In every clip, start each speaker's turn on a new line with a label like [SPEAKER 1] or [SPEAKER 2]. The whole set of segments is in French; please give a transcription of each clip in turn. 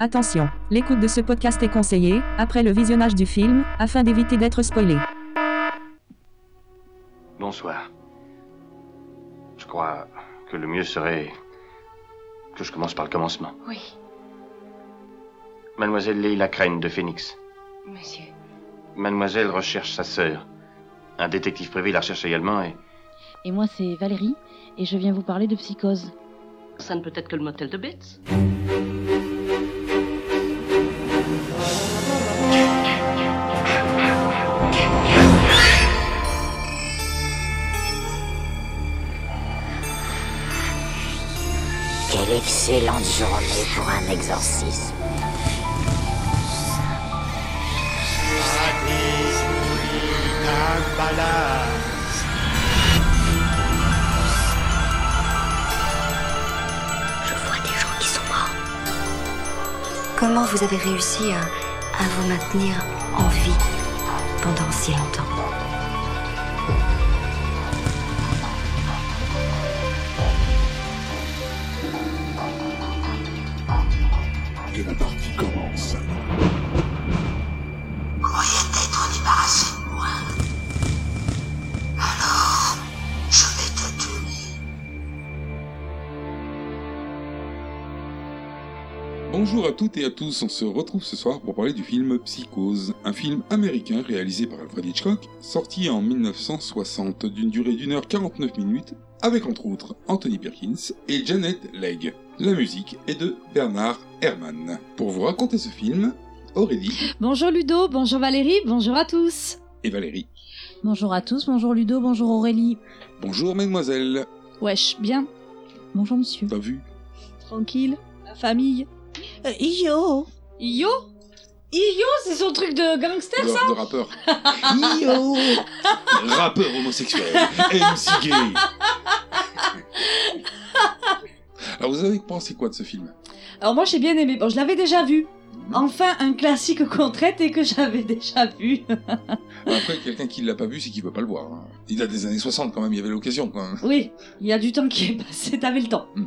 [SPEAKER 1] Attention, l'écoute de ce podcast est conseillée, après le visionnage du film, afin d'éviter d'être spoilé.
[SPEAKER 2] Bonsoir. Je crois que le mieux serait que je commence par le commencement.
[SPEAKER 3] Oui,
[SPEAKER 2] Mademoiselle Leila Crane de Phoenix.
[SPEAKER 3] monsieur.
[SPEAKER 2] Mademoiselle recherche sa sœur. Un détective privé la recherche également et...
[SPEAKER 4] Et moi, c'est Valérie, et je viens vous parler de psychose.
[SPEAKER 5] Ça ne peut être que le motel de Betz.
[SPEAKER 6] Quelle excellente journée pour un exorcisme.
[SPEAKER 7] Je vois des gens qui sont morts.
[SPEAKER 8] Comment vous avez réussi à, à vous maintenir en vie pendant si longtemps
[SPEAKER 7] Et la partie commence.
[SPEAKER 6] Croyez t'être débarrassé de moi. Alors, je vais te tuer.
[SPEAKER 9] Bonjour à toutes et à tous, on se retrouve ce soir pour parler du film Psychose, un film américain réalisé par Alfred Hitchcock, sorti en 1960 d'une durée d'une heure 49 minutes, avec entre autres Anthony Perkins et Janet Legg. La musique est de Bernard Herrmann. Pour vous raconter ce film, Aurélie
[SPEAKER 10] Bonjour Ludo, bonjour Valérie, bonjour à tous.
[SPEAKER 9] et Valérie.
[SPEAKER 4] Bonjour à tous, bonjour Ludo, bonjour Aurélie.
[SPEAKER 9] Bonjour mademoiselle,
[SPEAKER 10] Wesh, bien,
[SPEAKER 4] Bonjour monsieur.
[SPEAKER 9] t'as vu
[SPEAKER 10] tranquille, la famille.
[SPEAKER 4] Euh, Io
[SPEAKER 10] Yo Yo, c'est son truc de gangster
[SPEAKER 9] de,
[SPEAKER 10] ça
[SPEAKER 9] de rappeur Rappeur homosexuel, MC gay Alors vous avez pensé quoi de ce film
[SPEAKER 10] Alors moi j'ai bien aimé, bon je l'avais déjà vu. Enfin un classique qu'on traite et que j'avais déjà vu.
[SPEAKER 9] Après, quelqu'un qui l'a pas vu, c'est qu'il peut pas le voir. hein. Il date des années 60 quand même, il y avait l'occasion quand même.
[SPEAKER 10] oui, il y a du temps qui est passé, t'avais le temps.
[SPEAKER 9] Mm.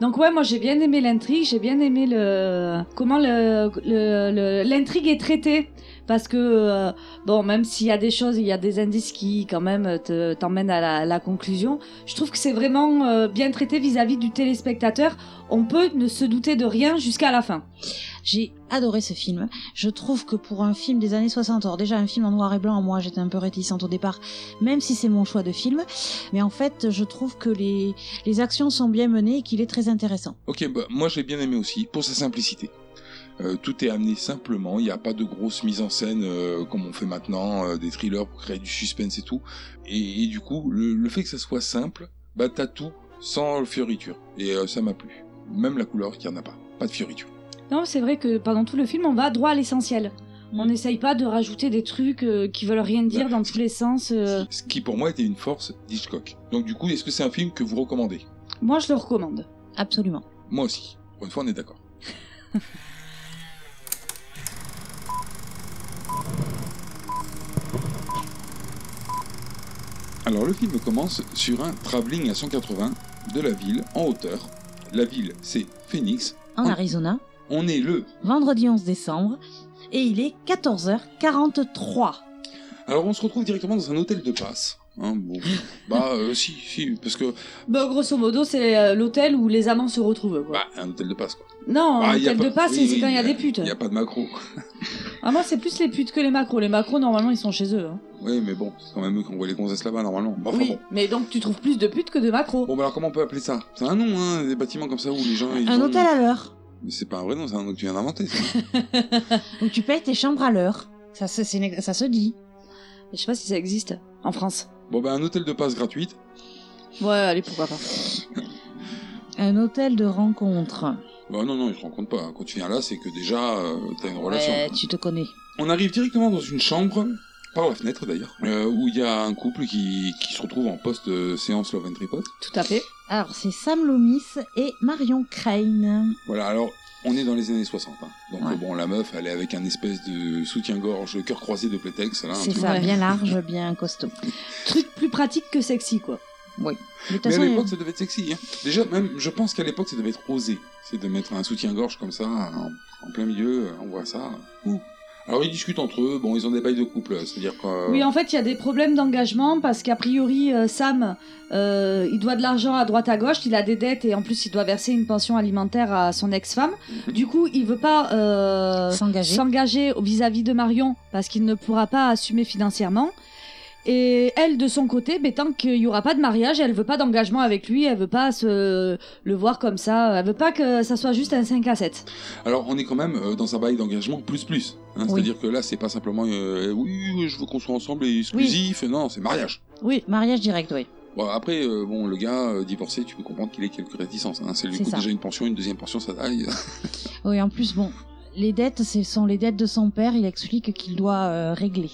[SPEAKER 10] Donc ouais, moi j'ai bien aimé l'intrigue, j'ai bien aimé le comment le le- le- l'intrigue est traitée parce que euh, bon même s'il y a des choses, il y a des indices qui quand même te- t'emmènent à la, la conclusion. Je trouve que c'est vraiment euh, bien traité vis-à-vis du téléspectateur. On peut ne se douter de rien jusqu'à la fin.
[SPEAKER 4] J'ai adoré ce film. Je trouve que pour un film des années 60, alors déjà un film en noir et blanc, moi j'étais un peu réticente au départ, même si c'est mon choix de film, mais en fait je trouve que les, les actions sont bien menées et qu'il est très intéressant.
[SPEAKER 9] Ok, bah, moi j'ai bien aimé aussi, pour sa simplicité. Euh, tout est amené simplement, il n'y a pas de grosse mise en scène euh, comme on fait maintenant, euh, des thrillers pour créer du suspense et tout. Et, et du coup, le, le fait que ça soit simple, bah t'as tout sans fioriture. Et euh, ça m'a plu. Même la couleur qu'il n'y en a pas. Pas de fioriture.
[SPEAKER 10] Non, c'est vrai que pendant tout le film, on va droit à l'essentiel.
[SPEAKER 9] Mm.
[SPEAKER 10] On n'essaye pas de rajouter des trucs euh, qui veulent rien dire dans tous les sens. euh.
[SPEAKER 9] Bah, Ce qui pour moi était une force d'Hitchcock. Donc du coup, est-ce que c'est un film que vous recommandez
[SPEAKER 10] Moi, je le recommande.
[SPEAKER 4] Absolument.
[SPEAKER 9] Moi aussi. Pour une fois, on est d'accord. Alors le film commence sur un travelling à 180 de la ville en hauteur. La ville, c'est Phoenix.
[SPEAKER 4] En
[SPEAKER 9] On-
[SPEAKER 4] Arizona,
[SPEAKER 9] On est le.
[SPEAKER 4] vendredi 11 décembre, et il est 14h43.
[SPEAKER 9] Alors on se retrouve directement dans un hôtel de passe. Hein, bon. bah euh, si, si, parce que
[SPEAKER 10] Bah, grosso modo, c'est euh, l'hôtel où les amants se retrouvent. Quoi.
[SPEAKER 9] bah un hôtel de passe quoi.
[SPEAKER 10] non,
[SPEAKER 9] Ah, y a
[SPEAKER 10] l'hôtel de passe,
[SPEAKER 9] oui,
[SPEAKER 10] c'est- c'est
[SPEAKER 9] oui,
[SPEAKER 10] quand il y a des putes.
[SPEAKER 9] Il n'y a pas de macro.
[SPEAKER 10] Ah, moi, c'est plus les putes que les macros. Les macros, normalement, ils sont chez eux. hein.
[SPEAKER 9] Oui, mais bon, c'est quand même eux qui envoient les gonzesses là-bas normalement. Bah, enfin,
[SPEAKER 10] oui,
[SPEAKER 9] bon.
[SPEAKER 10] mais donc tu trouves plus de putes que de macros.
[SPEAKER 9] Bon, bah alors comment on peut appeler ça C'est un nom, hein, des bâtiments comme ça où les gens. Ils
[SPEAKER 4] Un
[SPEAKER 9] vont-
[SPEAKER 4] hôtel à l'heure.
[SPEAKER 9] Mais c'est pas un vrai nom, c'est un nom que tu viens d'inventer. ça.
[SPEAKER 4] Donc tu payes tes chambres à l'heure. Ça, se- c'est une- ça se dit.
[SPEAKER 10] Je sais pas si ça existe en France.
[SPEAKER 9] bon, bah un hôtel de passe gratuite.
[SPEAKER 10] Ouais, allez, pourquoi pas.
[SPEAKER 4] Un hôtel de rencontre.
[SPEAKER 9] Bah non, non, ils se rencontrent pas. Quand tu viens là, c'est que déjà, euh, t'as une relation.
[SPEAKER 4] Ouais, tu te connais.
[SPEAKER 9] On arrive directement dans une chambre, par la fenêtre d'ailleurs, euh, où il y a un couple qui, qui se retrouve en post-séance Love and Tripod.
[SPEAKER 10] Tout à fait.
[SPEAKER 4] Alors, c'est Sam Loomis et Marion Crane.
[SPEAKER 9] Voilà, alors on est dans les années 60. hein. Donc
[SPEAKER 4] Ouais.
[SPEAKER 9] euh, bon, la meuf, elle est avec un espèce de soutien-gorge, cœur croisé de Plétex. Là, un
[SPEAKER 4] C'est
[SPEAKER 9] truc.
[SPEAKER 4] ça,
[SPEAKER 10] Ouais.
[SPEAKER 4] bien large, bien costaud.
[SPEAKER 10] Truc plus pratique que sexy, quoi.
[SPEAKER 4] Mais de toute
[SPEAKER 9] Mais à
[SPEAKER 4] façon, il y a-
[SPEAKER 9] l'époque, ça devait être sexy. Hein. Déjà, même, je pense qu'à l'époque, ça devait être osé. C'est de mettre un soutien-gorge comme ça, en, en plein milieu, on voit ça. Ouh. Alors, ils discutent entre eux, bon, ils ont des bails de couple, c'est-à-dire que. euh,
[SPEAKER 10] Oui, en fait, il y a des problèmes d'engagement parce qu'a priori, euh, Sam, euh, il doit de l'argent à droite à gauche, il a des dettes et en plus, il doit verser une pension alimentaire à son ex-femme. Du coup, il veut pas euh,
[SPEAKER 4] S'engager.
[SPEAKER 10] Mhm. s'engager vis-à-vis de Marion parce qu'il ne pourra pas assumer financièrement. Et elle, de son côté, ben, tant qu'il n'y aura pas de mariage, elle veut pas d'engagement avec lui, elle veut pas se le voir comme ça, elle veut pas que ça soit juste un 5 à 7.
[SPEAKER 9] Alors, on est quand même euh, dans un bail d'engagement plus plus. hein.
[SPEAKER 4] Oui.
[SPEAKER 9] C'est-à-dire que là, c'est pas simplement euh, oui, oui, je veux qu'on soit ensemble et exclusif. Non, c'est mariage.
[SPEAKER 4] Oui, mariage direct, oui.
[SPEAKER 9] Bon, après, euh, bon, le gars euh, divorcé, tu peux comprendre qu'il ait quelques réticences. Hein. Ça lui
[SPEAKER 4] C'est
[SPEAKER 9] coûte
[SPEAKER 4] ça.
[SPEAKER 9] déjà une pension, une deuxième pension, ça taille.
[SPEAKER 4] Oui, en plus, bon, les dettes, ce sont les dettes de son père, il explique qu'il doit euh, régler.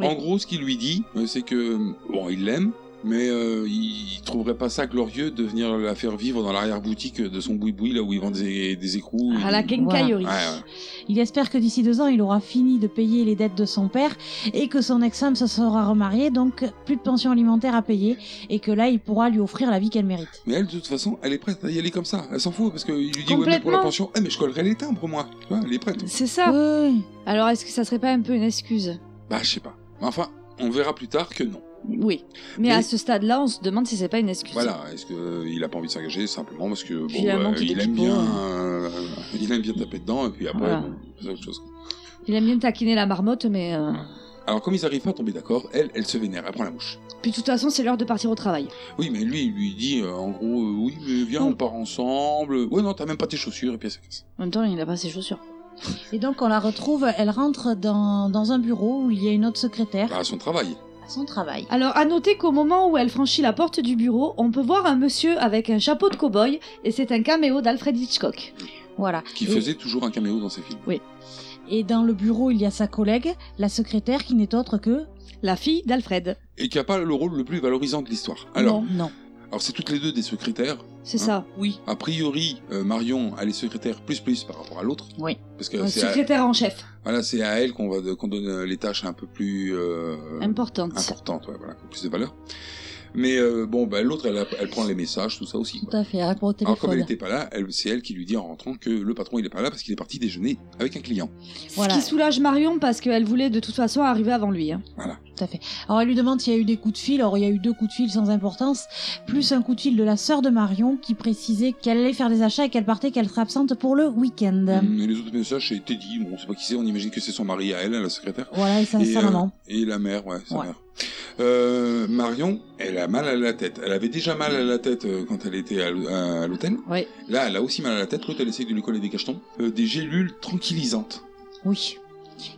[SPEAKER 9] En gros, ce qu'il lui dit, euh, c'est que bon, il l'aime, mais euh, il il trouverait pas ça glorieux de venir la faire vivre dans l'arrière-boutique de son boui-boui, là où il vend des, des écrous.
[SPEAKER 10] À Ah, la
[SPEAKER 9] Ouais,
[SPEAKER 10] quincaillerie.
[SPEAKER 9] ouais.
[SPEAKER 4] Il espère que d'ici deux ans, il aura fini de payer les dettes de son père et que son ex-femme se sera remariée, donc plus de pension alimentaire à payer et que là, il pourra lui offrir la vie qu'elle mérite.
[SPEAKER 9] Mais elle, de toute façon, elle est prête à y aller comme ça. Elle s'en fout parce qu'il lui dit ouais, mais pour la
[SPEAKER 10] Complètement.
[SPEAKER 9] pension, eh, mais je collerai les timbres moi. Tu vois, elle est prête.
[SPEAKER 10] C'est ça.
[SPEAKER 4] Oui.
[SPEAKER 10] Alors, est-ce que ça serait pas un peu une excuse
[SPEAKER 9] Bah, je sais pas. Enfin, on verra plus tard que non.
[SPEAKER 10] Oui. Mais,
[SPEAKER 9] Mais-
[SPEAKER 10] à ce stade-là, on se demande si c'est pas une excuse.
[SPEAKER 9] Voilà, est-ce qu'il a pas envie de s'engager simplement parce que
[SPEAKER 10] Puis il a
[SPEAKER 9] bon,
[SPEAKER 10] manqué
[SPEAKER 9] il aime
[SPEAKER 10] d'expo,
[SPEAKER 9] bien,
[SPEAKER 10] hein.
[SPEAKER 9] euh, il aime bien taper dedans et puis après,
[SPEAKER 10] Voilà.
[SPEAKER 9] bon, c'est autre chose.
[SPEAKER 10] Il aime bien taquiner la marmotte, mais. euh,
[SPEAKER 9] Alors comme ils n'arrivent pas à tomber d'accord, elle, elle se vénère, elle prend la mouche.
[SPEAKER 10] Puis de toute façon, c'est l'heure de partir au travail.
[SPEAKER 9] Oui, mais lui, il lui dit euh, en gros, euh, oui, mais viens,
[SPEAKER 10] Non.
[SPEAKER 9] on part ensemble. Ouais, non, t'as même pas tes chaussures, et puis elle se casse.
[SPEAKER 10] En même temps, il n'a pas ses chaussures.
[SPEAKER 4] Et donc, on la retrouve, elle rentre dans, dans un bureau où il y a une autre secrétaire
[SPEAKER 9] Bah, à son travail.
[SPEAKER 4] à son travail.
[SPEAKER 10] Alors, à noter qu'au moment où elle franchit la porte du bureau, on peut voir un monsieur avec un chapeau de cow-boy, et c'est un caméo d'Alfred Hitchcock.
[SPEAKER 4] Voilà.
[SPEAKER 9] Qui
[SPEAKER 4] Et-
[SPEAKER 9] faisait toujours un caméo dans ses films.
[SPEAKER 4] Et dans le bureau, il y a sa collègue, la secrétaire, qui n'est autre que...
[SPEAKER 10] La fille d'Alfred.
[SPEAKER 9] Et qui a pas le rôle le plus valorisant de l'histoire. Alors,
[SPEAKER 4] Non, non.
[SPEAKER 9] alors c'est toutes les deux des secrétaires.
[SPEAKER 10] C'est
[SPEAKER 9] Hein
[SPEAKER 10] ça.
[SPEAKER 4] Oui.
[SPEAKER 9] A priori, euh, Marion, elle est secrétaire plus plus par rapport à l'autre.
[SPEAKER 4] Oui.
[SPEAKER 9] Parce que
[SPEAKER 10] Euh,
[SPEAKER 9] c'est à,
[SPEAKER 10] secrétaire en chef.
[SPEAKER 9] voilà, c'est à elle qu'on va de- qu'on donne euh, les tâches un peu plus euh,
[SPEAKER 10] Importante.
[SPEAKER 9] importantes, ouais, voilà, plus de valeur. Mais euh, bon, bah, l'autre, elle, a- elle prend les messages, tout ça aussi. quoi.
[SPEAKER 4] Tout à fait, elle répond au
[SPEAKER 9] Alors Ah, comme elle
[SPEAKER 4] téléphone.
[SPEAKER 9] n'était pas là, elle- c'est elle qui lui dit en rentrant que le patron il est pas là parce qu'il est parti déjeuner avec un client.
[SPEAKER 4] Voilà.
[SPEAKER 10] Ce qui soulage Marion parce qu'elle voulait de toute façon arriver avant lui. hein.
[SPEAKER 4] Alors elle lui demande s'il y a eu des coups de fil. Alors il y a eu deux coups de fil sans importance, plus un coup de fil de la sœur de Marion qui précisait qu'elle allait faire des achats et qu'elle partait, qu'elle serait absente pour le week-end.
[SPEAKER 10] Mm.
[SPEAKER 9] Mais Hmm, les autres messages c'est Teddy, bon, on sait pas qui c'est, on imagine que c'est son mari à elle, hein, la secrétaire.
[SPEAKER 4] Voilà, et sa, sa
[SPEAKER 9] euh,
[SPEAKER 4] maman.
[SPEAKER 9] et la mère, ouais, sa
[SPEAKER 4] Ouais.
[SPEAKER 9] mère. Euh, Marion, elle a mal à la tête. Elle avait déjà mal à la tête euh, quand elle était à l'hô- à à l'hôtel.
[SPEAKER 10] Ouais.
[SPEAKER 9] Là, elle a aussi mal à la tête. L'autre, elle essaie de lui coller des cachetons. Euh, des gélules tranquillisantes.
[SPEAKER 4] Oui.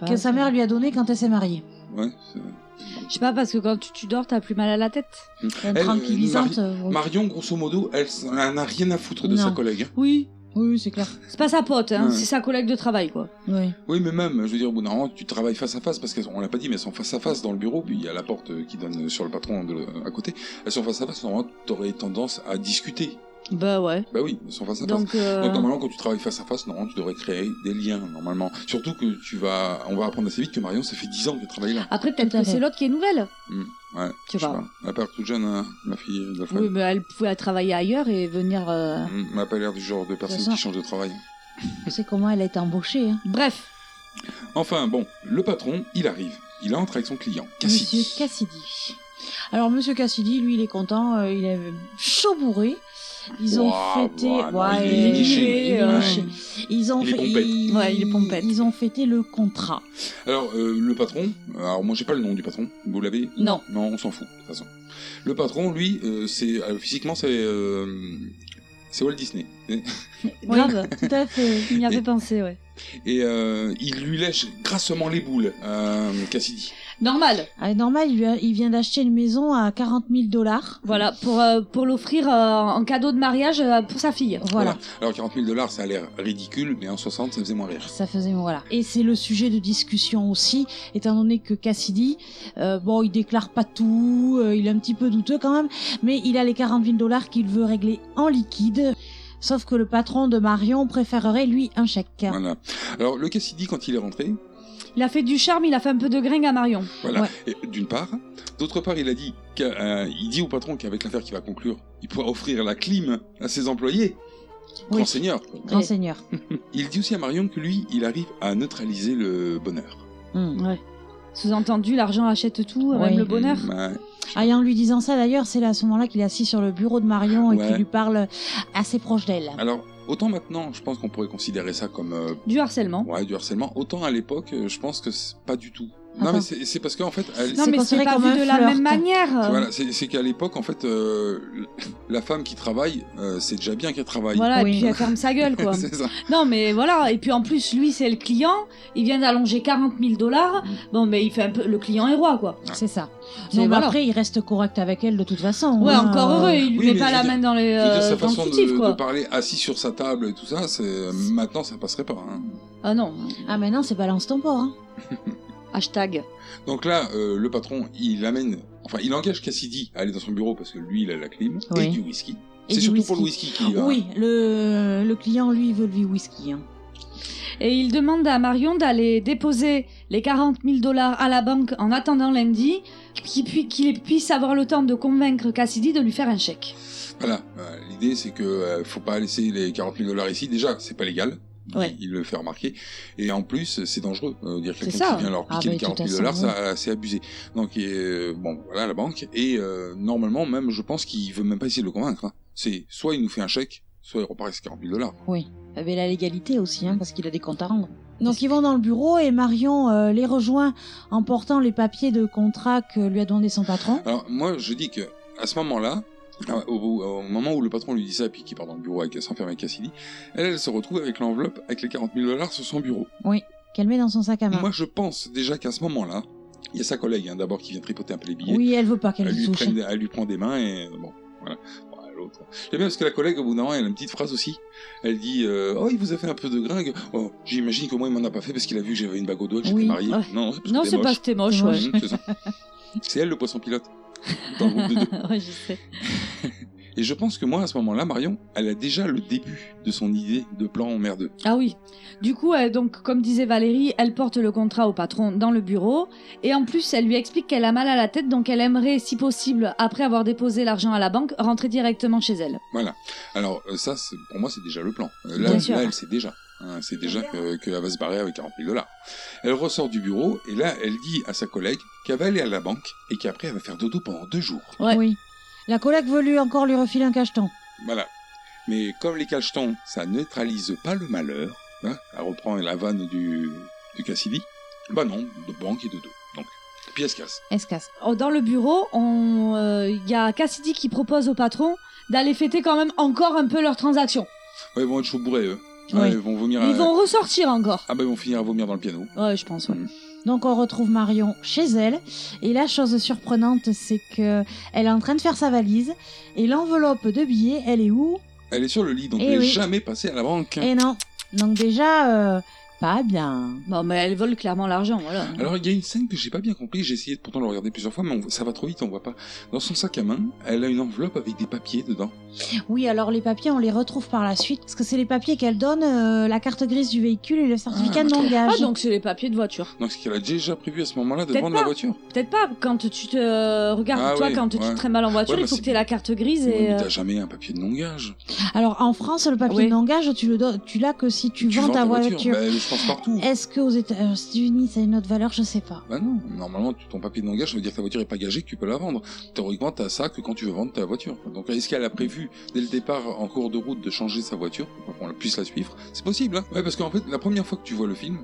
[SPEAKER 4] Que Euh, sa mère lui a donné quand elle s'est mariée.
[SPEAKER 9] Ouais. c'est-
[SPEAKER 10] Je sais pas, parce que quand tu, tu dors, t'as plus mal à la tête.
[SPEAKER 4] Une
[SPEAKER 9] Elle, euh,
[SPEAKER 4] tranquillisante.
[SPEAKER 9] Mari-
[SPEAKER 4] euh, oui.
[SPEAKER 9] Marion, grosso modo, elle, s- elle n'a rien à foutre de
[SPEAKER 4] Non.
[SPEAKER 9] sa collègue. hein.
[SPEAKER 4] Oui, oui, c'est clair.
[SPEAKER 10] C'est pas sa pote, hein,
[SPEAKER 9] Ouais.
[SPEAKER 10] c'est sa collègue de travail, quoi.
[SPEAKER 4] Oui.
[SPEAKER 9] Oui, mais même, je veux dire, au bout d'un moment, tu travailles face à face, parce qu'on l'a pas dit, mais elles sont face à face dans le bureau, puis il y a la porte euh, qui donne sur le patron de- à côté. Elles sont face à face, normalement, t'aurais tendance à discuter.
[SPEAKER 10] Bah ouais.
[SPEAKER 9] Bah oui, elles sont face à face.
[SPEAKER 10] Donc, euh,
[SPEAKER 9] Donc normalement, quand tu travailles face à face, normalement, tu devrais créer des liens, normalement. Surtout que tu vas, on va apprendre assez vite que Marion, ça fait 10 ans qu'elle travaille là.
[SPEAKER 10] après, peut-être
[SPEAKER 4] Tout à
[SPEAKER 10] que
[SPEAKER 4] fait.
[SPEAKER 10] c'est l'autre qui est nouvelle.
[SPEAKER 9] Mm. Ouais,
[SPEAKER 10] Ah,
[SPEAKER 9] je
[SPEAKER 10] Tu
[SPEAKER 9] sais
[SPEAKER 10] vois.
[SPEAKER 9] pas. Elle a pas l'air toute jeune, hein, ma fille d'Alfred.
[SPEAKER 10] Oui, mais elle pouvait travailler ailleurs et venir. euh,
[SPEAKER 9] Mm, Elle a pas l'air du genre de personne
[SPEAKER 4] ça.
[SPEAKER 9] qui change de travail.
[SPEAKER 4] C'est comment elle a été embauchée. hein.
[SPEAKER 10] Bref,
[SPEAKER 9] Enfin, bon, le patron, il arrive. Il entre avec son client, Cassie.
[SPEAKER 4] Monsieur Cassidy. Alors Monsieur Cassidy, lui, il est content. euh, il est chaud bourré. Ils ont
[SPEAKER 9] Ouah,
[SPEAKER 4] fêté.
[SPEAKER 9] ouah, non,
[SPEAKER 4] Ouais,
[SPEAKER 9] il est
[SPEAKER 10] niché,
[SPEAKER 4] il est
[SPEAKER 10] euh,
[SPEAKER 4] niché. Ils ont
[SPEAKER 9] Il est
[SPEAKER 4] fait-
[SPEAKER 9] pompette.
[SPEAKER 4] ils-
[SPEAKER 10] Ouais, il est pompette.
[SPEAKER 4] Ils ont fêté le contrat.
[SPEAKER 9] Alors, euh, le patron, alors moi j'ai pas le nom du patron, vous l'avez
[SPEAKER 10] non.
[SPEAKER 9] Non, on s'en fout, de toute façon. Le patron, lui, euh, c'est euh, physiquement, c'est euh, c'est Walt Disney. Et,
[SPEAKER 10] Grave.
[SPEAKER 4] Tout à fait.
[SPEAKER 10] Il y avait pensé, ouais.
[SPEAKER 9] et, euh, il lui lèche grassement les boules, euh, Cassidy.
[SPEAKER 10] Normal.
[SPEAKER 4] Ah, normal, il, lui a- il vient d'acheter une maison à 40 000 dollars.
[SPEAKER 10] Voilà, pour, euh, pour l'offrir euh, en cadeau de mariage euh, pour sa fille.
[SPEAKER 4] Voilà.
[SPEAKER 9] Alors, 40 000 dollars, ça a l'air ridicule, mais en 60, ça faisait moins rire.
[SPEAKER 4] Ça faisait voilà. Et c'est le sujet de discussion aussi, étant donné que Cassidy, euh, bon, il déclare pas tout, euh, il est un petit peu douteux quand même, mais il a les 40 000 dollars qu'il veut régler en liquide. Sauf que le patron de Marion préférerait lui un chèque.
[SPEAKER 9] Voilà. Alors, le Cassidy, quand il est rentré,
[SPEAKER 10] Il a fait du charme, il a fait un peu de gringue à Marion.
[SPEAKER 9] Voilà,
[SPEAKER 10] Ouais.
[SPEAKER 9] Et d'une part. D'autre part, il a dit qu'à- euh, il dit au patron qu'avec l'affaire qui va conclure, il pourra offrir la clim à ses employés. Grand
[SPEAKER 4] Oui.
[SPEAKER 9] seigneur.
[SPEAKER 4] Grand
[SPEAKER 10] Ouais.
[SPEAKER 4] seigneur.
[SPEAKER 9] Il dit aussi à Marion que lui, il arrive à neutraliser le bonheur.
[SPEAKER 4] Hmm.
[SPEAKER 10] Hum. Sous-entendu, l'argent achète tout,
[SPEAKER 4] Oui.
[SPEAKER 10] même le bonheur.
[SPEAKER 9] Ouais.
[SPEAKER 4] Ah, et en lui disant ça d'ailleurs, c'est là à ce moment-là qu'il est assis sur le bureau de Marion et
[SPEAKER 9] Ouais.
[SPEAKER 4] qu'il lui parle assez proche d'elle.
[SPEAKER 9] Alors, autant maintenant, je pense qu'on pourrait considérer ça comme euh,
[SPEAKER 10] Du harcèlement.
[SPEAKER 9] ouais, du harcèlement, autant à l'époque, euh, je pense que c'est pas du tout. Non,
[SPEAKER 4] Attends.
[SPEAKER 9] mais c'est c'est parce qu'en fait, à l-
[SPEAKER 10] Non,
[SPEAKER 4] C'est
[SPEAKER 10] mais c'est
[SPEAKER 4] considéré
[SPEAKER 10] pas
[SPEAKER 4] comme
[SPEAKER 10] vu
[SPEAKER 4] un
[SPEAKER 10] de la
[SPEAKER 4] flirt.
[SPEAKER 10] même manière.
[SPEAKER 9] voilà, c'est c'est qu'à l'époque, en fait, euh, la femme qui travaille, euh, c'est déjà bien qu'elle travaille.
[SPEAKER 10] Voilà,
[SPEAKER 4] Oui.
[SPEAKER 10] et puis elle ferme sa gueule, quoi.
[SPEAKER 9] c'est ça.
[SPEAKER 10] non, mais voilà, et puis en plus, lui, c'est le client, il vient d'allonger 40 000 dollars.
[SPEAKER 9] Mm.
[SPEAKER 10] Bon, mais il fait un peu. Le client est roi, quoi.
[SPEAKER 4] C'est ça.
[SPEAKER 10] C'est-
[SPEAKER 4] Non, mais
[SPEAKER 10] voilà.
[SPEAKER 4] après, il reste correct avec elle de toute façon.
[SPEAKER 10] Ouais,
[SPEAKER 4] hein.
[SPEAKER 10] encore heureux, il lui
[SPEAKER 9] Oui,
[SPEAKER 10] met
[SPEAKER 9] mais
[SPEAKER 10] pas
[SPEAKER 9] je
[SPEAKER 10] la
[SPEAKER 9] veux
[SPEAKER 10] main dans, les,
[SPEAKER 9] Je veux dire,
[SPEAKER 10] euh,
[SPEAKER 9] sa
[SPEAKER 10] dans le
[SPEAKER 9] façon de,
[SPEAKER 10] soutif, quoi.
[SPEAKER 9] de parler assis sur sa table et tout ça, c'est euh, maintenant ça passerait pas. hein.
[SPEAKER 10] Ah non,
[SPEAKER 4] Ah, maintenant, c'est balance ton port. hein.
[SPEAKER 10] hashtag.
[SPEAKER 9] Donc là, euh, le patron, il amène, enfin, il engage Cassidy à aller dans son bureau parce que lui, il a la clim et
[SPEAKER 4] Oui.
[SPEAKER 9] du whisky.
[SPEAKER 4] Et
[SPEAKER 9] C'est
[SPEAKER 4] du
[SPEAKER 9] surtout pour le whisky qu'il y va.
[SPEAKER 4] Oui, le, le client, lui, veut lui whisky. hein.
[SPEAKER 10] Et il demande à Marion d'aller déposer les 40 000 dollars à la banque en attendant lundi, qu'il pui- qu'il puisse avoir le temps de convaincre Cassidy de lui faire un chèque.
[SPEAKER 9] Voilà, euh, l'idée c'est que euh, faut pas laisser les 40 000 dollars ici. Déjà, c'est pas légal.
[SPEAKER 4] Ouais.
[SPEAKER 9] Il, il le fait remarquer. Et en plus, c'est dangereux. Euh, dire
[SPEAKER 10] C'est
[SPEAKER 9] quelqu'un
[SPEAKER 10] ça.
[SPEAKER 9] qui vient leur
[SPEAKER 4] Ah
[SPEAKER 9] piquer
[SPEAKER 4] oui,
[SPEAKER 9] les 40 000
[SPEAKER 4] tout à
[SPEAKER 9] dollars,
[SPEAKER 4] fait,
[SPEAKER 9] ça, c'est abusé. Donc, et, euh, bon, voilà la banque. Et euh, normalement, même, je pense qu'il veut même pas essayer de le convaincre. hein. C'est soit il nous fait un chèque, soit il repart avec ses 40 000 dollars.
[SPEAKER 4] Ah, Mais la légalité aussi, hein, parce qu'il a des comptes à rendre. Donc ils vont dans le bureau et Marion euh, les rejoint en portant les papiers de contrat que lui a demandé son patron.
[SPEAKER 9] Alors, moi, je dis que à ce moment-là, euh, au, bout- au moment où le patron lui dit ça, puis qu'il part dans le bureau avec euh, s'enferme avec Cassidy, elle, elle se retrouve avec l'enveloppe avec les 40 000 dollars sur son bureau.
[SPEAKER 4] Qu'elle met dans son sac à main.
[SPEAKER 9] Moi, je pense déjà qu'à ce moment-là, il y a sa collègue, hein, d'abord, qui vient tripoter un peu les billets.
[SPEAKER 4] Oui, elle veut pas qu'elle
[SPEAKER 9] elle,
[SPEAKER 4] lui
[SPEAKER 9] lui
[SPEAKER 4] touche.
[SPEAKER 9] prend, elle lui prend des mains et euh, bon, voilà. Bon, à l'autre. J'aime bien parce que la collègue, au bout d'un moment, elle a une petite phrase aussi. Elle dit euh, Oh, il vous a fait un peu de gringue. Oh, J'imagine qu'au moins, il m'en a pas fait parce qu'il a vu que j'avais une bague au doigt, que j'étais
[SPEAKER 4] Oui.
[SPEAKER 9] marié.
[SPEAKER 10] Ouais.
[SPEAKER 9] Non, parce que
[SPEAKER 10] Ah. Non,
[SPEAKER 9] t'es
[SPEAKER 10] c'est
[SPEAKER 9] moche.
[SPEAKER 10] pas c'était moche,
[SPEAKER 4] Ouais.
[SPEAKER 10] ouais.
[SPEAKER 9] Mmh, c'est ça. C'est elle, le poisson pilote. Dans le groupe de deux.
[SPEAKER 10] ouais, je sais.
[SPEAKER 9] Et je pense que moi, à ce moment-là, Marion, elle a déjà le début de son idée de plan merdeux.
[SPEAKER 10] Ah oui. Du coup, elle- donc, comme disait Valérie, elle porte le contrat au patron dans le bureau. Et en plus, elle lui explique qu'elle a mal à la tête, donc elle aimerait, si possible, après avoir déposé l'argent à la banque, rentrer directement chez elle.
[SPEAKER 9] Alors euh, ça, c'est- pour moi, c'est déjà le plan. Euh, Là,
[SPEAKER 10] Bien sûr.
[SPEAKER 9] là, elle sait déjà. hein, c'est déjà que- qu'elle va se barrer avec 40 000 dollars. Elle ressort du bureau et là, elle dit à sa collègue qu'elle va aller à la banque et qu'après, elle va faire dodo pendant deux jours.
[SPEAKER 10] Ouais.
[SPEAKER 4] Oui. La collègue veut lui encore lui refiler un cacheton.
[SPEAKER 9] Voilà. Mais comme les cachetons, ça neutralise pas le malheur. hein, elle reprend la vanne du, du Cassidy. Bah non, de banque et dodo. Donc, et puis elle se casse.
[SPEAKER 4] Elle se casse.
[SPEAKER 10] Oh, Dans le bureau, on- euh, il y a Cassidy qui propose au patron d'aller fêter quand même encore un peu leurs transactions.
[SPEAKER 9] Ouais, ils vont être chauds bourrés, eux. Ah,
[SPEAKER 4] Oui.
[SPEAKER 9] ils vont vomir. à-
[SPEAKER 10] Ils vont ressortir encore.
[SPEAKER 9] Ah bah ils vont finir à vomir dans le piano.
[SPEAKER 10] Ouais, je pense, ouais.
[SPEAKER 4] Donc on retrouve Marion chez elle. Et la chose surprenante, c'est que elle est en train de faire sa valise. Et l'enveloppe de billets, elle est où
[SPEAKER 9] Elle est sur le lit, donc
[SPEAKER 4] Eh
[SPEAKER 9] elle
[SPEAKER 4] oui.
[SPEAKER 9] est jamais passée à la banque.
[SPEAKER 4] Et non. Donc déjà, euh, pas bien.
[SPEAKER 10] Bon, mais elles volent clairement l'argent, voilà.
[SPEAKER 9] Alors il y a une scène que j'ai pas bien compris, j'ai essayé de pourtant le regarder plusieurs fois, mais on- ça va trop vite, on voit pas. Dans son sac à main, elle a une enveloppe avec des papiers dedans.
[SPEAKER 10] Ah,
[SPEAKER 4] Oui, alors les papiers, on les retrouve par la suite. Parce que c'est les papiers qu'elle donne, euh, la carte grise du véhicule et le certificat
[SPEAKER 9] Ah,
[SPEAKER 4] de
[SPEAKER 9] d'accord.
[SPEAKER 4] langage.
[SPEAKER 10] Ah, donc c'est les papiers de voiture.
[SPEAKER 9] Donc ce qu'elle a déjà prévu à ce moment-là de
[SPEAKER 10] Peut-être
[SPEAKER 9] vendre
[SPEAKER 10] pas.
[SPEAKER 9] la voiture.
[SPEAKER 10] Peut-être pas, quand tu te. euh, Regarde,
[SPEAKER 9] Ah
[SPEAKER 10] toi,
[SPEAKER 9] oui,
[SPEAKER 10] quand tu
[SPEAKER 9] ouais.
[SPEAKER 10] te traînes mal en voiture,
[SPEAKER 9] Ouais, bah,
[SPEAKER 10] il faut
[SPEAKER 9] c'est-
[SPEAKER 10] que tu aies la carte grise
[SPEAKER 9] Ouais,
[SPEAKER 10] et.
[SPEAKER 9] mais
[SPEAKER 10] euh,
[SPEAKER 9] t'as jamais un papier de non-gage.
[SPEAKER 4] Alors en France, le papier
[SPEAKER 10] Oui.
[SPEAKER 4] de langage, tu le donnes- tu l'as que si tu, vends ta voiture.
[SPEAKER 9] Bah, je pense partout.
[SPEAKER 4] Est-ce qu'aux États-Unis, ça a une autre valeur Je sais pas.
[SPEAKER 9] Bah non, normalement tu- ton papier de non-gage, ça veut dire que ta voiture est pas gagée, que tu peux la vendre. Théoriquement, t'as ça que quand tu veux vendre ta voiture. Donc est-ce qu'elle a prévu dès le départ en cours de route de changer sa voiture pour qu'on puisse la suivre C'est possible, hein Ouais, parce qu'en fait, la première fois que tu vois le film,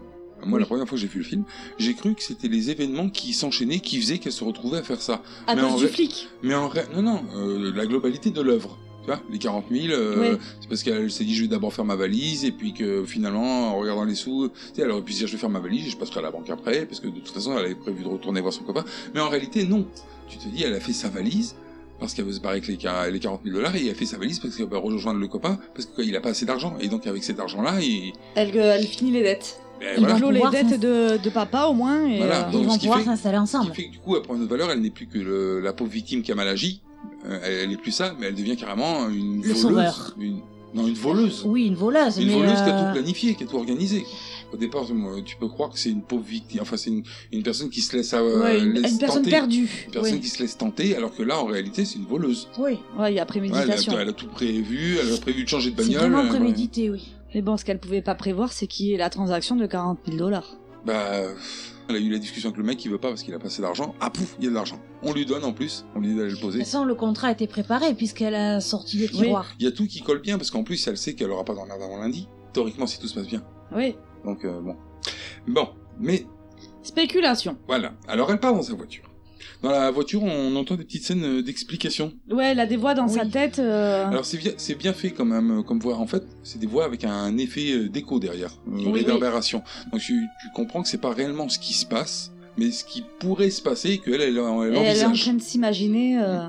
[SPEAKER 9] moi la première fois que j'ai vu le film, j'ai cru que c'était les événements qui s'enchaînaient, qui faisaient qu'elle se retrouvait à faire ça.
[SPEAKER 10] à
[SPEAKER 9] mais en
[SPEAKER 10] cause Ah, du
[SPEAKER 9] vrai-
[SPEAKER 10] flic.
[SPEAKER 9] Mais en vrai, non, non, euh, la globalité de l'œuvre. Tu vois, les 40 000, euh,
[SPEAKER 10] Ouais.
[SPEAKER 9] c'est parce qu'elle s'est dit je vais d'abord faire ma valise, et puis que finalement, en regardant les sous, tu sais, elle aurait pu se dire je vais faire ma valise et je passerai à la banque après, parce que de toute façon, elle avait prévu de retourner voir son copain. Mais en réalité, non. Tu te dis, elle a fait sa valise parce qu'elle veut se barrer avec les, quar- les 40 000 dollars, et elle a fait sa valise parce qu'elle va rejoindre le copain, parce qu'il a pas assez d'argent. Et donc, avec cet argent-là, il.
[SPEAKER 10] Elle, euh, elle finit les dettes.
[SPEAKER 9] ben,
[SPEAKER 10] Elle
[SPEAKER 9] voilà.
[SPEAKER 10] clôt les
[SPEAKER 4] Pouvoir
[SPEAKER 10] dettes
[SPEAKER 4] s'inst-
[SPEAKER 10] de, de papa au moins. Et
[SPEAKER 9] Voilà.
[SPEAKER 10] euh,
[SPEAKER 4] Ils
[SPEAKER 9] Donc,
[SPEAKER 4] vont
[SPEAKER 9] ce qui
[SPEAKER 4] pouvoir
[SPEAKER 9] fait-
[SPEAKER 4] s'installer
[SPEAKER 9] Ce
[SPEAKER 4] ensemble.
[SPEAKER 9] qui fait que du coup, elle prend une valeur, elle n'est plus que le- la pauvre victime qui a mal agi. Euh, elle, elle est plus ça, mais elle devient carrément une
[SPEAKER 4] Le sauveur.
[SPEAKER 9] une- Non, une voleuse.
[SPEAKER 4] Oui, une
[SPEAKER 10] Ah,
[SPEAKER 4] voleuse.
[SPEAKER 9] Une
[SPEAKER 4] mais,
[SPEAKER 9] voleuse qui a
[SPEAKER 4] euh,
[SPEAKER 9] tout planifié, qui a tout organisé. Au départ, moi, tu peux croire que c'est une pauvre victime, enfin c'est une, une personne qui se laisse, euh,
[SPEAKER 10] Ouais, une,
[SPEAKER 9] laisse
[SPEAKER 10] une personne
[SPEAKER 9] tenter.
[SPEAKER 10] perdue.
[SPEAKER 9] Une personne
[SPEAKER 10] oui.
[SPEAKER 9] qui se laisse tenter, alors que là, en réalité, c'est une voleuse.
[SPEAKER 4] Oui.
[SPEAKER 10] Ouais, il y a
[SPEAKER 9] Ouais, elle,
[SPEAKER 10] préméditation.
[SPEAKER 9] a, elle a tout prévu, elle a prévu de changer de
[SPEAKER 4] C'est
[SPEAKER 9] bagnole.
[SPEAKER 4] vraiment
[SPEAKER 9] euh,
[SPEAKER 4] prémédité, oui.
[SPEAKER 10] Mais bon, ce qu'elle pouvait pas prévoir, c'est qu'il y ait la transaction de 40 000 dollars.
[SPEAKER 9] Bah, pff, elle a eu la discussion avec le mec, il veut pas parce qu'il a passé d'argent. Ah pouf, il y a de l'argent. On lui donne en plus, on lui dit d'aller le
[SPEAKER 4] De
[SPEAKER 9] poser.
[SPEAKER 4] toute façon, le contrat était préparé puisqu'elle a sorti des
[SPEAKER 10] Oui.
[SPEAKER 4] tiroirs.
[SPEAKER 9] Il y a tout qui colle bien parce qu'en plus, elle sait qu'elle aura pas d'emmerde avant lundi. Théoriquement, si tout se passe bien.
[SPEAKER 10] Oui.
[SPEAKER 9] Donc euh, bon. Bon, mais
[SPEAKER 10] Spéculation.
[SPEAKER 9] voilà. Alors elle part dans sa voiture. Dans la voiture, on entend des petites scènes euh, d'explication.
[SPEAKER 10] Ouais, elle a des voix dans
[SPEAKER 4] Oui.
[SPEAKER 10] sa tête. euh,
[SPEAKER 9] Alors c'est bien, c'est bien fait quand même euh, comme voix. En fait, c'est des voix avec un effet euh, d'écho derrière, une
[SPEAKER 10] Oui,
[SPEAKER 9] réverbération. Donc tu, tu comprends que c'est pas réellement ce qui se passe, mais ce qui pourrait se passer et qu'elle elle, elle
[SPEAKER 10] et elle est en
[SPEAKER 9] envisage.
[SPEAKER 10] train de s'imaginer euh,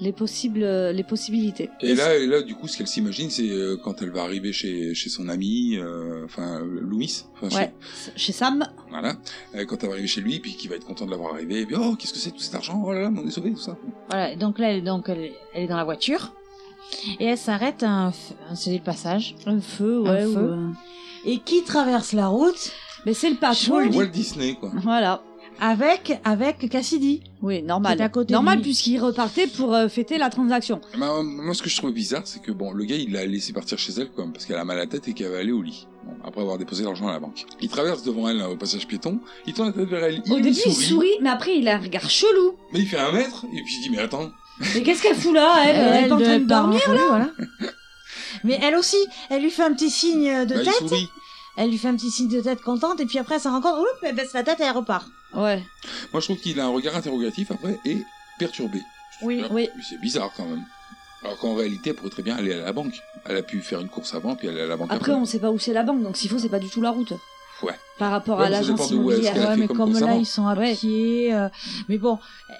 [SPEAKER 10] les, possibles, les possibilités.
[SPEAKER 9] Et là, et là, du coup, ce qu'elle s'imagine, c'est euh, quand elle va arriver chez, chez son ami, euh, enfin Louis, enfin,
[SPEAKER 10] Ouais, chez Sam.
[SPEAKER 9] chez- voilà, Euh, quand elle va arriver chez lui, puis qu'il va être content de l'avoir arrivé, et puis oh, qu'est-ce que c'est tout cet argent, oh là là, mais on est sauvé tout ça.
[SPEAKER 4] Voilà, donc là, elle, donc, elle, elle est dans la voiture. Et elle s'arrête à un, f- un c'est le passage.
[SPEAKER 10] Un feu, ouais.
[SPEAKER 4] Un
[SPEAKER 10] ou,
[SPEAKER 4] feu.
[SPEAKER 10] euh,
[SPEAKER 4] Et qui traverse la route
[SPEAKER 10] Mais c'est le patron.
[SPEAKER 9] Walt Disney, quoi.
[SPEAKER 10] Voilà.
[SPEAKER 4] avec, avec Cassidy.
[SPEAKER 10] Oui, normal.
[SPEAKER 4] C'est à côté de
[SPEAKER 10] normal
[SPEAKER 4] lui.
[SPEAKER 10] puisqu'il repartait pour euh, fêter la transaction.
[SPEAKER 9] Bah, euh, moi, ce que je trouve bizarre, c'est que bon, le gars, il l'a laissé partir chez elle, quand même, parce qu'elle a mal à la tête et qu'elle va aller au lit. Bon, après avoir déposé l'argent à la banque. Il traverse devant elle, là, au passage piéton, il tourne la tête vers elle, il
[SPEAKER 10] Au
[SPEAKER 9] lui
[SPEAKER 10] début, il
[SPEAKER 9] sourit,
[SPEAKER 10] sourit, mais après, il a un regard chelou.
[SPEAKER 9] mais il fait un mètre, et puis il dit, mais attends,
[SPEAKER 10] Mais qu'est-ce qu'elle fout là, elle
[SPEAKER 4] euh
[SPEAKER 10] Elle est pas en train de
[SPEAKER 4] part en
[SPEAKER 10] dormir
[SPEAKER 4] folie, voilà. Mais elle aussi, elle lui fait un petit signe de
[SPEAKER 9] bah, il
[SPEAKER 4] tête.
[SPEAKER 9] sourit.
[SPEAKER 4] Elle lui fait un petit signe de tête contente et puis après elle s'en rend compte, oups, elle baisse la tête et elle repart.
[SPEAKER 10] Ouais.
[SPEAKER 9] Moi, je trouve qu'il a un regard interrogatif après et perturbé.
[SPEAKER 10] Oui,
[SPEAKER 9] Ah,
[SPEAKER 10] oui.
[SPEAKER 9] Mais c'est bizarre quand même. Alors qu'en réalité, elle pourrait très bien aller à la banque. Elle a pu faire une course avant puis aller à la banque
[SPEAKER 10] Après,
[SPEAKER 9] après.
[SPEAKER 10] on sait pas où c'est la banque, donc s'il faut, c'est pas du tout la route.
[SPEAKER 9] Ouais.
[SPEAKER 10] Par rapport
[SPEAKER 9] Ouais,
[SPEAKER 10] à
[SPEAKER 9] mais ça
[SPEAKER 10] l'agence
[SPEAKER 9] dépend de où est-ce
[SPEAKER 10] immobilière.
[SPEAKER 9] qu'elle a fait
[SPEAKER 4] mais
[SPEAKER 9] comme
[SPEAKER 4] comme là
[SPEAKER 9] concernant.
[SPEAKER 4] ils sont à
[SPEAKER 10] Ouais.
[SPEAKER 4] pied, euh, mais bon, euh,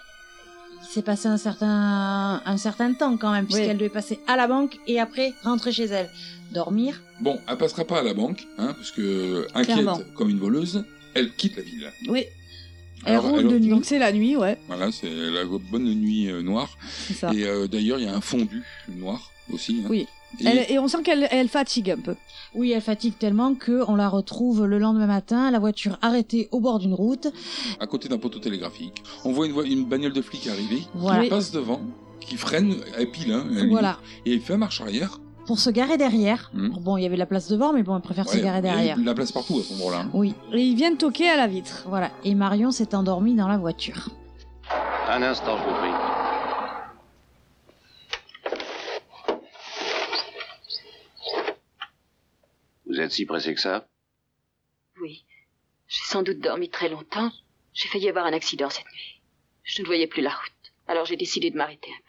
[SPEAKER 4] il s'est passé un certain un certain temps quand même puisqu'elle devait passer à la banque et après rentrer chez elle, dormir.
[SPEAKER 9] Bon, elle passera pas à la banque, hein, parce que inquiète
[SPEAKER 10] Clairement.
[SPEAKER 9] comme une voleuse, elle quitte la ville.
[SPEAKER 10] Oui,
[SPEAKER 4] Elle roule de nuit.
[SPEAKER 10] donc c'est la nuit, ouais,
[SPEAKER 9] Voilà, c'est la bonne nuit euh, noire.
[SPEAKER 10] c'est ça.
[SPEAKER 9] Et euh, d'ailleurs, il y a un fondu noir aussi. hein.
[SPEAKER 10] Oui.
[SPEAKER 9] Et-
[SPEAKER 10] Elle- et on sent qu'elle elle fatigue un peu.
[SPEAKER 4] Oui, elle fatigue tellement que on la retrouve le lendemain matin, la voiture arrêtée au bord d'une route.
[SPEAKER 9] à côté d'un poteau télégraphique, on voit une, voie- une bagnole de flic arriver,
[SPEAKER 4] Voilà.
[SPEAKER 9] qui passe devant, qui freine, elle pile, hein, à la limite,
[SPEAKER 4] Voilà,
[SPEAKER 9] et elle fait marche arrière.
[SPEAKER 4] pour se garer derrière.
[SPEAKER 9] Hmm.
[SPEAKER 4] Bon, il y avait de la place devant, mais bon, elle préfère se
[SPEAKER 9] Ouais,
[SPEAKER 4] garer
[SPEAKER 9] il y a
[SPEAKER 4] derrière.
[SPEAKER 9] de La place partout à ce moment-là. hein.
[SPEAKER 4] Oui,
[SPEAKER 10] Et ils viennent toquer à la vitre.
[SPEAKER 4] voilà. Et Marion s'est endormie dans la voiture.
[SPEAKER 2] Un instant, je vous prie. Vous êtes si pressé que ça
[SPEAKER 7] Oui. J'ai sans doute dormi très longtemps. J'ai failli avoir un accident cette nuit. Je ne voyais plus la route. Alors j'ai décidé de m'arrêter un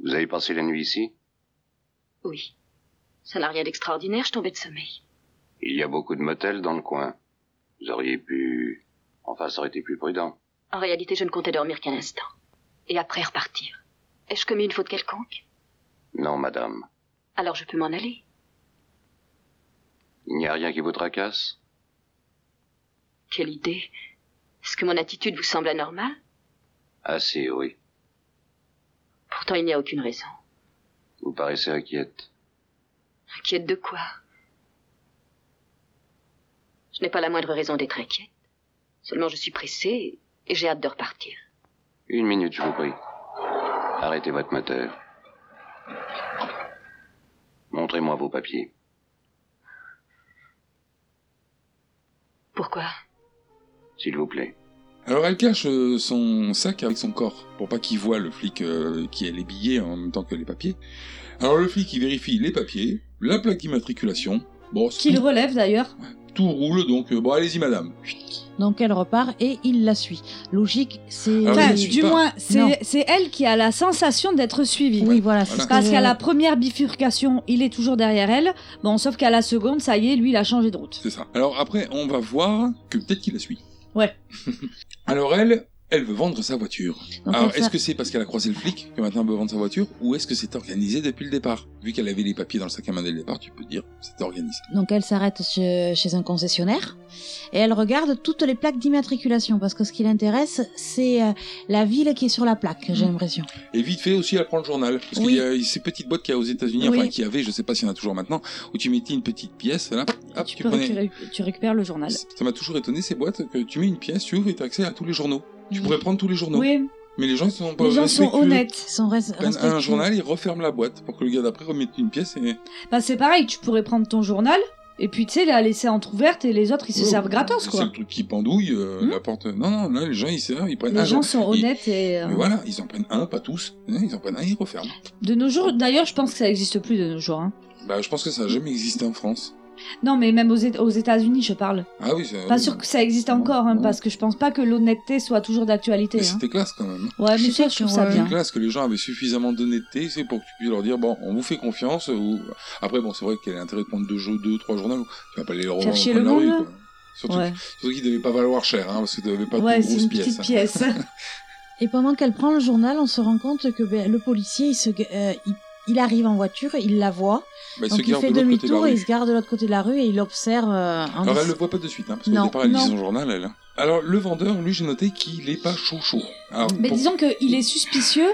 [SPEAKER 2] Vous avez passé la nuit ici
[SPEAKER 7] peu. Oui. Ça n'a rien d'extraordinaire, je tombais de sommeil.
[SPEAKER 2] Il y a beaucoup de motels dans le coin. Vous auriez pu... Enfin, ça aurait été plus prudent.
[SPEAKER 7] En réalité, je ne comptais dormir qu'un instant. Et après repartir. Ai-je commis une faute quelconque
[SPEAKER 2] Non, madame.
[SPEAKER 7] Alors je peux m'en aller.
[SPEAKER 2] Il n'y a rien qui vous tracasse
[SPEAKER 7] Quelle idée. Est-ce que mon attitude vous semble anormale
[SPEAKER 2] Assez, oui.
[SPEAKER 7] Pourtant, il n'y a aucune raison.
[SPEAKER 2] Vous paraissez inquiète.
[SPEAKER 7] Inquiète de quoi Je n'ai pas la moindre raison d'être inquiète. Seulement, je suis pressée et j'ai hâte de repartir.
[SPEAKER 2] Une minute, je vous prie. Arrêtez votre moteur. Montrez-moi vos papiers.
[SPEAKER 7] Pourquoi
[SPEAKER 2] S'il vous plaît.
[SPEAKER 9] Alors elle cache euh, son sac avec son corps pour pas qu'il voit le flic euh, qui a les billets en même temps que les papiers. Alors le flic il vérifie les papiers, la plaque d'immatriculation. Bon, c'est
[SPEAKER 10] Qu'il
[SPEAKER 9] tout,
[SPEAKER 10] relève d'ailleurs.
[SPEAKER 9] tout roule donc. euh, bon allez-y madame.
[SPEAKER 4] Donc elle repart et il la suit. Logique, c'est.
[SPEAKER 9] Ah
[SPEAKER 10] Enfin,
[SPEAKER 9] oui,
[SPEAKER 10] du
[SPEAKER 9] pas.
[SPEAKER 10] moins,
[SPEAKER 4] Non.
[SPEAKER 10] c'est c'est elle qui a la sensation d'être suivie.
[SPEAKER 4] Oui,
[SPEAKER 9] Voilà.
[SPEAKER 4] voilà. c'est ce que-
[SPEAKER 10] Parce qu'à la première bifurcation, il est toujours derrière elle. Bon, sauf qu'à la seconde, ça y est, lui, il a changé de route.
[SPEAKER 9] C'est ça. Alors après on va voir que peut-être qu'il la suit.
[SPEAKER 10] Ouais.
[SPEAKER 9] Alors elle, Elle veut vendre sa voiture.
[SPEAKER 4] Donc,
[SPEAKER 9] Alors,
[SPEAKER 4] elle fait-
[SPEAKER 9] est-ce que c'est parce qu'elle a croisé le flic que maintenant elle veut vendre sa voiture ou est-ce que c'est organisé depuis le départ Vu qu'elle avait les papiers dans le sac à main dès le départ, tu peux dire c'est organisé.
[SPEAKER 4] Donc elle s'arrête che- chez un concessionnaire et elle regarde toutes les plaques d'immatriculation parce que ce qui l'intéresse, c'est euh, la ville qui est sur la plaque,
[SPEAKER 10] Hmm.
[SPEAKER 4] j'ai l'impression.
[SPEAKER 9] Et vite fait aussi, elle prend le journal. Parce qu'il
[SPEAKER 4] Oui.
[SPEAKER 9] y a ces petites boîtes qu'il y a aux États-Unis,
[SPEAKER 10] Oui.
[SPEAKER 9] enfin qui avait, je sais pas s'il y en a toujours maintenant, où tu mettais une petite pièce, là, hop,
[SPEAKER 10] tu,
[SPEAKER 9] tu,
[SPEAKER 10] peux
[SPEAKER 9] prenais.
[SPEAKER 10] récupérer, tu récupères le journal.
[SPEAKER 9] Ça m'a toujours étonné ces boîtes que tu mets une pièce, tu ouvres et t'as accès à tous les journaux. Tu pourrais prendre tous les journaux.
[SPEAKER 10] Oui,
[SPEAKER 9] Mais les gens ils sont pas
[SPEAKER 10] les gens sont
[SPEAKER 9] respectueux.
[SPEAKER 10] honnêtes.
[SPEAKER 4] Ils sont res-
[SPEAKER 9] Ils prennent
[SPEAKER 4] respectueux.
[SPEAKER 9] un journal, ils referment la boîte pour que le gars d'après remette une pièce et.
[SPEAKER 10] Bah, c'est pareil, tu pourrais prendre ton journal et puis tu sais, la laisser entrouverte et les autres ils se
[SPEAKER 9] Oh,
[SPEAKER 10] servent gratos
[SPEAKER 9] C'est
[SPEAKER 10] quoi.
[SPEAKER 9] le truc qui pendouille, euh,
[SPEAKER 10] Hmm.
[SPEAKER 9] la porte. Non, non, là, les gens, ils servent, ils prennent un.
[SPEAKER 10] Les gens
[SPEAKER 9] genre.
[SPEAKER 10] sont
[SPEAKER 9] Ils-
[SPEAKER 10] honnêtes et. euh,
[SPEAKER 9] Mais voilà, ils en prennent un, pas tous. Hein, Ils en prennent un, ils referment.
[SPEAKER 10] De nos jours, d'ailleurs, je pense que ça n'existe plus de nos jours. hein.
[SPEAKER 9] Bah, je pense que ça n'a jamais existé en France.
[SPEAKER 10] Non, mais même aux, Éta- aux États-Unis, je parle.
[SPEAKER 9] Ah oui, c'est.
[SPEAKER 10] Pas sûr que ça existe encore, hein,
[SPEAKER 9] Non.
[SPEAKER 10] parce que je pense pas que l'honnêteté soit toujours d'actualité.
[SPEAKER 9] Mais
[SPEAKER 10] hein.
[SPEAKER 9] c'était classe quand même.
[SPEAKER 10] Ouais, mais
[SPEAKER 4] Je
[SPEAKER 10] ça,
[SPEAKER 4] sais
[SPEAKER 10] je trouve
[SPEAKER 4] que,
[SPEAKER 10] ça
[SPEAKER 4] ouais.
[SPEAKER 10] bien.
[SPEAKER 9] C'est classe que euh, les gens avaient suffisamment d'honnêteté, c'est pour que tu puisses leur dire bon, on vous fait confiance. Ou après, bon, c'est vrai qu'il y a l'intérêt de prendre deux jeux, deux, trois journaux. Tu vas pas aller les revendre en
[SPEAKER 10] Chercher
[SPEAKER 9] plein
[SPEAKER 10] le
[SPEAKER 9] la rue,
[SPEAKER 10] monde.
[SPEAKER 9] quoi. Surtout,
[SPEAKER 10] Ouais,
[SPEAKER 9] surtout qu'ils devaient pas valoir cher, hein, parce que tu devais pas
[SPEAKER 10] ouais
[SPEAKER 9] de
[SPEAKER 10] c'est
[SPEAKER 9] grosses
[SPEAKER 10] une
[SPEAKER 9] pièces.
[SPEAKER 10] petite
[SPEAKER 9] hein.
[SPEAKER 10] pièce.
[SPEAKER 4] Et pendant qu'elle prend le journal, on se rend compte que ben, le policier, il, se, ga- euh, il, il arrive en voiture, il la voit,
[SPEAKER 9] Bah,
[SPEAKER 4] donc
[SPEAKER 9] ceux qui
[SPEAKER 4] il
[SPEAKER 9] gardent
[SPEAKER 4] fait
[SPEAKER 9] de l'autre côté de la
[SPEAKER 4] demi-tour,
[SPEAKER 9] rue.
[SPEAKER 4] il se garde de l'autre côté de la rue et il observe. euh, en
[SPEAKER 9] Alors
[SPEAKER 4] dessous.
[SPEAKER 9] elle le voit pas de suite, hein, parce qu'au
[SPEAKER 4] Non,
[SPEAKER 9] départ elle lit
[SPEAKER 10] non.
[SPEAKER 9] son journal, elle. Alors le vendeur, lui j'ai noté qu'il est pas chaud chaud. Alors,
[SPEAKER 10] Mais
[SPEAKER 9] pour-
[SPEAKER 10] disons qu'il est suspicieux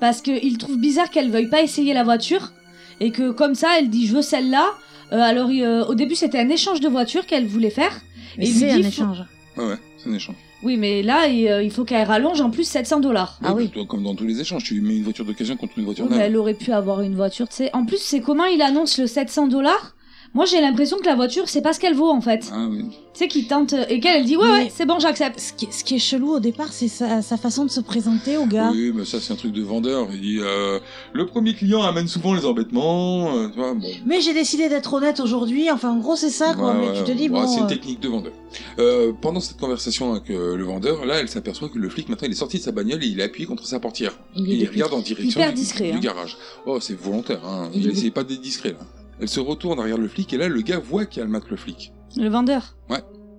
[SPEAKER 10] parce qu'il trouve bizarre qu'elle veuille pas essayer la voiture et que comme ça elle dit je veux celle-là. Euh, alors il- euh, au début c'était un échange de voitures qu'elle voulait faire.
[SPEAKER 4] Mais
[SPEAKER 10] il lui
[SPEAKER 4] c'est un
[SPEAKER 10] dit, faut-
[SPEAKER 4] échange.
[SPEAKER 9] Ouais, ouais, c'est un échange.
[SPEAKER 10] Oui mais là il, euh, il faut qu'elle rallonge en plus 700 dollars.
[SPEAKER 4] Ah
[SPEAKER 9] Mais
[SPEAKER 4] oui.
[SPEAKER 9] bah, toi, Comme dans tous les échanges, tu mets une voiture d'occasion contre une voiture neuve.
[SPEAKER 10] Elle aurait pu avoir une voiture, tu sais. En plus c'est comment il annonce le 700 dollars. Moi j'ai l'impression que la voiture c'est pas ce qu'elle vaut en fait.
[SPEAKER 9] Ah oui.
[SPEAKER 10] Tu sais qu'il tente euh, et qu'elle elle dit ouais
[SPEAKER 4] Mais-
[SPEAKER 10] ouais c'est bon j'accepte.
[SPEAKER 4] Ce qui, ce qui est chelou au départ, c'est sa, sa façon de se présenter au gars.
[SPEAKER 9] Oui, mais ça c'est un truc de vendeur. Il dit, euh, le premier client amène souvent les embêtements. euh, tu vois, bon.
[SPEAKER 4] Mais j'ai décidé d'être honnête aujourd'hui, enfin en gros c'est ça quoi,
[SPEAKER 9] Ouais,
[SPEAKER 4] mais
[SPEAKER 9] ouais,
[SPEAKER 4] tu te
[SPEAKER 9] ouais,
[SPEAKER 4] dis bon.
[SPEAKER 9] c'est une
[SPEAKER 4] euh,
[SPEAKER 9] technique de vendeur. Euh, pendant cette conversation avec euh, le vendeur, là, elle s'aperçoit que le flic maintenant il est sorti de sa bagnole et il appuie contre sa portière.
[SPEAKER 4] il
[SPEAKER 9] Et
[SPEAKER 4] est
[SPEAKER 9] il
[SPEAKER 4] depuis-
[SPEAKER 9] regarde en direction
[SPEAKER 10] hyper
[SPEAKER 9] du-
[SPEAKER 10] discret,
[SPEAKER 9] du
[SPEAKER 10] hein.
[SPEAKER 9] garage. Oh, c'est volontaire, hein.
[SPEAKER 4] Il
[SPEAKER 9] Il
[SPEAKER 4] est-
[SPEAKER 9] essayait pas d'être discret, là. Elle se retourne derrière le flic, et là, le gars voit qu'elle mate le flic.
[SPEAKER 10] Le vendeur.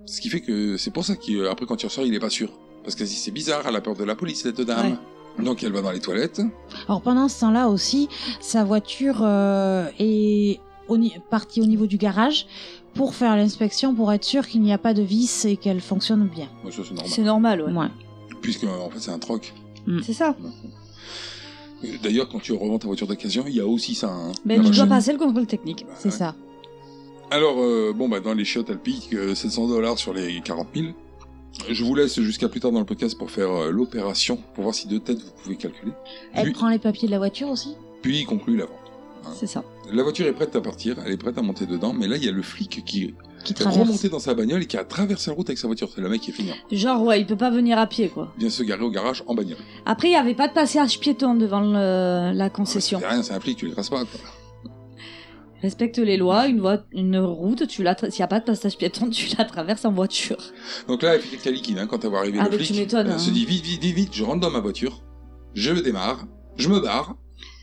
[SPEAKER 9] Ce qui fait que c'est pour ça qu'après, quand il ressort, il est pas sûr. Parce qu'elle se dit, c'est bizarre, elle a peur de la police, cette dame. Donc, elle va dans les toilettes.
[SPEAKER 4] Alors pendant ce temps-là aussi, sa voiture euh, est au ni- partie au niveau du garage pour faire l'inspection, pour être sûr qu'il n'y a pas de vis et qu'elle fonctionne bien.
[SPEAKER 9] Bon, ça, c'est normal.
[SPEAKER 10] C'est normal ouais.
[SPEAKER 4] Ouais.
[SPEAKER 9] Puisque, en fait, c'est un troc.
[SPEAKER 10] C'est ça.
[SPEAKER 9] Euh, D'ailleurs, quand tu revends ta voiture d'occasion, il y a aussi ça, hein.
[SPEAKER 10] Mais
[SPEAKER 4] Ben,
[SPEAKER 9] Le
[SPEAKER 10] elle doit
[SPEAKER 9] rachat.
[SPEAKER 10] passer le contrôle technique.
[SPEAKER 9] Bah,
[SPEAKER 4] C'est
[SPEAKER 9] ouais.
[SPEAKER 4] ça.
[SPEAKER 9] Alors, euh, bon, bah, dans les chiottes, elle pique euh, 700 dollars sur les 40 000. Je vous laisse jusqu'à plus tard dans le podcast pour faire euh, l'opération, pour voir si de tête vous pouvez calculer.
[SPEAKER 4] Elle
[SPEAKER 9] Puis-
[SPEAKER 4] prend les papiers de la voiture aussi
[SPEAKER 9] Puis il conclut la vente. hein.
[SPEAKER 10] C'est ça.
[SPEAKER 9] La voiture est prête à partir, elle est prête à monter dedans, mais là il y a le flic qui
[SPEAKER 4] qui
[SPEAKER 9] est
[SPEAKER 4] traverse.
[SPEAKER 9] remonté dans sa bagnole et qui a traversé la route avec sa voiture. C'est le mec qui est fini. Il
[SPEAKER 10] Genre ouais il peut pas venir à pied quoi.
[SPEAKER 9] vient se garer au garage en bagnole.
[SPEAKER 10] Après, il n'y avait pas de passage piéton devant le- la concession.
[SPEAKER 9] C'est rien, c'est un flic, tu les traces pas. quoi.
[SPEAKER 10] Respecte les lois, une, voie- une route, tu la tra- s'il n'y a pas de passage piéton, tu la traverses en voiture.
[SPEAKER 9] Donc là, elle fait quelqu'un liquide hein, quand elle va arriver
[SPEAKER 10] Ah,
[SPEAKER 9] le
[SPEAKER 10] mais
[SPEAKER 9] flic.
[SPEAKER 10] tu m'étonnes,
[SPEAKER 9] Elle
[SPEAKER 10] hein.
[SPEAKER 9] se dit vite, vite, vite, vite, je rentre dans ma voiture, je le démarre, je me barre.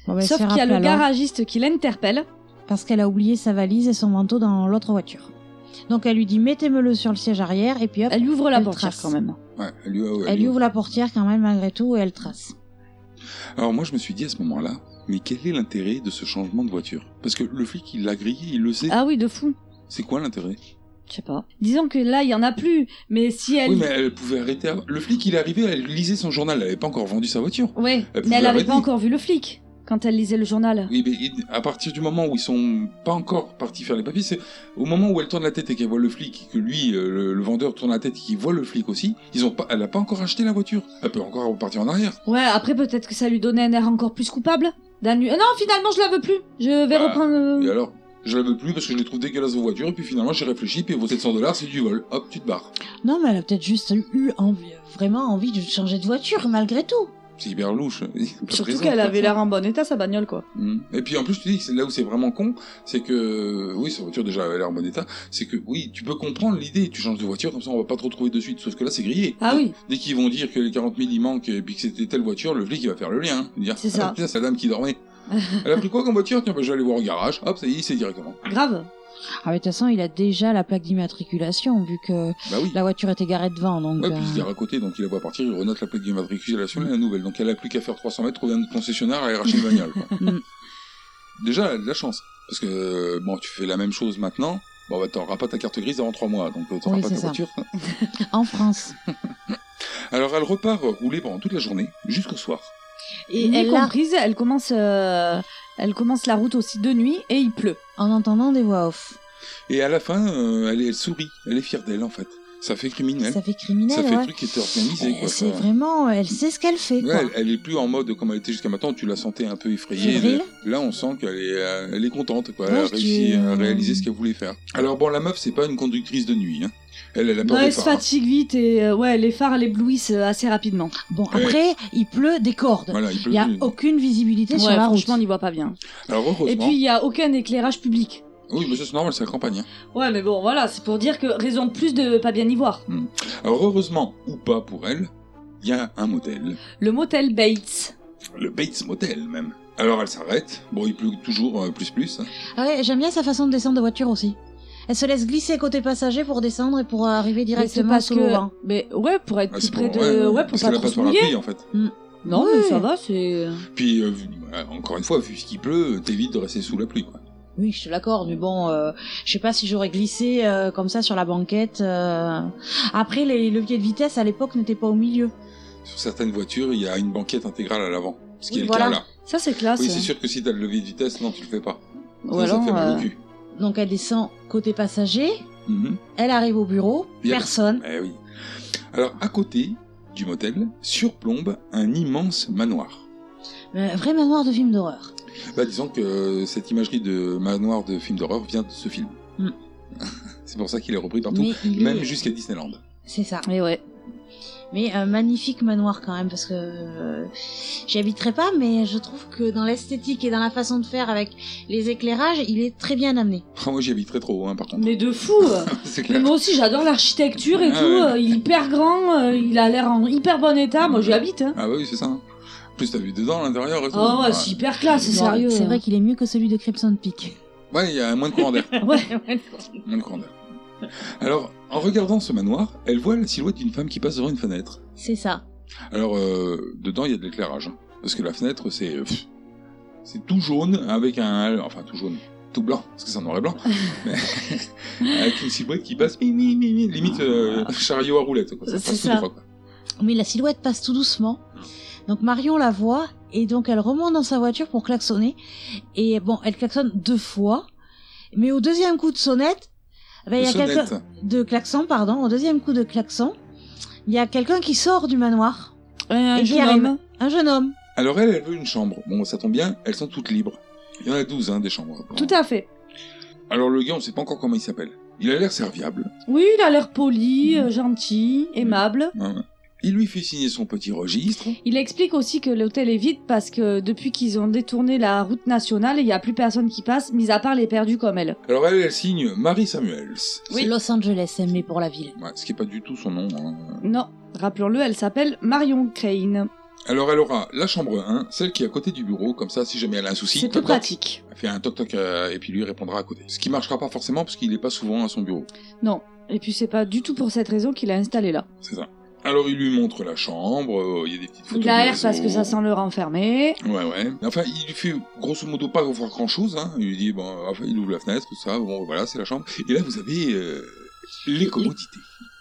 [SPEAKER 4] Bon, ben,
[SPEAKER 10] Sauf
[SPEAKER 4] c'est
[SPEAKER 10] qu'il y a le
[SPEAKER 4] rappelant,
[SPEAKER 10] garagiste qui l'interpelle.
[SPEAKER 4] Parce qu'elle a oublié sa valise et son manteau dans l'autre voiture. Donc elle lui dit mettez-le sur le siège arrière et puis hop,
[SPEAKER 10] Elle lui ouvre la
[SPEAKER 4] Elle
[SPEAKER 10] portière
[SPEAKER 4] trace.
[SPEAKER 10] quand même.
[SPEAKER 9] Ouais, elle lui, ouais,
[SPEAKER 4] elle lui ouvre la portière quand même malgré tout et elle trace.
[SPEAKER 9] Alors moi, je me suis dit à ce moment-là, mais quel est l'intérêt de ce changement de voiture Parce que le flic, il l'a grillé, il le sait.
[SPEAKER 10] Ah oui, de fou.
[SPEAKER 9] C'est quoi l'intérêt
[SPEAKER 10] Je sais pas. Disons que là, il y en a plus. Mais si elle.
[SPEAKER 9] Oui, mais euh, elle pouvait arrêter. avant. Le flic, il est arrivé, elle lisait son journal, elle avait pas encore vendu sa voiture.
[SPEAKER 10] Ouais,
[SPEAKER 9] Elle pouvait
[SPEAKER 10] mais elle n'avait
[SPEAKER 9] arrêter.
[SPEAKER 10] pas encore vu le flic quand elle lisait le journal.
[SPEAKER 9] Oui, mais ben, il- à partir du moment où ils sont pas encore partis faire les papiers, c'est au moment où elle tourne la tête et qu'elle voit le flic, et que lui, euh, le, le vendeur tourne la tête et qu'il voit le flic aussi, ils ont pas, elle a pas encore acheté la voiture. Elle peut encore repartir en arrière.
[SPEAKER 10] Ouais, après, peut-être que ça lui donnait un air encore plus coupable. d'annu- Euh, Non, finalement, je la veux plus. Je vais
[SPEAKER 9] Bah,
[SPEAKER 10] reprendre. euh,
[SPEAKER 9] Et alors, je la veux plus parce que je les trouve dégueulasses aux voitures, et puis finalement j'ai réfléchi, puis vos 700 dollars c'est du vol. Hop, tu te barres.
[SPEAKER 4] Non, mais elle a peut-être juste eu envie, vraiment envie de changer de voiture malgré tout.
[SPEAKER 9] C'est hyper louche.
[SPEAKER 10] Surtout qu'elle avait l'air en bon état, sa bagnole, quoi.
[SPEAKER 9] Mm. Et puis en plus, tu dis que c'est là où c'est vraiment con, c'est que oui, sa voiture déjà elle a l'air en bon état, c'est que oui, tu peux comprendre l'idée, tu changes de voiture comme ça on va pas te retrouver de suite, sauf que là c'est grillé.
[SPEAKER 10] Ah oui.
[SPEAKER 9] Dès qu'ils vont dire que les 40 000 il manque et puis que c'était telle voiture, le flic il va faire le lien, il va dire
[SPEAKER 10] C'est ça.
[SPEAKER 9] ah, putain, c'est la dame qui dormait. Elle a pris quoi comme voiture Tiens, bah, je vais aller voir au garage. Hop, ça y est, c'est directement.
[SPEAKER 10] Grave.
[SPEAKER 4] Ah, mais de toute façon, il a déjà la plaque d'immatriculation, vu que
[SPEAKER 9] Bah oui.
[SPEAKER 4] la voiture était garée devant, donc.
[SPEAKER 9] Ouais, puis il oh,
[SPEAKER 4] euh,
[SPEAKER 9] est à côté, donc il la voit partir, il renote la plaque d'immatriculation et la nouvelle. Donc elle a plus qu'à faire 300 mètres, trouver un autre concessionnaire et arracher le bagnole. quoi.
[SPEAKER 4] Mm.
[SPEAKER 9] Déjà, elle a de la chance. Parce que, euh, bon, tu fais la même chose maintenant, bon, bah t'auras pas ta carte grise avant 3 mois, donc euh, t'auras
[SPEAKER 4] Oui,
[SPEAKER 9] pas
[SPEAKER 4] c'est
[SPEAKER 9] ta
[SPEAKER 4] ça.
[SPEAKER 9] voiture.
[SPEAKER 4] En France.
[SPEAKER 9] Alors elle repart euh, rouler pendant toute la journée, jusqu'au soir.
[SPEAKER 4] Et
[SPEAKER 10] Et
[SPEAKER 4] elle l'a
[SPEAKER 10] comprise, elle commence, euh, elle commence la route aussi de nuit et il pleut.
[SPEAKER 4] en entendant des voix off.
[SPEAKER 9] Et à la fin, euh, elle, est- elle sourit, elle est fière d'elle en fait. Ça fait criminel.
[SPEAKER 4] Ça fait
[SPEAKER 9] Ça
[SPEAKER 4] criminel,
[SPEAKER 9] fait
[SPEAKER 4] ouais.
[SPEAKER 9] truc qui était organisé,
[SPEAKER 4] Euh,
[SPEAKER 9] quoi.
[SPEAKER 4] C'est
[SPEAKER 9] ça.
[SPEAKER 4] vraiment, elle sait ce qu'elle fait,
[SPEAKER 9] Ouais,
[SPEAKER 4] quoi.
[SPEAKER 9] elle, elle est plus en mode comme elle était jusqu'à maintenant, tu la sentais un peu effrayée.
[SPEAKER 4] Fébrile.
[SPEAKER 9] Là, on sent qu'elle est, euh, elle est contente, quoi.
[SPEAKER 4] Ouais,
[SPEAKER 9] elle a
[SPEAKER 4] je
[SPEAKER 9] réussi
[SPEAKER 4] dis-
[SPEAKER 9] à réaliser ce qu'elle voulait faire. Alors bon, la meuf, c'est pas une conductrice de nuit. Hein. Elle, elle a peur
[SPEAKER 10] Non,
[SPEAKER 9] des
[SPEAKER 10] elle se
[SPEAKER 9] phares. hein.
[SPEAKER 10] fatigue vite et euh, ouais, les phares l'éblouissent euh, assez rapidement.
[SPEAKER 4] Bon, après, il pleut des cordes.
[SPEAKER 9] Voilà, il peut
[SPEAKER 4] Il n'y a
[SPEAKER 9] plus.
[SPEAKER 4] aucune visibilité sur
[SPEAKER 10] Ouais,
[SPEAKER 4] la route.
[SPEAKER 10] franchement, on n'y voit pas bien.
[SPEAKER 9] Alors heureusement.
[SPEAKER 10] Et puis il y a aucun éclairage public.
[SPEAKER 9] Oui, mais ça c'est normal, c'est la campagne. hein.
[SPEAKER 10] Ouais, mais bon, voilà, c'est pour dire que raison de plus de pas bien y voir.
[SPEAKER 9] Hmm. Alors heureusement ou pas pour elle, il y a un motel,
[SPEAKER 10] Le motel Bates.
[SPEAKER 9] le Bates Motel même. Alors elle s'arrête. Bon, il pleut toujours euh, plus plus. hein.
[SPEAKER 4] Ah ouais, j'aime bien sa façon de descendre de voiture aussi. Elle se laisse glisser côté passager pour descendre et pour arriver directement
[SPEAKER 10] parce
[SPEAKER 4] sous hein. le vent.
[SPEAKER 10] Mais ouais, pour être
[SPEAKER 9] Ah,
[SPEAKER 10] plus
[SPEAKER 9] c'est
[SPEAKER 10] près
[SPEAKER 9] pour-
[SPEAKER 10] de. Ouais, pour
[SPEAKER 9] parce
[SPEAKER 10] pas
[SPEAKER 9] qu'elle a
[SPEAKER 10] trop
[SPEAKER 9] pas
[SPEAKER 10] se
[SPEAKER 9] peur de la
[SPEAKER 10] mouiller. Hmm.
[SPEAKER 9] pluie en fait.
[SPEAKER 10] Non, mais
[SPEAKER 4] Ouais.
[SPEAKER 10] ça va, c'est.
[SPEAKER 9] Puis euh, vu- euh, encore une fois, vu ce qu'il pleut, euh, t'évites de rester sous la pluie. Quoi.
[SPEAKER 4] Oui, je te l'accorde, mais bon, euh, je sais pas si j'aurais glissé euh, comme ça sur la banquette. euh. Après, les leviers de vitesse à l'époque n'étaient pas au milieu.
[SPEAKER 9] Sur certaines voitures, il y a une banquette intégrale à l'avant, ce qui
[SPEAKER 4] Oui,
[SPEAKER 9] est le
[SPEAKER 4] voilà.
[SPEAKER 9] cas là.
[SPEAKER 10] Ça, c'est classe.
[SPEAKER 9] Oui, c'est sûr que si t'as le levier de vitesse, non, tu le fais pas.
[SPEAKER 10] Ou
[SPEAKER 9] Ça, ça
[SPEAKER 10] alors,
[SPEAKER 9] te fait mal
[SPEAKER 10] euh,
[SPEAKER 9] au cul.
[SPEAKER 4] Donc elle descend côté passager,
[SPEAKER 9] Mhm.
[SPEAKER 4] elle arrive au bureau,
[SPEAKER 9] Il y a-
[SPEAKER 4] personne.
[SPEAKER 9] Eh oui. Alors, à côté du motel, surplombe un immense manoir.
[SPEAKER 4] Un vrai manoir de film d'horreur.
[SPEAKER 9] Bah, disons que euh, cette imagerie de manoir de film d'horreur vient de ce film.
[SPEAKER 4] Mm.
[SPEAKER 9] C'est pour ça qu'il est repris partout,
[SPEAKER 4] Mais il
[SPEAKER 9] même
[SPEAKER 4] est-
[SPEAKER 9] jusqu'à Disneyland.
[SPEAKER 4] C'est ça.
[SPEAKER 10] Et ouais.
[SPEAKER 4] Mais un magnifique manoir quand même, parce que euh, j'y habiterai pas, mais je trouve que dans l'esthétique et dans la façon de faire avec les éclairages, il est très bien amené.
[SPEAKER 9] Ah, moi, j'y habiterais trop, hein, par contre.
[SPEAKER 10] Mais de fou euh.
[SPEAKER 9] C'est clair.
[SPEAKER 10] Mais moi aussi, j'adore l'architecture et
[SPEAKER 9] Ah
[SPEAKER 10] tout.
[SPEAKER 9] ouais.
[SPEAKER 10] euh, Il est hyper grand, euh, il a l'air en hyper bon état. Moi, j'y habite. Hein.
[SPEAKER 9] Ah, bah oui, c'est ça. hein. En plus, t'as vu dedans, à l'intérieur et tout.
[SPEAKER 10] Ah ouais,
[SPEAKER 9] Ouais.
[SPEAKER 10] c'est hyper classe, c'est sérieux.
[SPEAKER 4] C'est vrai qu'il est mieux que celui de Crimson Peak.
[SPEAKER 9] Ouais, il y a moins de courant d'air.
[SPEAKER 10] Ouais.
[SPEAKER 9] moins de courant d'air. Alors, en regardant ce manoir, elle voit la silhouette d'une femme qui passe devant une fenêtre.
[SPEAKER 4] C'est ça.
[SPEAKER 9] Alors, euh, dedans, il y a de l'éclairage. hein. parce que la fenêtre, c'est. euh, pff, c'est tout jaune, avec un. Enfin, tout jaune. Tout blanc, parce que c'est en noir et blanc. mais, avec une silhouette qui passe. mi, mi, mi, mi, limite euh, chariot à roulette. Quoi. Ça
[SPEAKER 10] Ah. C'est
[SPEAKER 9] passe tout
[SPEAKER 10] ça.
[SPEAKER 9] droit, quoi.
[SPEAKER 4] Mais la silhouette passe tout doucement.
[SPEAKER 9] Hmm.
[SPEAKER 4] Donc Marion la voit et donc elle remonte dans sa voiture pour klaxonner. Et bon, elle klaxonne deux fois. Mais au deuxième coup de sonnette, ben, il y a
[SPEAKER 9] Le
[SPEAKER 4] quelqu'un
[SPEAKER 9] sonnette.
[SPEAKER 4] de klaxon, pardon, au deuxième coup de klaxon, il y a quelqu'un qui sort du manoir.
[SPEAKER 10] Euh, Un
[SPEAKER 4] Et qui
[SPEAKER 10] jeune
[SPEAKER 4] arrive.
[SPEAKER 10] homme.
[SPEAKER 4] Un jeune homme.
[SPEAKER 9] Alors, elle, elle veut une chambre. Bon, ça tombe bien, elles sont toutes libres. Il y en a 12, hein, des chambres.
[SPEAKER 10] Tout à fait.
[SPEAKER 9] Alors, le gars, on sait pas encore comment il s'appelle. Il a l'air serviable.
[SPEAKER 10] Oui, il a l'air poli, euh, gentil, aimable.
[SPEAKER 9] hein. Il lui fait signer son petit registre.
[SPEAKER 10] Il explique aussi que l'hôtel est vide parce que depuis qu'ils ont détourné la route nationale, il n'y a plus personne qui passe, mis à part les perdus comme elle.
[SPEAKER 9] Alors, elle, elle signe Marie Samuels.
[SPEAKER 4] C'est Los Angeles, aimé pour la ville.
[SPEAKER 9] Ouais, ce qui est pas du tout son nom. hein.
[SPEAKER 10] Non, rappelons-le, elle s'appelle Marion Crane.
[SPEAKER 9] Alors elle aura la chambre 1, celle qui est à côté du bureau, comme ça si jamais elle a un souci,
[SPEAKER 10] C'est
[SPEAKER 9] toc,
[SPEAKER 10] tout
[SPEAKER 9] toc,
[SPEAKER 10] pratique.
[SPEAKER 9] elle fait un toc toc euh, et puis lui répondra à côté. Ce qui marchera pas forcément parce qu'il n'est pas souvent à son bureau,
[SPEAKER 10] Et puis c'est pas du tout pour cette raison qu'il a installé là.
[SPEAKER 9] c'est ça. Alors il lui montre la chambre, euh, il y a des petites photos.
[SPEAKER 10] Il a
[SPEAKER 9] de
[SPEAKER 10] l'air parce
[SPEAKER 9] réseau.
[SPEAKER 10] que ça sent le renfermé.
[SPEAKER 9] Ouais ouais. Enfin il lui fait grosso modo pas voir grand chose, hein. il lui dit bon, enfin, il ouvre la fenêtre, tout ça, bon voilà c'est la chambre. Et là vous avez euh, les commodités.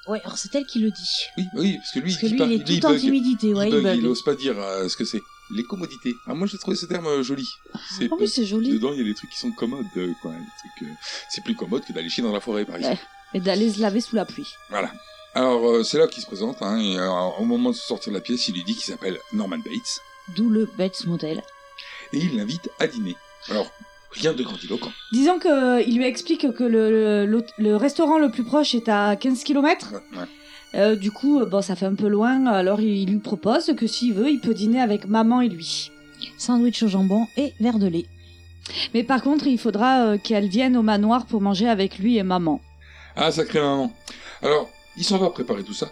[SPEAKER 4] Ouais, alors c'est elle qui le dit.
[SPEAKER 9] Oui oui parce que lui
[SPEAKER 4] Parce que
[SPEAKER 9] il, dit
[SPEAKER 4] lui,
[SPEAKER 9] pas-
[SPEAKER 4] il
[SPEAKER 9] il
[SPEAKER 4] est
[SPEAKER 9] dit, il
[SPEAKER 4] tout en
[SPEAKER 9] bug.
[SPEAKER 4] timidité, ouais,
[SPEAKER 9] il,
[SPEAKER 4] il
[SPEAKER 9] bug, il
[SPEAKER 4] bug.
[SPEAKER 9] ose pas dire euh, ce que c'est. Les commodités. Ah moi j'ai trouvé ce terme euh, joli. C'est
[SPEAKER 10] Ah, En plus, c'est joli.
[SPEAKER 9] Dedans, il y a des trucs qui sont commodes, euh, quoi. des trucs, euh, c'est plus commode que d'aller chier dans la forêt, par exemple.
[SPEAKER 10] Ouais. Et d'aller se laver sous la pluie.
[SPEAKER 9] Voilà. Alors, euh, c'est là qu'il se présente, hein, et alors, au moment de sortir de la pièce, il lui dit qu'il s'appelle Norman Bates,
[SPEAKER 4] D'où le Bates Motel.
[SPEAKER 9] et il l'invite à dîner. Alors, rien de grandiloquent.
[SPEAKER 10] Disons que euh, il lui explique que le, le, le restaurant le plus proche est à 15 km.
[SPEAKER 9] Ouais, ouais.
[SPEAKER 10] Euh, du coup, euh, bon, ça fait un peu loin, alors il, il lui propose que s'il veut, il peut dîner avec maman et lui.
[SPEAKER 4] Sandwich au jambon et verre de lait.
[SPEAKER 10] Mais par contre, il faudra euh, qu'elle vienne au manoir pour manger avec lui et maman.
[SPEAKER 9] Ah, sacré maman. Alors, il s'en va préparer tout ça,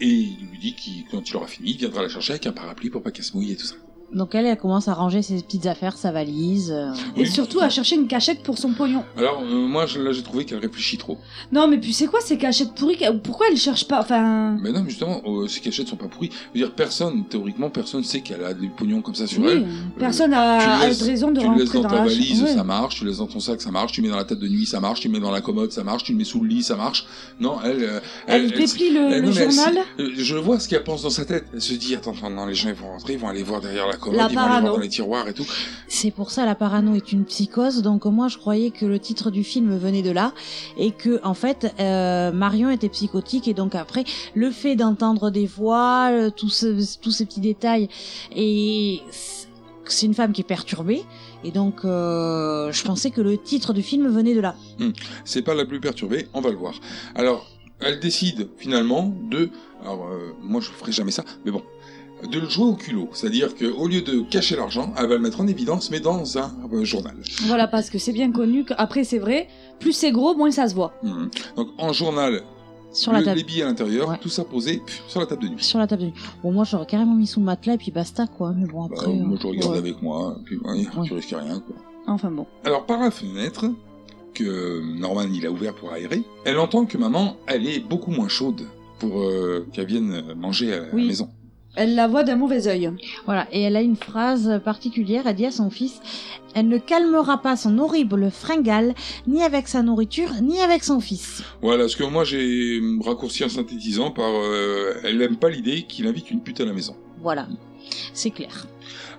[SPEAKER 9] et il lui dit qu'il, quand il aura fini, il viendra la chercher avec un parapluie pour pas qu'elle se mouille et tout ça.
[SPEAKER 4] Donc elle, elle commence à ranger ses petites affaires, sa valise. euh.
[SPEAKER 10] Et surtout à chercher une cachette pour son pognon.
[SPEAKER 9] Alors, euh, moi, je- là, j'ai trouvé qu'elle réfléchit trop.
[SPEAKER 10] Non, mais puis c'est quoi ces cachettes pourries qu'elle- Pourquoi elle cherche pas Enfin.
[SPEAKER 9] Mais non, mais justement, euh, ces cachettes sont pas pourries. Je veux dire, personne, théoriquement, personne sait qu'elle a des pognons comme ça sur
[SPEAKER 10] oui,
[SPEAKER 9] elle.
[SPEAKER 10] personne n'a
[SPEAKER 9] tu le
[SPEAKER 10] a
[SPEAKER 9] laisses-
[SPEAKER 10] de raison
[SPEAKER 9] tu
[SPEAKER 10] de
[SPEAKER 9] le
[SPEAKER 10] rentrer
[SPEAKER 9] laisses dans, ta
[SPEAKER 10] la
[SPEAKER 9] valise,
[SPEAKER 10] chambre.
[SPEAKER 9] ça marche. Tu le laisses dans ton sac, ça marche. Tu le mets dans la tête de nuit, ça marche. Tu le mets dans la commode, ça marche. Tu le mets sous le lit, ça marche. Non, elle. euh,
[SPEAKER 10] Elle, déplie le,
[SPEAKER 9] elle-
[SPEAKER 10] le
[SPEAKER 9] non, mais elle-
[SPEAKER 10] journal.
[SPEAKER 9] Euh, Je vois ce qu'elle pense dans sa tête. Elle se dit, attends, attends, non, les gens ils vont rentrer, ils vont aller voir derrière la commode,
[SPEAKER 10] La
[SPEAKER 9] ils vont aller
[SPEAKER 10] parano.
[SPEAKER 9] voir dans les tiroirs et tout.
[SPEAKER 4] C'est pour ça la parano est une psychose. Donc moi je croyais que le titre du film venait de là et que en fait euh, Marion était psychotique et donc après le fait d'entendre des voix, euh, tous ce- tous ces petits détails et c'est- c'est une femme qui est perturbée et donc euh, je pensais que le titre du film venait de là.
[SPEAKER 9] Hmm. C'est pas la plus perturbée, on va le voir. Alors, elle décide finalement de. Alors, euh, moi je ferai jamais ça, mais bon. De le jouer au culot. C'est-à-dire qu'au lieu de cacher l'argent, elle va le mettre en évidence, mais dans un euh, journal.
[SPEAKER 10] Voilà, parce que c'est bien connu qu'après, c'est vrai, plus c'est gros, moins ça se voit.
[SPEAKER 9] Mhm. Donc, en journal,
[SPEAKER 4] Sur
[SPEAKER 9] le-
[SPEAKER 4] la table.
[SPEAKER 9] les billets à l'intérieur,
[SPEAKER 4] Ouais.
[SPEAKER 9] tout ça posé pff, sur la table de nuit.
[SPEAKER 4] Sur la table de nuit. Bon, moi, j'aurais carrément mis sous le matelas et puis basta, quoi. Mais bon,
[SPEAKER 9] Bah,
[SPEAKER 4] après. euh,
[SPEAKER 9] moi je regarde
[SPEAKER 4] ouais.
[SPEAKER 9] avec moi, puis ouais,
[SPEAKER 4] Ouais.
[SPEAKER 9] tu risques rien, quoi.
[SPEAKER 10] Enfin bon.
[SPEAKER 9] Alors par la fenêtre que Norman il a ouvert pour aérer, elle entend que maman elle est beaucoup moins chaude pour euh, qu'elle vienne manger à la
[SPEAKER 10] Oui.
[SPEAKER 9] maison.
[SPEAKER 10] Elle la voit d'un mauvais œil.
[SPEAKER 4] Voilà. Et elle a une phrase particulière. Elle dit à son fils Elle ne calmera pas son horrible fringale, ni avec sa nourriture, ni avec son fils.
[SPEAKER 9] Voilà ce que moi j'ai raccourci en synthétisant par euh, elle aime pas l'idée qu'il invite une pute à la maison.
[SPEAKER 4] Voilà. C'est clair.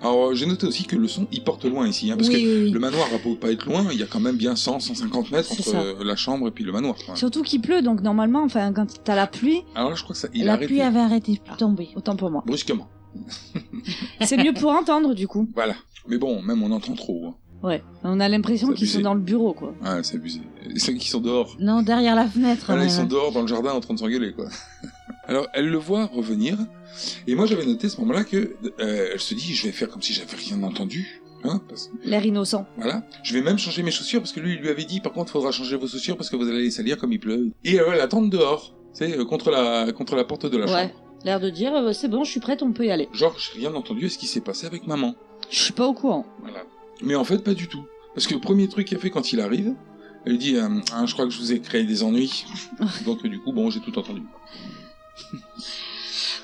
[SPEAKER 9] Alors euh, j'ai noté aussi que le son il porte loin ici hein, parce que
[SPEAKER 4] oui, oui.
[SPEAKER 9] le manoir a beau pas être loin, il y a quand même bien 100 150 mètres
[SPEAKER 4] C'est
[SPEAKER 9] entre
[SPEAKER 4] ça.
[SPEAKER 9] euh, la chambre et puis le manoir. quoi.
[SPEAKER 10] Surtout qu'il pleut, donc normalement, enfin, quand t'as la pluie,
[SPEAKER 9] Alors là je crois que ça il Ah. a
[SPEAKER 4] la
[SPEAKER 9] arrêté
[SPEAKER 4] pluie avait arrêté de tomber.
[SPEAKER 10] autant pour moi.
[SPEAKER 9] brusquement.
[SPEAKER 10] C'est mieux pour entendre, du coup.
[SPEAKER 9] Voilà. Mais bon, même on entend trop. hein.
[SPEAKER 10] Ouais. On a l'impression
[SPEAKER 9] C'est
[SPEAKER 10] qu'ils sont
[SPEAKER 9] abusé.
[SPEAKER 10] dans le bureau, quoi.
[SPEAKER 9] Ah, c'est abusé. Et Ceux qui sont dehors
[SPEAKER 4] Non, derrière la fenêtre.
[SPEAKER 9] Voilà,
[SPEAKER 4] mais-
[SPEAKER 9] Ah, ils sont dehors dans le jardin en train de s'engueuler, quoi. Alors, elle le voit revenir, et moi j'avais noté à ce moment-là que euh, elle se dit je vais faire comme si j'avais rien entendu. Hein, parce-
[SPEAKER 10] L'air innocent.
[SPEAKER 9] voilà. Je vais même changer mes chaussures parce que lui, il lui avait dit par contre, faudra changer vos chaussures parce que vous allez les salir comme il pleut. Et elle va l'attendre dehors, tu sais, euh, contre la, contre la porte de la
[SPEAKER 10] Ouais.
[SPEAKER 9] chambre.
[SPEAKER 10] L'air de dire, euh, c'est bon, je suis prête, on peut y aller.
[SPEAKER 9] Genre, j'ai rien entendu à ce qui s'est passé avec maman.
[SPEAKER 10] Je suis pas au courant.
[SPEAKER 9] Voilà. Mais en fait, pas du tout. Parce que le premier truc qu'elle fait quand il arrive, elle lui dit euh, Ah, Je crois que je vous ai créé des ennuis. Donc, du coup, bon, j'ai tout entendu.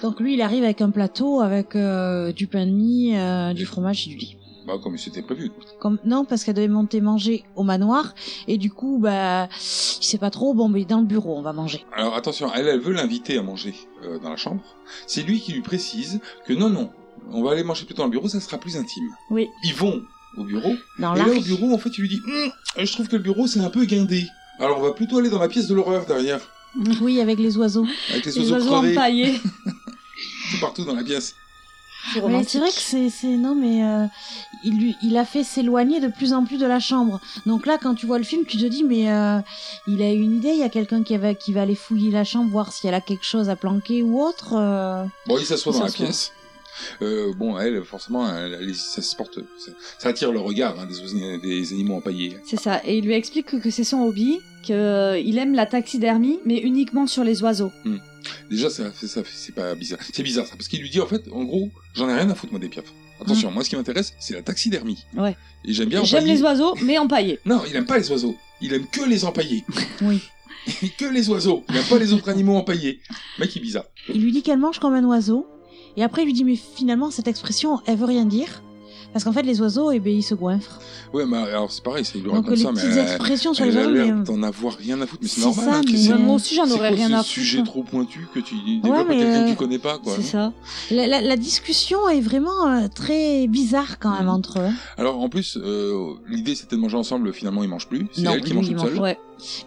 [SPEAKER 4] Donc lui, il arrive avec un plateau, avec euh, du pain de mie, euh, du fromage et du lait.
[SPEAKER 9] Bah, comme c'était prévu, quoi.
[SPEAKER 4] Comme- non, parce qu'elle devait monter manger au manoir. Et du coup, bah, il sait pas trop. Bon, mais dans le bureau, on va manger.
[SPEAKER 9] Alors attention, elle, elle veut l'inviter à manger euh, dans la chambre. C'est lui qui lui précise que non, non, on va aller manger plutôt dans le bureau, ça sera plus intime.
[SPEAKER 10] Oui.
[SPEAKER 9] Ils vont au bureau.
[SPEAKER 4] Dans
[SPEAKER 9] et là,
[SPEAKER 4] l'arc.
[SPEAKER 9] au bureau, en fait, il lui dit Hum, Je trouve que le bureau, c'est un peu guindé. Alors on va plutôt aller dans la pièce de l'horreur derrière,
[SPEAKER 4] Oui, avec les oiseaux.
[SPEAKER 9] avec les
[SPEAKER 10] Les
[SPEAKER 9] oiseaux
[SPEAKER 10] oiseaux
[SPEAKER 9] crevés
[SPEAKER 10] empaillés.
[SPEAKER 9] tout partout dans la pièce.
[SPEAKER 10] C'est
[SPEAKER 4] Mais
[SPEAKER 10] romantique.
[SPEAKER 4] c'est vrai que c'est, c'est- non, mais euh, il, lui- il a fait s'éloigner de plus en plus de la chambre. Donc là, quand tu vois le film, tu te dis, mais euh, il a une idée. Il y a quelqu'un qui va, qui va aller fouiller la chambre, voir si elle a quelque chose à planquer ou autre. euh.
[SPEAKER 9] Bon, il s'assoit
[SPEAKER 4] Il
[SPEAKER 9] dans la
[SPEAKER 4] s'assoit.
[SPEAKER 9] pièce. Euh, bon, elle, forcément, elle- elle- ça se porte, ça, ça attire le regard hein, des, ois- des animaux empaillés.
[SPEAKER 10] C'est ça. Et il lui explique que, que c'est son hobby, qu'il aime la taxidermie, mais uniquement sur les oiseaux.
[SPEAKER 9] Mmh. Déjà, ça, fait- ça, fait- c'est pas bizarre. C'est bizarre, ça, parce qu'il lui dit en fait, en gros, j'en ai rien à foutre moi des piafs. Attention, moi, ce qui m'intéresse, c'est la taxidermie.
[SPEAKER 10] Ouais.
[SPEAKER 9] Et j'aime bien.
[SPEAKER 10] J'aime
[SPEAKER 9] empailler.
[SPEAKER 10] les oiseaux, mais empaillés.
[SPEAKER 9] Non, il aime pas les oiseaux. Il aime que les empaillés.
[SPEAKER 4] Oui.
[SPEAKER 9] Et que les oiseaux. Il aime pas les autres animaux empaillés. Le Mec, il est bizarre.
[SPEAKER 4] Il lui dit qu'elle mange comme un oiseau. Et après, il lui dit, mais finalement, cette expression, elle veut rien dire. Parce qu'en fait, les oiseaux, eh ben, ils se goinfrent.
[SPEAKER 9] Ouais, mais alors c'est pareil, c'est lui
[SPEAKER 4] Donc
[SPEAKER 9] raconte
[SPEAKER 4] les
[SPEAKER 9] ça, mais.
[SPEAKER 4] petites
[SPEAKER 9] euh,
[SPEAKER 4] expressions sur
[SPEAKER 9] elle
[SPEAKER 4] les
[SPEAKER 9] a
[SPEAKER 4] oiseaux, mais,
[SPEAKER 9] l'air
[SPEAKER 4] euh,
[SPEAKER 9] d'en avoir rien à foutre, mais c'est
[SPEAKER 4] c'est
[SPEAKER 9] normal.
[SPEAKER 4] ça,
[SPEAKER 9] hein, que
[SPEAKER 4] mais-
[SPEAKER 9] c'est-
[SPEAKER 10] Ouais, Moi aussi, j'en
[SPEAKER 9] c'est
[SPEAKER 10] aurais
[SPEAKER 9] quoi
[SPEAKER 10] rien
[SPEAKER 9] ce
[SPEAKER 10] à
[SPEAKER 9] sujet
[SPEAKER 10] foutre.
[SPEAKER 9] trop pointu que tu développes à
[SPEAKER 4] mais,
[SPEAKER 9] quelqu'un
[SPEAKER 4] euh,
[SPEAKER 9] qui connaît pas, quoi. hein.
[SPEAKER 10] C'est ça.
[SPEAKER 4] la, la- la discussion est vraiment euh, très bizarre quand même
[SPEAKER 9] Mhm.
[SPEAKER 4] entre eux.
[SPEAKER 9] Alors en plus, euh, l'idée c'était de manger ensemble, finalement il mange plus. C'est
[SPEAKER 4] Non,
[SPEAKER 9] elle qui
[SPEAKER 4] lui,
[SPEAKER 9] mange
[SPEAKER 4] il
[SPEAKER 9] toute
[SPEAKER 4] mange
[SPEAKER 9] seule.
[SPEAKER 10] Ouais,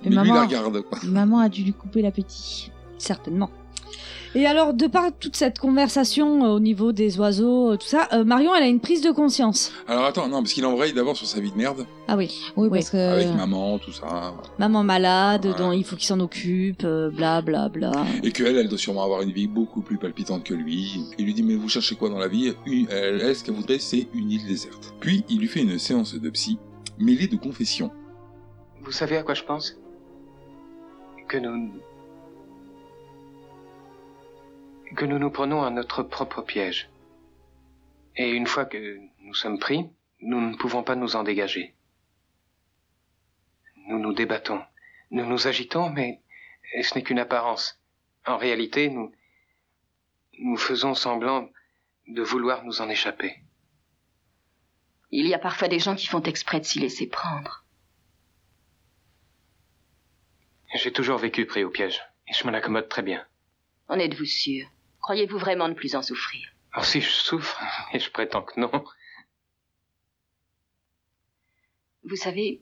[SPEAKER 9] Mais
[SPEAKER 4] Mais
[SPEAKER 9] lui, il la
[SPEAKER 4] maman-
[SPEAKER 9] regarde, quoi.
[SPEAKER 4] Maman a dû lui couper l'appétit.
[SPEAKER 10] certainement. Et alors, de par toute cette conversation euh, au niveau des oiseaux, euh, tout ça, euh, Marion, elle a une prise de conscience.
[SPEAKER 9] Alors attends, non, parce qu'il embraye d'abord sur sa vie de merde,
[SPEAKER 10] Ah oui,
[SPEAKER 4] Oui,
[SPEAKER 10] Oui.
[SPEAKER 4] parce que
[SPEAKER 9] avec maman, tout ça.
[SPEAKER 10] maman malade,
[SPEAKER 9] Ouais.
[SPEAKER 10] dont il faut qu'il s'en occupe, euh, bla bla bla.
[SPEAKER 9] Et qu'elle, elle doit sûrement avoir une vie beaucoup plus palpitante que lui. Il lui dit, mais vous cherchez quoi dans la vie Une- elle, elle, ce qu'elle voudrait, c'est une île déserte. Puis, il lui fait une séance de psy, mêlée de confessions.
[SPEAKER 3] Vous savez à quoi je pense Que nous... Que nous nous prenons à notre propre piège. Et une fois que nous sommes pris, nous ne pouvons pas nous en dégager. Nous nous débattons, nous nous agitons, mais ce n'est qu'une apparence. En réalité, nous, nous faisons semblant de vouloir nous en échapper.
[SPEAKER 11] Il y a parfois des gens qui font exprès de s'y laisser prendre.
[SPEAKER 3] J'ai toujours vécu pris au piège, et je me l'accommode très bien.
[SPEAKER 11] En êtes-vous sûr Croyez-vous vraiment ne plus en souffrir
[SPEAKER 3] Alors si je souffre, et je prétends que non,
[SPEAKER 11] Vous savez,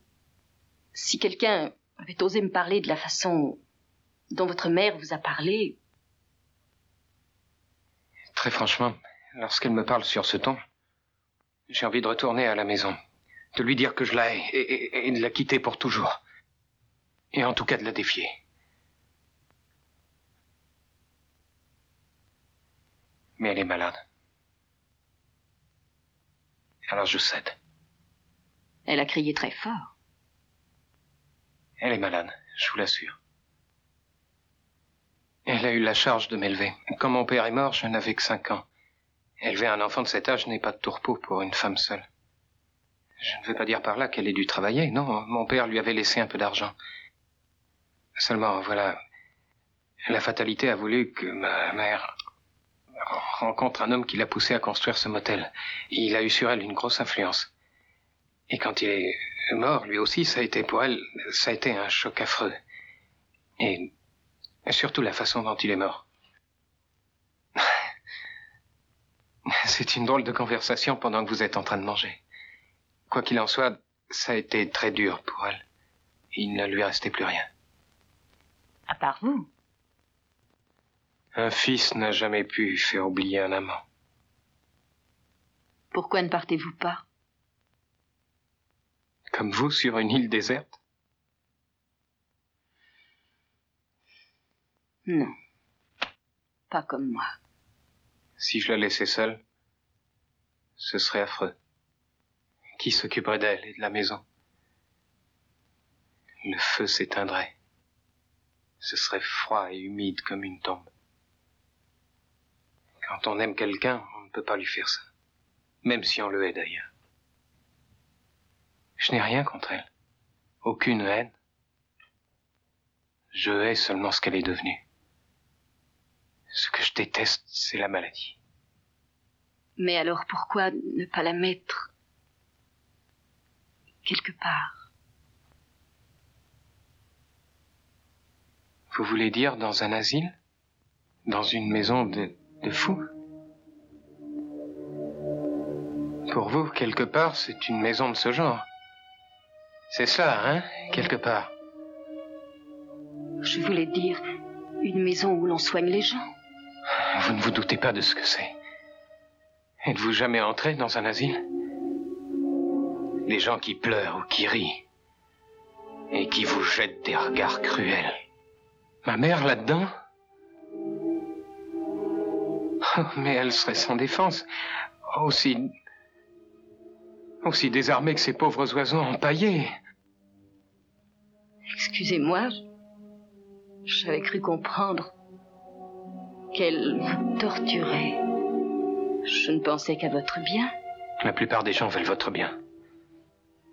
[SPEAKER 11] si quelqu'un avait osé me parler de la façon dont votre mère vous a parlé,
[SPEAKER 3] Très franchement, lorsqu'elle me parle sur ce ton, j'ai envie de retourner à la maison, de lui dire que je la hais et, et- et de la quitter pour toujours. Et en tout cas de la défier. Mais elle est malade. Alors je cède.
[SPEAKER 11] elle a crié très fort.
[SPEAKER 3] Elle est malade, je vous l'assure. Elle a eu la charge de m'élever. Quand mon père est mort, je n'avais que cinq ans. Élever un enfant de cet âge n'est pas de tourpeau pour une femme seule. Je ne veux pas dire par là qu'elle ait dû travailler, non, mon père lui avait laissé un peu d'argent. Seulement, voilà, la fatalité a voulu que ma mère rencontre un homme qui l'a poussée à construire ce motel. Il a eu sur elle une grosse influence. Et quand il est mort, lui aussi, ça a été pour elle, ça a été un choc affreux. Et surtout la façon dont il est mort. C'est une drôle de conversation pendant que vous êtes en train de manger. Quoi qu'il en soit, ça a été très dur pour elle. Il ne lui restait plus rien.
[SPEAKER 12] À part vous.
[SPEAKER 3] Un fils n'a jamais pu faire oublier un amant.
[SPEAKER 11] Pourquoi ne partez-vous pas
[SPEAKER 3] Comme vous sur une île déserte
[SPEAKER 11] Non. Pas comme moi.
[SPEAKER 3] Si je la laissais seule, ce serait affreux. Qui s'occuperait d'elle et de la maison Le feu s'éteindrait. Ce serait froid et humide comme une tombe. Quand on aime quelqu'un, on ne peut pas lui faire ça. Même si on le hait d'ailleurs. Je n'ai rien contre elle. Aucune haine. Je hais seulement ce qu'elle est devenue. Ce que je déteste, c'est la maladie.
[SPEAKER 11] Mais alors pourquoi ne pas la mettre quelque part
[SPEAKER 3] Vous voulez dire dans un asile Dans une maison de, de fous Pour vous, quelque part, c'est une maison de ce genre. C'est ça, hein Quelque part.
[SPEAKER 11] Je voulais dire une maison où l'on soigne les gens.
[SPEAKER 3] Vous ne vous doutez pas de ce que c'est. Êtes-vous jamais entré dans un asile Des gens qui pleurent ou qui rient. Et qui vous jettent des regards cruels. Ma mère là-dedans Oh, Mais elle serait sans défense. Aussi. Aussi désarmée que ces pauvres oiseaux empaillés.
[SPEAKER 11] Excusez-moi, je- j'avais cru comprendre qu'elle vous torturait. Je ne pensais qu'à votre bien.
[SPEAKER 3] La plupart des gens veulent votre bien.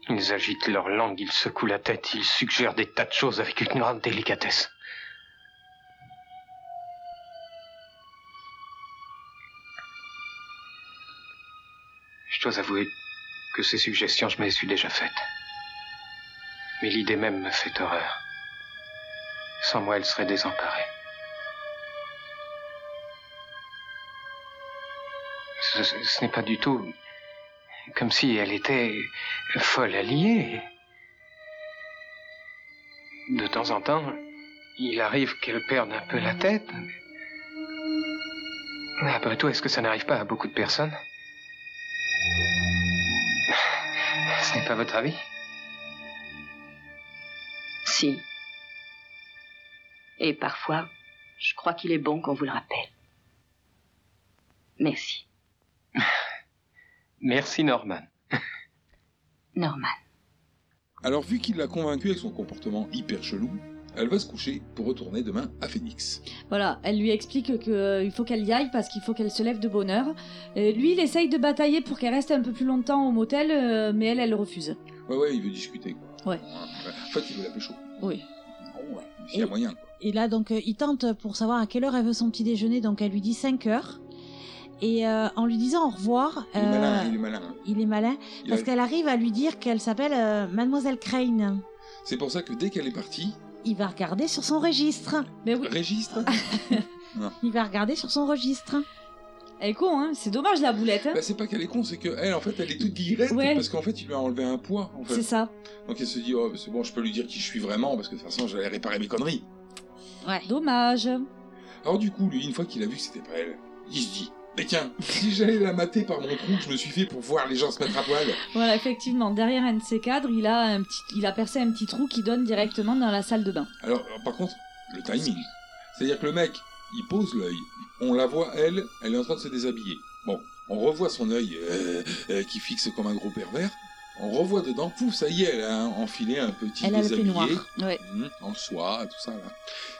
[SPEAKER 3] Ils agitent leur langue, ils secouent la tête, ils suggèrent des tas de choses avec une grande délicatesse. Je dois avouer que ces suggestions, je me les suis déjà faites. Mais l'idée même me fait horreur. Sans moi, elle serait désemparée. Ce- ce- ce n'est pas du tout comme si elle était folle alliée. De temps en temps, il arrive qu'elle perde un peu la tête. Mais Après tout, est-ce que ça n'arrive pas à beaucoup de personnes Ce n'est pas votre avis
[SPEAKER 11] Si. Et parfois, je crois qu'il est bon qu'on vous le rappelle. Merci,
[SPEAKER 3] Merci Norman.
[SPEAKER 11] Norman.
[SPEAKER 9] Alors vu qu'il l'a convaincu avec son comportement hyper chelou, Elle va se coucher pour retourner demain à Phoenix.
[SPEAKER 10] Voilà, elle lui explique qu'il faut qu'elle y aille parce qu'il faut qu'elle se lève de bonne heure. Et lui, il essaye de batailler pour qu'elle reste un peu plus longtemps au motel, euh, mais elle, elle refuse.
[SPEAKER 9] Ouais, ouais, il veut discuter. Quoi. Ah,
[SPEAKER 10] Ouais.
[SPEAKER 9] En fait, il veut la pécho.
[SPEAKER 10] Oui.
[SPEAKER 9] Bon, ouais. Il y a
[SPEAKER 4] Et-
[SPEAKER 9] moyen, quoi.
[SPEAKER 4] Et là, donc, euh, il tente pour savoir à quelle heure elle veut son petit déjeuner. Donc, elle lui dit 5 heures. Et euh, en lui disant au revoir,
[SPEAKER 9] Il est
[SPEAKER 4] euh,
[SPEAKER 9] malin, il est malin. hein.
[SPEAKER 4] il est malin,
[SPEAKER 9] Il
[SPEAKER 4] parce
[SPEAKER 9] a-
[SPEAKER 4] qu'elle arrive à lui dire qu'elle s'appelle euh, Mademoiselle Crane.
[SPEAKER 9] C'est pour ça que dès qu'elle est partie,
[SPEAKER 4] Il va regarder sur son registre.
[SPEAKER 10] Mais oui,
[SPEAKER 9] registre.
[SPEAKER 4] Il va regarder sur son registre.
[SPEAKER 10] elle est con, hein C'est dommage la boulette, hein
[SPEAKER 9] Bah, c'est pas qu'elle est con, c'est que elle, en fait, elle est toute guillette
[SPEAKER 10] Ouais.
[SPEAKER 9] parce qu'en fait, il lui a enlevé un poids. En
[SPEAKER 10] C'est
[SPEAKER 9] fait.
[SPEAKER 10] ça.
[SPEAKER 9] Donc elle se dit, oh, c'est bon, je peux lui dire qui je suis vraiment parce que de toute façon, j'allais réparer mes conneries.
[SPEAKER 4] Ouais.
[SPEAKER 10] Dommage.
[SPEAKER 9] Alors du coup, lui, une fois qu'il a vu que c'était pas elle, il se dit, mais tiens, si j'allais la mater par mon trou que je me suis fait pour voir les gens se mettre à poil,
[SPEAKER 10] Voilà, effectivement, derrière un de ses cadres, il a, un petit, il a percé un petit trou qui donne directement dans la salle de bain.
[SPEAKER 9] Alors, alors, par contre, le timing. C'est-à-dire que le mec, il pose l'œil, on la voit, elle, elle est en train de se déshabiller. Bon, on revoit son œil euh, euh, qui fixe comme un gros pervers, on revoit dedans, pouf, ça y est, elle a enfilé un petit
[SPEAKER 4] Elle a le
[SPEAKER 9] déshabillé.
[SPEAKER 4] peignoir.
[SPEAKER 10] Ouais.
[SPEAKER 9] Mhm, en soie, tout ça, là.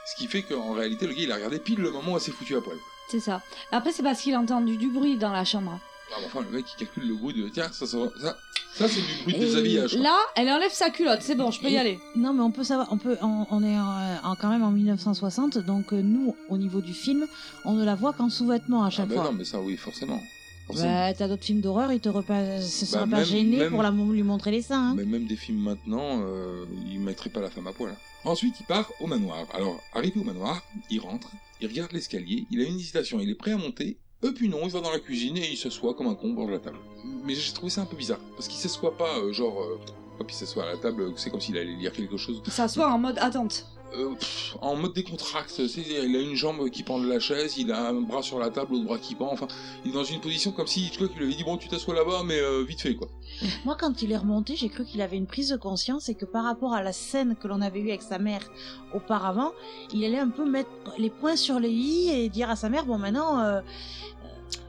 [SPEAKER 9] Ce qui fait qu'en réalité, le gars, il a regardé pile le moment où elle s'est foutue à poil.
[SPEAKER 10] C'est ça. Après, c'est parce qu'il a entendu du bruit dans la chambre.
[SPEAKER 9] Ah, mais enfin, le mec, il calcule le bruit de, tiens, ça, ça, ça, ça, c'est du bruit de
[SPEAKER 4] Et
[SPEAKER 9] déshabillage. hein. quoi.
[SPEAKER 10] Là, Ah, elle enlève sa culotte. C'est bon, je peux y
[SPEAKER 4] Et-
[SPEAKER 10] aller.
[SPEAKER 4] Non, mais on peut savoir, on peut, on, on est euh, en- en- quand même en 1960, donc euh, nous, au niveau du film, on ne la voit qu'en sous-vêtements à
[SPEAKER 9] Ah,
[SPEAKER 4] chaque
[SPEAKER 9] ben
[SPEAKER 4] fois.
[SPEAKER 9] non, mais ça, oui, forcément. Forcément.
[SPEAKER 4] Bah, t'as d'autres films d'horreur, ils te repas... se seraient
[SPEAKER 9] Bah,
[SPEAKER 4] pas
[SPEAKER 9] même-
[SPEAKER 4] gênés
[SPEAKER 9] même-
[SPEAKER 4] pour la, lui montrer les seins. hein.
[SPEAKER 9] Mais même des films maintenant, euh, ils mettraient pas la femme à poil. hein. Ensuite, il part au manoir. Alors, arrivé au manoir, il rentre, il regarde l'escalier, il a une hésitation, il est prêt à monter. Et puis non, il va dans la cuisine et il s'assoit comme un con au bord de la table. Mais j'ai trouvé ça un peu bizarre, parce qu'il s'assoit pas, euh, genre, euh, hop, il s'assoit à la table, euh, c'est comme s'il allait lire quelque chose.
[SPEAKER 10] Il s'assoit en mode attente.
[SPEAKER 9] Euh, pff, en mode décontracte, c'est- il a une jambe qui pend de la chaise, il a un bras sur la table, l'autre bras qui pend, enfin, il est dans une position comme si Hitchcock lui avait dit, bon, tu t'assois là-bas, mais euh, vite fait, quoi.
[SPEAKER 4] Moi, quand il est remonté, j'ai cru qu'il avait une prise de conscience et que par rapport à la scène que l'on avait eue avec sa mère auparavant, il allait un peu mettre les points sur les i et dire à sa mère, bon, maintenant, euh,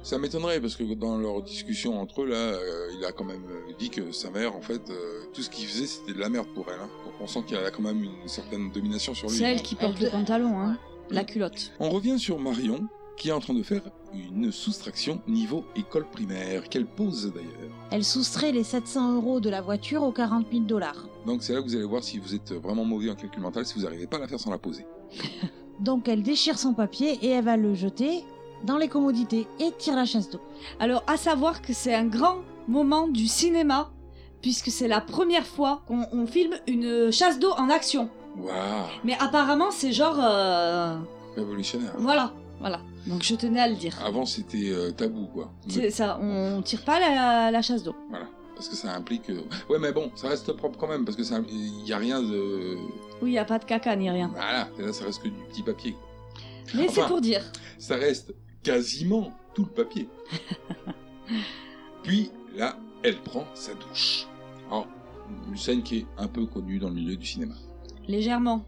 [SPEAKER 9] Ça m'étonnerait parce que dans leur discussion entre eux là, euh, il a quand même euh, dit que sa mère en fait euh, tout ce qu'il faisait c'était de la merde pour elle. hein. Donc on sent qu'elle a quand même une certaine domination sur lui.
[SPEAKER 10] C'est elle qui porte
[SPEAKER 4] Elle-
[SPEAKER 10] le pantalon, hein. La culotte.
[SPEAKER 9] On revient sur Marion qui est en train de faire une soustraction niveau école primaire qu'elle pose d'ailleurs.
[SPEAKER 4] elle soustrait les 700 euros de la voiture aux 40 000 dollars.
[SPEAKER 9] Donc c'est là que vous allez voir si vous êtes vraiment mauvais en calcul mental si vous n'arrivez pas à la faire sans la poser.
[SPEAKER 4] Donc, elle déchire son papier et elle va le jeter dans les commodités et tire la chasse d'eau.
[SPEAKER 10] Alors, à savoir que c'est un grand moment du cinéma, puisque c'est la première fois qu'on on filme une chasse d'eau en action.
[SPEAKER 9] Waouh,
[SPEAKER 10] Mais apparemment, c'est genre. euh,
[SPEAKER 9] révolutionnaire.
[SPEAKER 10] Voilà, voilà. Donc, je tenais à le dire.
[SPEAKER 9] Avant c'était euh, tabou quoi.
[SPEAKER 10] C'est ça, on tire pas la, la chasse d'eau.
[SPEAKER 9] Parce que ça implique. euh, Ouais mais bon, ça reste propre quand même parce que ça, il y a rien de.
[SPEAKER 10] Oui, y a pas de caca ni rien.
[SPEAKER 9] Voilà, et là ça reste que du petit papier. quoi.
[SPEAKER 10] Mais
[SPEAKER 9] Enfin,
[SPEAKER 10] c'est pour dire.
[SPEAKER 9] ça reste quasiment tout le papier. Puis là, elle prend sa douche. Alors, une scène qui est un peu connue dans le milieu du cinéma.
[SPEAKER 10] Légèrement.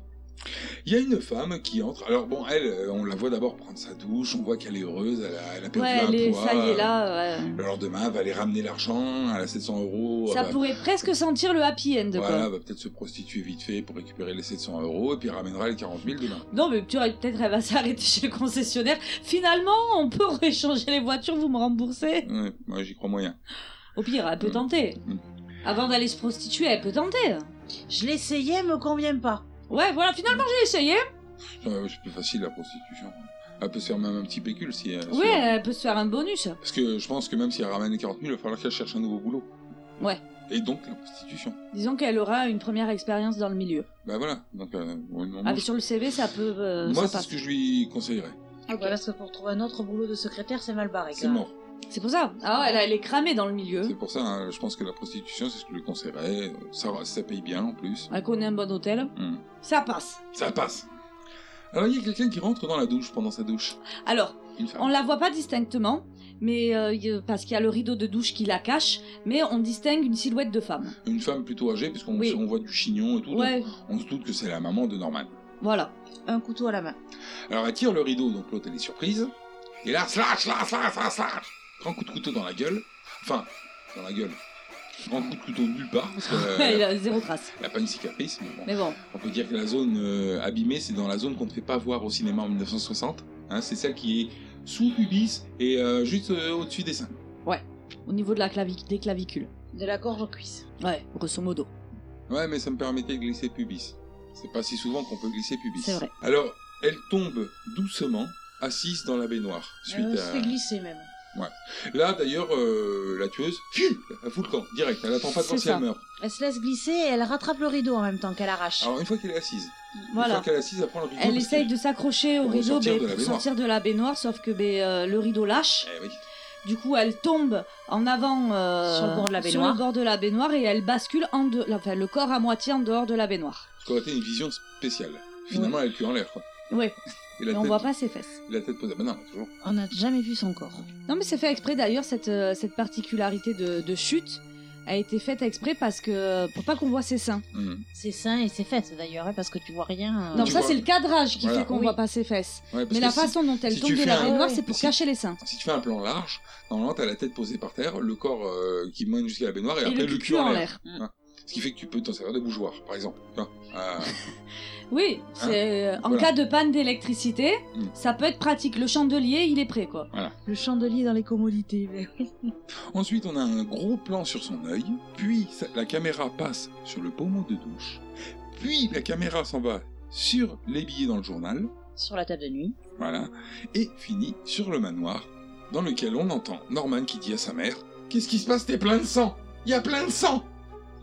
[SPEAKER 9] Il y a une femme qui entre. Alors bon, elle, euh, on la voit d'abord prendre sa douche, on voit qu'elle est heureuse, elle a, elle a perdu
[SPEAKER 10] Ouais,
[SPEAKER 9] un
[SPEAKER 10] elle est-
[SPEAKER 9] poids. Euh,
[SPEAKER 10] ça y est, là. ouais.
[SPEAKER 9] Le lendemain, elle va aller ramener l'argent, elle a 700 euros.
[SPEAKER 10] Ça
[SPEAKER 9] elle va-
[SPEAKER 10] pourrait presque sentir le happy end, quoi.
[SPEAKER 9] Voilà, bah. elle va peut-être se prostituer vite fait pour récupérer les 700 euros et puis elle ramènera les 40 000 demain.
[SPEAKER 10] Non, mais tu vois, peut-être elle va s'arrêter chez le concessionnaire. Finalement, on peut réchanger les voitures, vous me remboursez.
[SPEAKER 9] Ouais, moi j'y crois moyen.
[SPEAKER 10] Au pire, elle peut tenter.
[SPEAKER 9] Mm.
[SPEAKER 10] Avant d'aller se prostituer, elle peut tenter.
[SPEAKER 4] Je l'essayais, elle me convient pas.
[SPEAKER 10] Ouais, voilà, finalement, j'ai essayé.
[SPEAKER 9] Euh, c'est plus facile la prostitution. Elle peut se faire même un petit pécule si. euh,
[SPEAKER 10] Ouais,
[SPEAKER 9] si-
[SPEAKER 10] elle peut se faire un bonus.
[SPEAKER 9] Parce que je pense que même si elle ramène les 40 000, il va falloir qu'elle cherche un nouveau boulot.
[SPEAKER 10] Ouais.
[SPEAKER 9] Et donc la prostitution.
[SPEAKER 10] Disons qu'elle aura une première expérience dans le milieu.
[SPEAKER 9] Bah voilà. Donc, euh, bon, non,
[SPEAKER 10] Ah,
[SPEAKER 9] moi,
[SPEAKER 10] mais sur le CV, ça peut. euh,
[SPEAKER 9] moi,
[SPEAKER 10] ça
[SPEAKER 9] c'est
[SPEAKER 10] passe.
[SPEAKER 9] ce que je lui conseillerais.
[SPEAKER 4] parce que pour trouver un autre boulot de secrétaire, c'est mal barré.
[SPEAKER 9] C'est mort.
[SPEAKER 10] C'est pour ça. Ah, elle, elle est cramée dans le milieu.
[SPEAKER 9] C'est pour ça, hein, je pense que la prostitution, c'est ce que je lui conseillerais. Euh, Ça, ça paye bien en plus.
[SPEAKER 10] Elle connaît un bon hôtel.
[SPEAKER 9] Mm.
[SPEAKER 10] Ça passe.
[SPEAKER 9] Ça passe. Alors il y a quelqu'un qui rentre dans la douche pendant sa douche.
[SPEAKER 10] Alors,
[SPEAKER 9] Une femme.
[SPEAKER 10] on la voit pas distinctement, mais euh, y- parce qu'il y a le rideau de douche qui la cache, mais on distingue une silhouette de femme.
[SPEAKER 9] Une femme plutôt âgée, puisqu'on
[SPEAKER 10] Oui.
[SPEAKER 9] on voit du chignon et tout. donc
[SPEAKER 10] Ouais,
[SPEAKER 9] on se doute que c'est la maman de Norman.
[SPEAKER 10] voilà.
[SPEAKER 4] Un couteau à la main.
[SPEAKER 9] Alors elle tire le rideau, donc l'autre elle est surprise. Et là, slash, slash, slash, slash, slash Grand coup de couteau dans la gueule. Enfin, dans la gueule. rentre plutôt nulle part. Parce que, euh,
[SPEAKER 10] Il a zéro trace.
[SPEAKER 9] Elle n'a pas une cicatrice, mais bon.
[SPEAKER 10] Mais bon,
[SPEAKER 9] On peut dire que la zone euh, abîmée, c'est dans la zone qu'on ne fait pas voir au cinéma en 1960. Hein, c'est celle qui est sous pubis et euh, juste euh, au-dessus des seins.
[SPEAKER 10] au niveau de la clavic- des clavicules.
[SPEAKER 4] De la gorge aux cuisses.
[SPEAKER 10] Ouais, grosso modo.
[SPEAKER 9] Ouais, mais ça me permettait de glisser pubis. C'est pas si souvent qu'on peut glisser pubis.
[SPEAKER 10] C'est vrai.
[SPEAKER 9] Alors, elle tombe doucement, assise dans la baignoire. Suite
[SPEAKER 4] Elle se
[SPEAKER 9] à...
[SPEAKER 4] fait glisser même.
[SPEAKER 9] Là, d'ailleurs, euh, la tueuse, pfiou, elle fout le camp, direct. Elle attend pas de voir
[SPEAKER 4] C'est
[SPEAKER 9] si elle
[SPEAKER 4] ça.
[SPEAKER 9] meurt.
[SPEAKER 4] Elle se laisse glisser et elle rattrape le rideau en même temps qu'elle arrache.
[SPEAKER 9] Alors, une fois qu'elle est assise, une
[SPEAKER 10] Voilà.
[SPEAKER 9] fois qu'elle est assise, elle prend le rideau.
[SPEAKER 10] Elle
[SPEAKER 9] parce
[SPEAKER 10] essaye
[SPEAKER 9] que-
[SPEAKER 10] de s'accrocher au
[SPEAKER 9] Pour
[SPEAKER 10] rideau
[SPEAKER 9] sortir
[SPEAKER 10] ben,
[SPEAKER 9] de la
[SPEAKER 10] pour
[SPEAKER 9] baignoire.
[SPEAKER 10] sortir de la baignoire, sauf que ben, euh, le rideau lâche.
[SPEAKER 9] Eh oui.
[SPEAKER 10] Du coup, elle tombe en avant euh,
[SPEAKER 5] Sur le bord de la
[SPEAKER 10] sur
[SPEAKER 5] baignoire.
[SPEAKER 10] le bord de la baignoire et elle bascule en de... enfin, le corps à moitié en dehors de la baignoire.
[SPEAKER 9] Ce qui aurait été une vision spéciale. Finalement, elle est plus en l'air, quoi.
[SPEAKER 10] Ouais,
[SPEAKER 9] Et la
[SPEAKER 10] mais on
[SPEAKER 9] tête-
[SPEAKER 10] voit pas ses fesses.
[SPEAKER 9] La tête posée. Ben non, toujours.
[SPEAKER 4] On n'a jamais vu son corps.
[SPEAKER 10] Non, mais c'est fait exprès d'ailleurs, cette, euh, cette particularité de, de chute a été faite exprès parce que pour pas qu'on voit ses seins.
[SPEAKER 9] Mhm.
[SPEAKER 4] Ses seins et ses fesses d'ailleurs, hein, parce que tu vois rien. euh.
[SPEAKER 10] Donc
[SPEAKER 9] Tu
[SPEAKER 10] ça,
[SPEAKER 9] vois.
[SPEAKER 10] c'est le cadrage qui
[SPEAKER 9] Voilà.
[SPEAKER 10] fait qu'on
[SPEAKER 4] Oui.
[SPEAKER 10] voit pas ses fesses.
[SPEAKER 9] Ouais, parce
[SPEAKER 10] Mais
[SPEAKER 9] que
[SPEAKER 10] la
[SPEAKER 9] si-
[SPEAKER 10] façon dont elle
[SPEAKER 9] si
[SPEAKER 10] tombe
[SPEAKER 9] tu
[SPEAKER 10] de
[SPEAKER 9] fais
[SPEAKER 10] la
[SPEAKER 9] un-
[SPEAKER 10] baignoire,
[SPEAKER 4] Ouais,
[SPEAKER 10] c'est pour
[SPEAKER 9] si-
[SPEAKER 10] cacher les seins.
[SPEAKER 9] Si tu fais un plan large, normalement, t'as la tête posée par terre, le corps euh, qui mène jusqu'à la baignoire et,
[SPEAKER 10] Et
[SPEAKER 9] après
[SPEAKER 10] le cul en l'air.
[SPEAKER 9] Hein. Ce qui fait que tu peux t'en servir de bougeoir, par exemple. Tu vois. Euh,
[SPEAKER 10] Oui, c'est euh, en
[SPEAKER 9] Ah. Voilà.
[SPEAKER 10] cas de panne d'électricité,
[SPEAKER 9] Mm.
[SPEAKER 10] ça peut être pratique. Le chandelier, il est prêt, quoi.
[SPEAKER 4] Le chandelier dans les commodités.
[SPEAKER 9] Ensuite, on a un gros plan sur son œil, puis ça- la caméra passe sur le pommeau de douche, puis la caméra s'en va sur les billets dans le journal,
[SPEAKER 4] Sur la table de nuit.
[SPEAKER 9] voilà, et finit sur le manoir, dans lequel on entend Norman qui dit à sa mère Qu'est-ce qui se passe T'es plein de sang Il y a plein de sang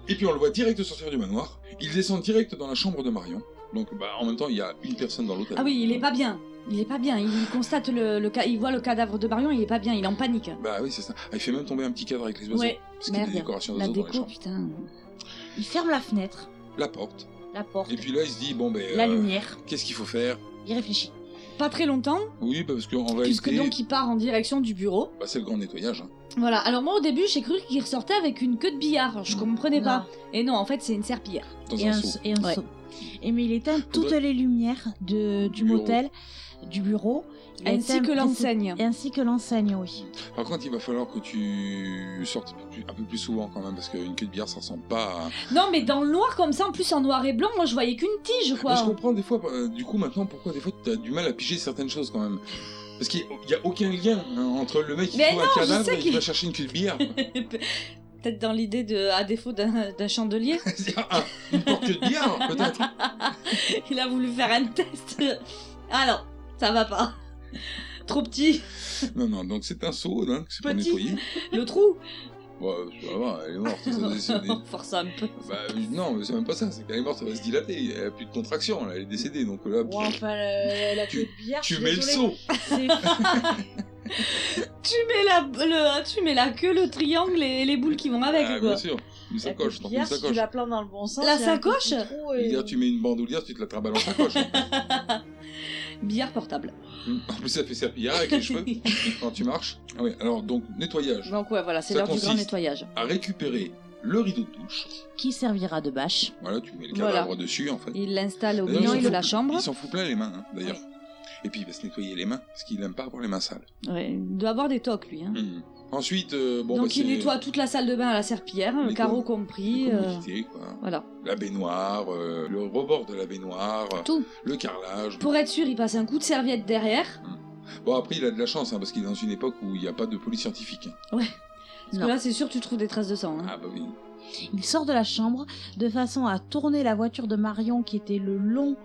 [SPEAKER 9] Et puis on le voit direct sortir du manoir, il descend direct dans la chambre de Marion, donc bah, en même temps, il y a une personne dans l'hôtel.
[SPEAKER 10] Ah oui, il est pas bien. Il est pas bien. Il constate le, le ca- il voit le cadavre de Marion, il est pas bien, il est en panique.
[SPEAKER 9] Bah oui, c'est ça. Ah, il fait même tomber un petit cadre avec les oiseaux.
[SPEAKER 10] Ouais,
[SPEAKER 9] parce qu'il y a des
[SPEAKER 10] merde.
[SPEAKER 9] décorations
[SPEAKER 10] la
[SPEAKER 9] d'oiseaux dans les
[SPEAKER 10] déco,
[SPEAKER 9] chambres.
[SPEAKER 10] putain.
[SPEAKER 4] Il ferme la fenêtre,
[SPEAKER 9] La porte.
[SPEAKER 4] la porte,
[SPEAKER 9] Et puis là, il se dit Bon, ben.
[SPEAKER 4] la
[SPEAKER 9] euh,
[SPEAKER 4] lumière.
[SPEAKER 9] Qu'est-ce qu'il faut faire
[SPEAKER 4] Il réfléchit.
[SPEAKER 10] Pas très longtemps,
[SPEAKER 9] Oui, bah, parce qu'en
[SPEAKER 10] puisque
[SPEAKER 9] réalité,
[SPEAKER 10] donc il part en direction du bureau.
[SPEAKER 9] bah, c'est le grand nettoyage. hein.
[SPEAKER 10] Voilà. Alors moi au début j'ai cru qu'il ressortait avec une queue de billard. Je
[SPEAKER 9] Mm.
[SPEAKER 10] comprenais
[SPEAKER 4] Non.
[SPEAKER 10] pas. Et non, en fait c'est une serpillière.
[SPEAKER 9] Dans
[SPEAKER 4] Et
[SPEAKER 9] un
[SPEAKER 4] un,
[SPEAKER 9] seau.
[SPEAKER 4] et un
[SPEAKER 10] Ouais.
[SPEAKER 4] seau. Et mais il éteint toutes
[SPEAKER 9] Faudrait-
[SPEAKER 4] les lumières de, du,
[SPEAKER 9] Du bureau.
[SPEAKER 4] motel, du bureau. Il
[SPEAKER 10] Ainsi
[SPEAKER 4] éteint
[SPEAKER 10] que
[SPEAKER 4] toutes-
[SPEAKER 10] l'enseigne.
[SPEAKER 4] et Ainsi que l'enseigne, oui.
[SPEAKER 9] Par contre, il va falloir que tu sortes plus- un peu plus souvent quand même, parce qu'une queue de bière, ça ressemble pas à...
[SPEAKER 10] Non mais dans le noir comme ça, en plus en noir et blanc, moi je voyais qu'une tige
[SPEAKER 9] Mais je
[SPEAKER 10] quoi.
[SPEAKER 9] comprends des fois, euh, du coup, maintenant, pourquoi des fois tu as du mal à piger certaines choses quand même. Parce qu'il n'y a aucun lien hein, entre le mec qui
[SPEAKER 10] Mais
[SPEAKER 9] trouve
[SPEAKER 10] non,
[SPEAKER 9] un
[SPEAKER 10] je
[SPEAKER 9] cadavre
[SPEAKER 10] sais
[SPEAKER 9] et qui
[SPEAKER 10] qu'il-
[SPEAKER 9] va chercher une queue de bière.
[SPEAKER 10] Peut-être dans l'idée de, à défaut d'un d'un chandelier,
[SPEAKER 9] Ah, une porte queue de bière, peut-être.
[SPEAKER 10] il a voulu faire un test. Ah non, ça va pas. Trop petit.
[SPEAKER 9] Non, non, donc c'est un seau, hein, que c'est pas
[SPEAKER 10] Petit.
[SPEAKER 9] nettoyé.
[SPEAKER 10] Le trou.
[SPEAKER 9] Bon, euh, ça va, elle est morte. ça, c'est- c'est des-
[SPEAKER 10] On force un peu.
[SPEAKER 9] Bah euh, non, mais c'est même pas ça, c'est qu'elle est morte, ça va se dilater, elle a plus de contraction, là, elle est décédée, donc là,
[SPEAKER 4] Bon, enfin, la, la
[SPEAKER 9] Tu-
[SPEAKER 4] queue de bière. je
[SPEAKER 9] tu
[SPEAKER 4] suis
[SPEAKER 9] mets le
[SPEAKER 4] désolée.
[SPEAKER 9] seau.
[SPEAKER 4] C'est-
[SPEAKER 10] Tu mets la, le- tu mets la queue, le triangle et les boules qui vont avec.
[SPEAKER 9] Ah,
[SPEAKER 10] quoi.
[SPEAKER 9] bien sûr, une
[SPEAKER 4] la queue
[SPEAKER 9] sacoche,
[SPEAKER 4] de
[SPEAKER 9] t'en fais une
[SPEAKER 4] bière, si tu
[SPEAKER 9] sacoche.
[SPEAKER 4] la plantes dans le bon sens.
[SPEAKER 10] La
[SPEAKER 4] il y a un petit
[SPEAKER 10] sacoche
[SPEAKER 4] trou
[SPEAKER 9] Je
[SPEAKER 4] et-
[SPEAKER 9] veux dire, tu mets une bandoulière, tu te la travailles en sacoche.
[SPEAKER 10] Billard portable.
[SPEAKER 9] en plus, ça fait serpillard avec les cheveux quand tu marches. Ah oui, alors donc, nettoyage.
[SPEAKER 10] Donc ouais, voilà, c'est
[SPEAKER 9] Ça
[SPEAKER 10] l'heure du grand
[SPEAKER 9] consiste.
[SPEAKER 10] nettoyage.
[SPEAKER 9] À récupérer le rideau de douche.
[SPEAKER 4] Qui servira de bâche
[SPEAKER 9] Voilà, tu mets le
[SPEAKER 10] Voilà.
[SPEAKER 9] cadavre dessus, en fait.
[SPEAKER 10] Il l'installe au
[SPEAKER 9] D'ailleurs,
[SPEAKER 10] milieu
[SPEAKER 9] Euh, il
[SPEAKER 10] de
[SPEAKER 9] s'en
[SPEAKER 10] la
[SPEAKER 9] fout-
[SPEAKER 10] chambre.
[SPEAKER 9] Il s'en fout plein les mains, hein, d'ailleurs. Et puis, il va se nettoyer les mains, parce qu'il aime pas avoir les mains sales.
[SPEAKER 10] Ouais, il doit avoir des tocs lui. hein.
[SPEAKER 9] Mhm. Ensuite, euh, bon,
[SPEAKER 10] Donc
[SPEAKER 9] bah,
[SPEAKER 10] il
[SPEAKER 9] c'est
[SPEAKER 10] nettoie toute la salle de bain à la serpillière,
[SPEAKER 9] Les
[SPEAKER 10] le carreau
[SPEAKER 9] com- les
[SPEAKER 10] compris. euh,
[SPEAKER 9] commodités, quoi.
[SPEAKER 10] voilà.
[SPEAKER 9] La baignoire, euh, le rebord de la baignoire, euh,
[SPEAKER 10] Tout.
[SPEAKER 9] le carrelage.
[SPEAKER 10] Pour être sûr, il passe un coup de serviette derrière.
[SPEAKER 9] Bon, après, il a de la chance, hein, parce qu'il est dans une époque où il n'y a pas de police scientifique. hein.
[SPEAKER 10] Parce
[SPEAKER 4] Non.
[SPEAKER 10] que là, c'est sûr, tu trouves des traces de sang. hein.
[SPEAKER 9] Ah, bah oui.
[SPEAKER 4] Il sort de la chambre de façon à tourner la voiture de Marion qui était le long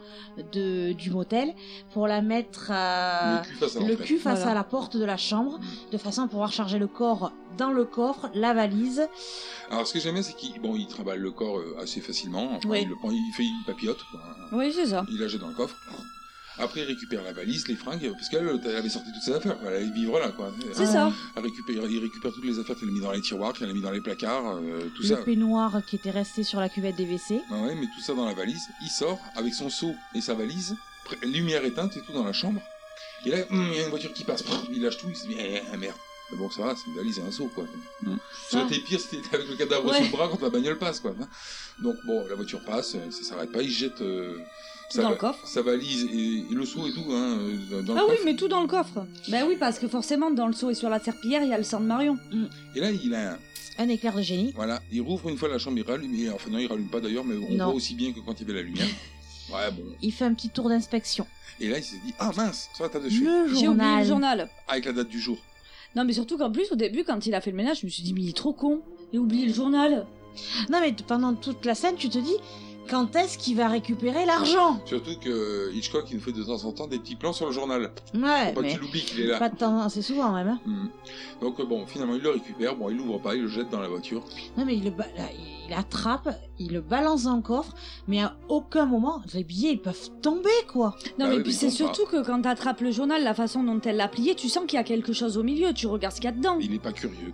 [SPEAKER 4] de, du motel pour la mettre
[SPEAKER 9] le
[SPEAKER 4] à...
[SPEAKER 9] cul face à
[SPEAKER 4] le
[SPEAKER 9] l'entrée.
[SPEAKER 4] cul face
[SPEAKER 10] Voilà.
[SPEAKER 4] à la porte de la chambre de façon à pouvoir charger le corps dans le coffre, la valise.
[SPEAKER 9] Alors, ce que j'aime bien, c'est qu'il bon, il travaille le corps euh, assez facilement. Enfin,
[SPEAKER 10] Ouais.
[SPEAKER 9] il, le prend, il fait une papillote. quoi.
[SPEAKER 10] Oui, c'est ça.
[SPEAKER 9] Il la jette dans le coffre. Après, il récupère la valise, les fringues, parce qu'elle elle avait sorti toutes ses affaires. quoi. Elle allait vivre là, quoi.
[SPEAKER 10] C'est
[SPEAKER 9] Euh,
[SPEAKER 10] ça.
[SPEAKER 9] elle récupère, il récupère toutes les affaires qu'elle a mis dans les tiroirs, qu'elle a mis dans les placards, euh, tout
[SPEAKER 4] le
[SPEAKER 9] ça.
[SPEAKER 4] peignoir qui était resté sur la cuvette des WC.
[SPEAKER 9] Ah ouais, mais tout ça dans la valise. Il sort avec son seau et sa valise, pr- lumière éteinte et tout dans la chambre. Et là, hum, il y a une voiture qui passe. Prrr, Il lâche tout, il se dit eh, merde. Mais bon, ça va, c'est une valise et un seau, quoi. Ça aurait été pire si t'étais avec le cadavre
[SPEAKER 10] Ouais.
[SPEAKER 9] sous le bras quand la bagnole passe, quoi. hein. Donc bon, la voiture passe, euh, ça s'arrête pas, il jette euh, sa,
[SPEAKER 10] Dans le
[SPEAKER 9] va-
[SPEAKER 10] coffre.
[SPEAKER 9] sa valise et, et le seau et tout, hein, euh, dans le
[SPEAKER 10] Ah oui,
[SPEAKER 9] coffre.
[SPEAKER 10] mais Ben tout dans le coffre. Bah oui, parce que forcément, dans le seau et sur la serpillière, il y a le sang de Marion.
[SPEAKER 9] Et là, il a un
[SPEAKER 4] Un éclair de génie.
[SPEAKER 9] Voilà, il rouvre une fois la chambre, il rallume, et- enfin non, il rallume pas d'ailleurs, mais on
[SPEAKER 4] Non.
[SPEAKER 9] voit aussi bien que quand il y avait la lumière. Ouais, bon.
[SPEAKER 4] Il fait un petit tour d'inspection.
[SPEAKER 9] Et là, il se dit, ah mince, sur la table de chevet.
[SPEAKER 4] Le
[SPEAKER 10] J'ai oublié le
[SPEAKER 4] journal.
[SPEAKER 10] journal.
[SPEAKER 9] Avec la date du jour.
[SPEAKER 10] Non, mais surtout qu'en plus, au début, quand il a fait le ménage, je me suis dit, mais il est trop con. Il a oublié le journal.
[SPEAKER 4] Non, mais t- pendant toute la scène, tu te dis quand est-ce qu'il va récupérer l'argent
[SPEAKER 9] Surtout que euh, Hitchcock, il nous fait de temps en temps des petits plans sur le journal. Faut
[SPEAKER 4] Ouais,
[SPEAKER 9] pas que
[SPEAKER 4] mais.
[SPEAKER 9] tu l'oublies qu'il est là.
[SPEAKER 4] Pas de temps, c'est souvent même. hein.
[SPEAKER 9] Hmm. Donc euh, bon, finalement, il le récupère. Bon, il l'ouvre pas, il le jette dans la voiture.
[SPEAKER 4] Non, mais il le, ba- là, il attrape, il le balance dans le coffre, mais à aucun moment, les billets, ils peuvent tomber, quoi.
[SPEAKER 10] Non,
[SPEAKER 9] Bah
[SPEAKER 10] mais
[SPEAKER 9] oui,
[SPEAKER 10] puis
[SPEAKER 9] mais
[SPEAKER 10] c'est
[SPEAKER 9] ils font
[SPEAKER 10] surtout que quand t'attrapes le journal, la façon dont elle l'a plié, tu sens qu'il y a quelque chose au milieu. Tu regardes ce qu'il y a dedans.
[SPEAKER 9] Il est pas curieux.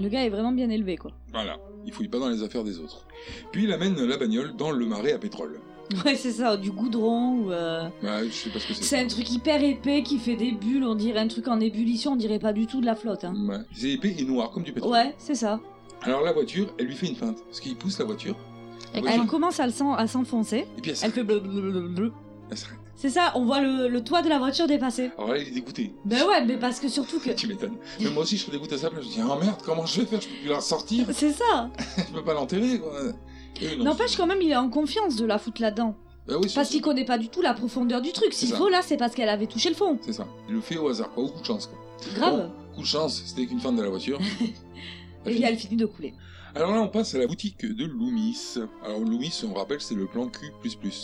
[SPEAKER 10] Le gars est vraiment bien élevé, quoi.
[SPEAKER 9] Voilà, il fouille pas dans les affaires des autres. Puis il amène la bagnole dans le marais à pétrole.
[SPEAKER 10] Ouais, c'est ça, du goudron ou. euh,
[SPEAKER 9] Ouais, je sais pas ce que c'est.
[SPEAKER 10] C'est un truc hyper épais qui fait des bulles, on dirait un truc en ébullition, on dirait pas du tout de la flotte. Hein.
[SPEAKER 9] Ouais. C'est épais et noir comme du pétrole.
[SPEAKER 10] Ouais, c'est ça.
[SPEAKER 9] Alors la voiture, elle lui fait une feinte. Parce qu'il pousse la voiture. la
[SPEAKER 10] Elle
[SPEAKER 9] voiture-
[SPEAKER 10] commence à le sen- à s'enfoncer,
[SPEAKER 9] Et puis elle
[SPEAKER 10] elle
[SPEAKER 9] s'arrête.
[SPEAKER 10] fait bleu bleu bleu bleu.
[SPEAKER 9] Elle s'arrête.
[SPEAKER 10] C'est ça, on voit le, le toit de la voiture dépasser.
[SPEAKER 9] Alors là, il est dégoûté.
[SPEAKER 10] Ben ouais, mais parce que surtout que.
[SPEAKER 9] Tu m'étonnes. Mais moi aussi, je serais dégoûté à sa place. Je me dis, ah merde, comment je vais faire Je peux plus la sortir.
[SPEAKER 10] C'est ça
[SPEAKER 9] je peux pas l'enterrer, quoi. Et non.
[SPEAKER 10] N'empêche quand même, il est en confiance de la foutre là-dedans.
[SPEAKER 9] Bah oui,
[SPEAKER 10] Parce
[SPEAKER 9] surtout.
[SPEAKER 10] qu'il connaît pas du tout la profondeur du truc.
[SPEAKER 9] C'est
[SPEAKER 10] S'il
[SPEAKER 9] ça.
[SPEAKER 10] faut, là, c'est parce qu'elle avait touché le fond.
[SPEAKER 9] C'est ça. Il le fait au hasard, quoi. Au coup de chance, quoi.
[SPEAKER 10] Grave.
[SPEAKER 9] Bon, coup de chance, c'était qu'une feinte de la voiture.
[SPEAKER 10] Et puis elle finit de couler.
[SPEAKER 9] Alors là, on passe à la boutique de Loomis. Alors Loomis, on rappelle, c'est le plan Q++,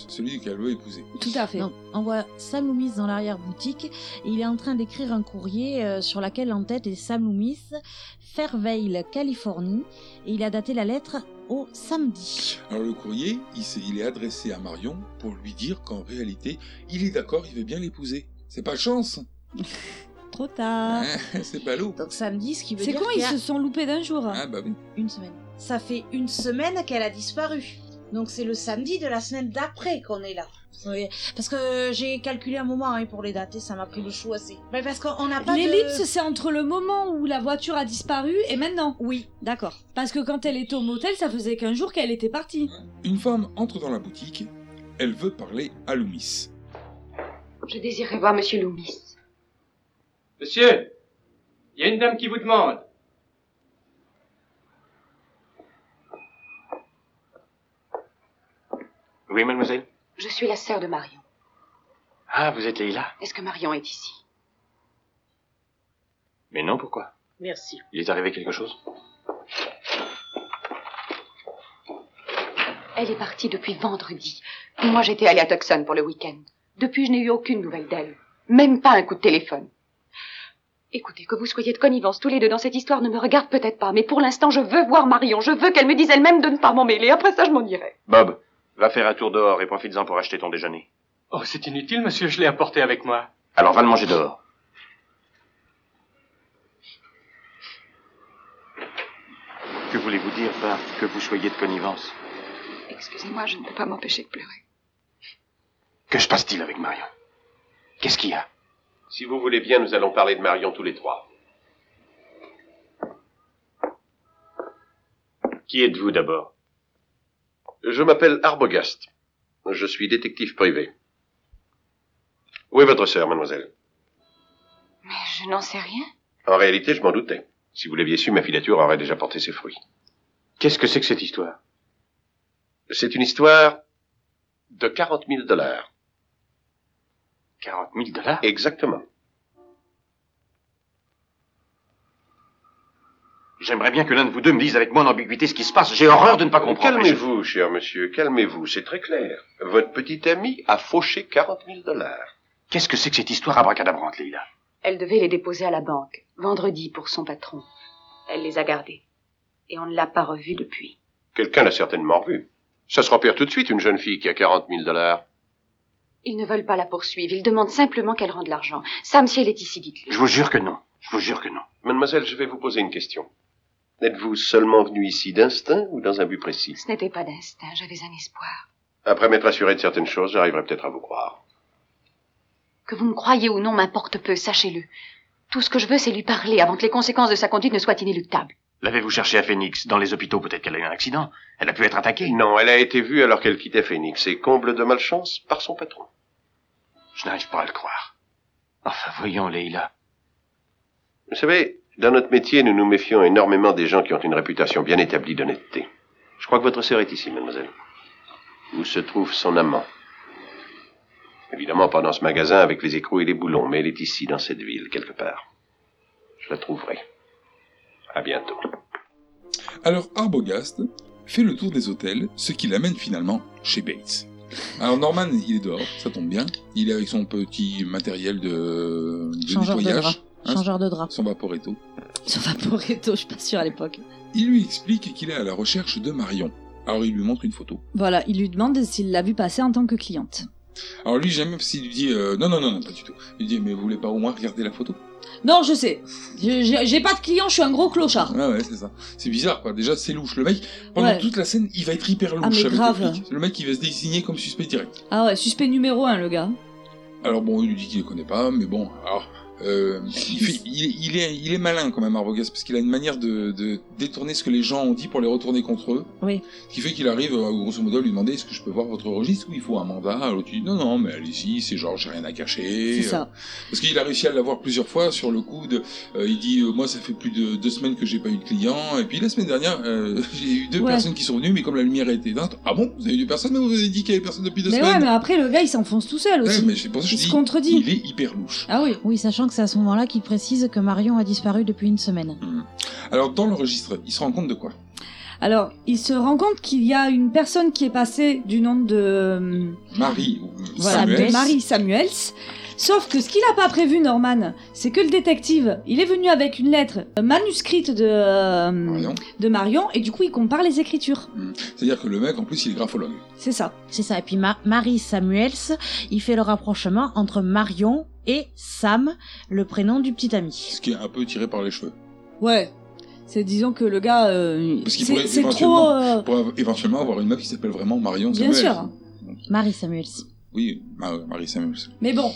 [SPEAKER 9] celui qu'elle veut épouser.
[SPEAKER 10] Tout à fait.
[SPEAKER 4] Donc, on voit Sam Loomis dans l'arrière-boutique, et il est en train d'écrire un courrier euh, sur laquelle en tête est Sam Loomis, Fairvale, Californie, et il a daté la lettre au samedi.
[SPEAKER 9] Alors le courrier, il, s'est- il est adressé à Marion pour lui dire qu'en réalité, il est d'accord, il veut bien l'épouser. C'est pas chance
[SPEAKER 10] Trop tard.
[SPEAKER 9] hein, C'est ballot
[SPEAKER 4] Donc samedi, ce qui veut
[SPEAKER 10] Ah. C'est
[SPEAKER 4] dire
[SPEAKER 10] comment
[SPEAKER 4] qu'il
[SPEAKER 10] ils
[SPEAKER 4] y a
[SPEAKER 10] se sont loupés d'un jour hein
[SPEAKER 9] Ah bah oui.
[SPEAKER 4] une semaine. Ça fait une semaine qu'elle a disparu. Donc c'est le samedi de la semaine d'après qu'on est là. Oui, parce que j'ai calculé un moment hein, pour les dater, ça m'a pris le chou assez. Mais parce qu'on n'a pas de-
[SPEAKER 10] L'ellipse, c'est entre le moment où la voiture a disparu et maintenant.
[SPEAKER 4] Oui.
[SPEAKER 10] D'accord. Parce que quand elle était au motel, ça faisait qu'un jour qu'elle était partie.
[SPEAKER 9] Une femme entre dans la boutique, elle veut parler à Loomis.
[SPEAKER 7] Je désirais voir Monsieur Loomis.
[SPEAKER 3] Monsieur, il y a une dame qui vous demande.
[SPEAKER 2] Oui, mademoiselle
[SPEAKER 7] Je suis la sœur de Marion.
[SPEAKER 2] Ah, vous êtes Leïla
[SPEAKER 7] Est-ce que Marion est ici
[SPEAKER 2] Mais non, pourquoi
[SPEAKER 5] Merci.
[SPEAKER 2] Il est arrivé quelque chose
[SPEAKER 7] Elle est partie depuis vendredi. Moi, j'étais allée à Tucson pour le week-end. Depuis, je n'ai eu aucune nouvelle d'elle. Même pas un coup de téléphone. Écoutez, que vous soyez de connivence tous les deux dans cette histoire ne me regarde peut-être pas, mais pour l'instant, je veux voir Marion. Je veux qu'elle me dise elle-même de ne pas m'en mêler. Après ça, je m'en irai.
[SPEAKER 2] Bob, va faire un tour dehors et profites-en pour acheter ton déjeuner.
[SPEAKER 3] Oh, c'est inutile, monsieur, je l'ai apporté avec moi.
[SPEAKER 2] Alors va le manger dehors. Que voulez-vous dire par que vous soyez de connivence
[SPEAKER 7] Excusez-moi, je ne peux pas m'empêcher de pleurer.
[SPEAKER 2] Que se passe-t-il avec Marion Qu'est-ce qu'il y a
[SPEAKER 13] Si vous voulez bien, nous allons parler de Marion tous les trois.
[SPEAKER 2] Qui êtes-vous d'abord
[SPEAKER 13] Je m'appelle Arbogast. Je suis détective privé. Où est votre sœur, mademoiselle
[SPEAKER 7] Mais je n'en sais rien.
[SPEAKER 13] En réalité, je m'en doutais. Si vous l'aviez su, ma filature aurait déjà porté ses fruits.
[SPEAKER 2] Qu'est-ce que c'est que cette histoire
[SPEAKER 13] C'est une histoire de 40 000 dollars.
[SPEAKER 2] 40 000 dollars
[SPEAKER 13] Exactement.
[SPEAKER 2] J'aimerais bien que l'un de vous deux me dise avec moi en ambiguïté ce qui se passe. J'ai horreur de ne pas comprendre.
[SPEAKER 13] Calmez-vous, cher monsieur, calmez-vous, c'est très clair. Votre petit ami a fauché 40 000 dollars.
[SPEAKER 2] Qu'est-ce que c'est que cette histoire abracadabrante, Leïla
[SPEAKER 7] Elle devait les déposer à la banque, vendredi, pour son patron. Elle les a gardés. Et on ne l'a pas revue depuis.
[SPEAKER 13] Quelqu'un l'a certainement revu. Ça se repère tout de suite, une jeune fille qui a 40 000 dollars.
[SPEAKER 7] Ils ne veulent pas la poursuivre. Ils demandent simplement qu'elle rende l'argent. Sam, si elle est ici, dites-le.
[SPEAKER 2] Je vous jure que non. Je vous jure que non.
[SPEAKER 13] Mademoiselle, je vais vous poser une question. Êtes-vous seulement venu ici d'instinct ou dans un but précis
[SPEAKER 7] Ce n'était pas d'instinct, j'avais un espoir.
[SPEAKER 13] Après m'être assuré de certaines choses, j'arriverai peut-être à vous croire.
[SPEAKER 7] Que vous me croyez ou non m'importe peu, sachez-le. Tout ce que je veux, c'est lui parler avant que les conséquences de sa conduite ne soient inéluctables.
[SPEAKER 2] L'avez-vous cherchée à Phoenix Dans les hôpitaux, peut-être qu'elle a eu un accident. Elle a pu être attaquée.
[SPEAKER 13] Non, elle a été vue alors qu'elle quittait Phoenix et comble de malchance par son patron.
[SPEAKER 2] Je n'arrive pas à le croire. Enfin, voyons, Leïla.
[SPEAKER 13] Vous savez, Dans notre métier, nous nous méfions énormément des gens qui ont une réputation bien établie d'honnêteté. Je crois que votre sœur est ici, mademoiselle. Où se trouve son amant Évidemment, pas dans ce magasin avec les écrous et les boulons, mais elle est ici, dans cette ville, quelque part. Je la trouverai. À bientôt.
[SPEAKER 9] Alors Arbogast fait le tour des hôtels, ce qui l'amène finalement chez Bates. Alors Norman, il est dehors, ça tombe bien. Il est avec son petit matériel de, de
[SPEAKER 4] Changeur de
[SPEAKER 9] nettoyage. hein,
[SPEAKER 4] drap. Changeur de drap.
[SPEAKER 9] Son vaporetto.
[SPEAKER 4] Son vaporetto, je suis pas sûre à l'époque.
[SPEAKER 9] Il lui explique qu'il est à la recherche de Marion. Alors il lui montre une photo.
[SPEAKER 10] Voilà, il lui demande s'il l'a vu passer en tant que cliente.
[SPEAKER 9] Alors lui, j'aime s'il lui dit euh, non, non, non, non, pas du tout. Il dit mais vous voulez pas au moins regarder la photo
[SPEAKER 10] Non, je sais. Je- J'ai j'ai pas de client, je suis un gros clochard.
[SPEAKER 9] Ah ouais, c'est ça. C'est bizarre, quoi. Déjà, c'est louche. Le mec, pendant
[SPEAKER 10] Ouais.
[SPEAKER 9] toute la scène, il va être hyper louche
[SPEAKER 10] Ah, mais
[SPEAKER 9] avec le
[SPEAKER 10] grave.
[SPEAKER 9] flic. Le mec, il va se désigner comme suspect direct.
[SPEAKER 10] Ah ouais, suspect numéro un, le gars.
[SPEAKER 9] Alors bon, il lui dit qu'il ne connaît pas, mais bon, alors... euh, il, fait- il- il est, il est malin quand même, Arbogast, parce qu'il a une manière de, de détourner ce que les gens ont dit pour les retourner contre eux.
[SPEAKER 10] Oui.
[SPEAKER 9] Ce qui fait qu'il arrive, euh, grosso modo, à lui demander est-ce que je peux voir votre registre ou il faut un mandat L'autre il dit non, non, mais allez-y, c'est genre, j'ai rien à cacher.
[SPEAKER 10] C'est ça.
[SPEAKER 9] Parce qu'il a réussi à l'avoir plusieurs fois sur le coup de. euh, il dit euh, moi, ça fait plus de deux semaines que j'ai pas eu de client. Et puis la semaine dernière, euh, j'ai eu deux
[SPEAKER 10] Ouais.
[SPEAKER 9] personnes qui sont venues, mais comme la lumière était éteinte, ah bon Vous avez eu deux personnes, mais vous avez dit qu'il y avait personne depuis deux
[SPEAKER 10] Mais
[SPEAKER 9] semaines
[SPEAKER 10] ouais, mais après, le gars, il s'enfonce tout seul aussi.
[SPEAKER 9] Ouais, mais c'est pour ça que
[SPEAKER 10] il
[SPEAKER 9] je
[SPEAKER 10] se
[SPEAKER 9] dis,
[SPEAKER 10] contredit.
[SPEAKER 9] Il est hyper louche.
[SPEAKER 10] Ah oui.
[SPEAKER 4] Oui, sachant que c'est à ce moment-là qu'il précise que Marion a disparu depuis une semaine.
[SPEAKER 9] Mm. Alors, dans le registre, il se rend compte de quoi
[SPEAKER 10] Alors, il se rend compte qu'il y a une personne qui est passée du nom de... euh,
[SPEAKER 9] Marie ou
[SPEAKER 10] Voilà,
[SPEAKER 9] Samuel.
[SPEAKER 10] Marie Samuels. Sauf que ce qu'il n'a pas prévu, Norman, c'est que le détective, il est venu avec une lettre euh, manuscrite de, euh, de Marion, et du coup, il compare les écritures.
[SPEAKER 9] Hmm. C'est-à-dire que le mec, en plus, il est graphologue.
[SPEAKER 10] C'est ça.
[SPEAKER 4] C'est ça. Et puis Ma- Marie Samuels, il fait le rapprochement entre Marion et Sam, le prénom du petit ami.
[SPEAKER 9] Ce qui est un peu tiré par les cheveux.
[SPEAKER 10] Ouais. C'est disons que le gars, euh,
[SPEAKER 9] Parce qu'il
[SPEAKER 10] c'est
[SPEAKER 9] pourrait
[SPEAKER 10] c'est
[SPEAKER 9] éventuellement,
[SPEAKER 10] trop... euh,
[SPEAKER 9] pourrait av- éventuellement avoir une meuf qui s'appelle vraiment Marion
[SPEAKER 10] Bien
[SPEAKER 9] Samuels.
[SPEAKER 10] sûr.
[SPEAKER 4] Marie Samuels.
[SPEAKER 9] Oui, Ma- Marie Samuels.
[SPEAKER 10] Mais bon,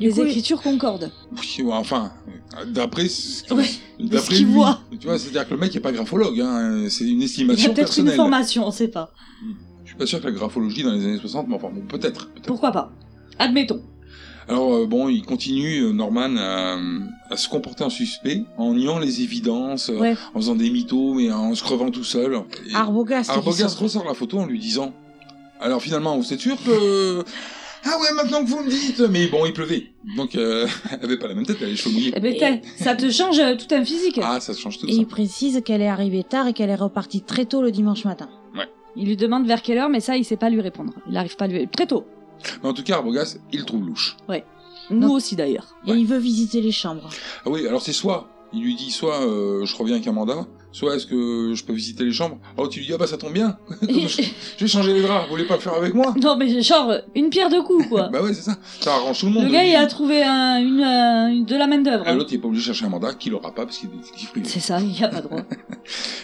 [SPEAKER 4] Du
[SPEAKER 10] les
[SPEAKER 4] coup,
[SPEAKER 10] écritures concordent.
[SPEAKER 9] Oui, ouais, enfin, euh, d'après ce qu'il
[SPEAKER 10] Ouais,
[SPEAKER 9] d'après
[SPEAKER 10] qu'il
[SPEAKER 9] lui.
[SPEAKER 10] voit.
[SPEAKER 9] Tu vois, c'est-à-dire que le mec n'est pas graphologue, hein, c'est une
[SPEAKER 10] Il y a
[SPEAKER 9] estimation
[SPEAKER 10] peut-être une
[SPEAKER 9] personnelle.
[SPEAKER 10] formation, on sait pas.
[SPEAKER 9] Je suis pas sûr que la graphologie dans les années 60, mais enfin, bon, peut-être.
[SPEAKER 10] Pourquoi pas Admettons.
[SPEAKER 9] Alors euh, bon, il continue euh, Norman à, à se comporter en suspect, en niant les évidences, euh,
[SPEAKER 4] Ouais.
[SPEAKER 9] en faisant des mythos, mais en se crevant tout seul.
[SPEAKER 10] Ah,
[SPEAKER 9] Et
[SPEAKER 4] Arbogast. qui
[SPEAKER 9] Arbogast
[SPEAKER 4] sort.
[SPEAKER 9] ressort la photo en lui disant Alors finalement, vous êtes sûr que Ah ouais, maintenant que vous me dites, mais bon, il pleuvait, donc euh, elle avait pas la même tête, elle avait les cheveux mouillés.
[SPEAKER 10] Eh ben, t'es- ça te change euh, tout un physique.
[SPEAKER 9] Ah, ça change tout
[SPEAKER 4] Et
[SPEAKER 9] ça.
[SPEAKER 4] il précise qu'elle est arrivée tard et qu'elle est repartie très tôt le dimanche matin.
[SPEAKER 10] Il lui demande vers quelle heure, mais ça, il sait pas lui répondre. Il arrive pas à lui... Très tôt.
[SPEAKER 9] Mais en tout cas, Arbogast, il le trouve louche.
[SPEAKER 10] Ouais. Nous aussi, d'ailleurs.
[SPEAKER 4] Et il veut visiter les chambres.
[SPEAKER 9] Ah oui, alors c'est soit il lui dit soit euh, je reviens avec un mandat, soit est-ce que je peux visiter les chambres. Oh, tu lui dis ah bah ça tombe bien, Comme je je vais changer les draps, vous voulez pas le faire avec moi
[SPEAKER 10] Non, mais genre, une pierre de coups, quoi.
[SPEAKER 9] Bah ouais, c'est ça. Ça arrange tout le monde.
[SPEAKER 10] Le gars,
[SPEAKER 9] Lui,
[SPEAKER 10] il a trouvé un- une, euh, une- de la main-d'œuvre.
[SPEAKER 9] Ah, L'autre, il est pas obligé de chercher un mandat qu'il aura pas parce qu'il est détective privé.
[SPEAKER 10] C'est ça, il n'y a pas droit.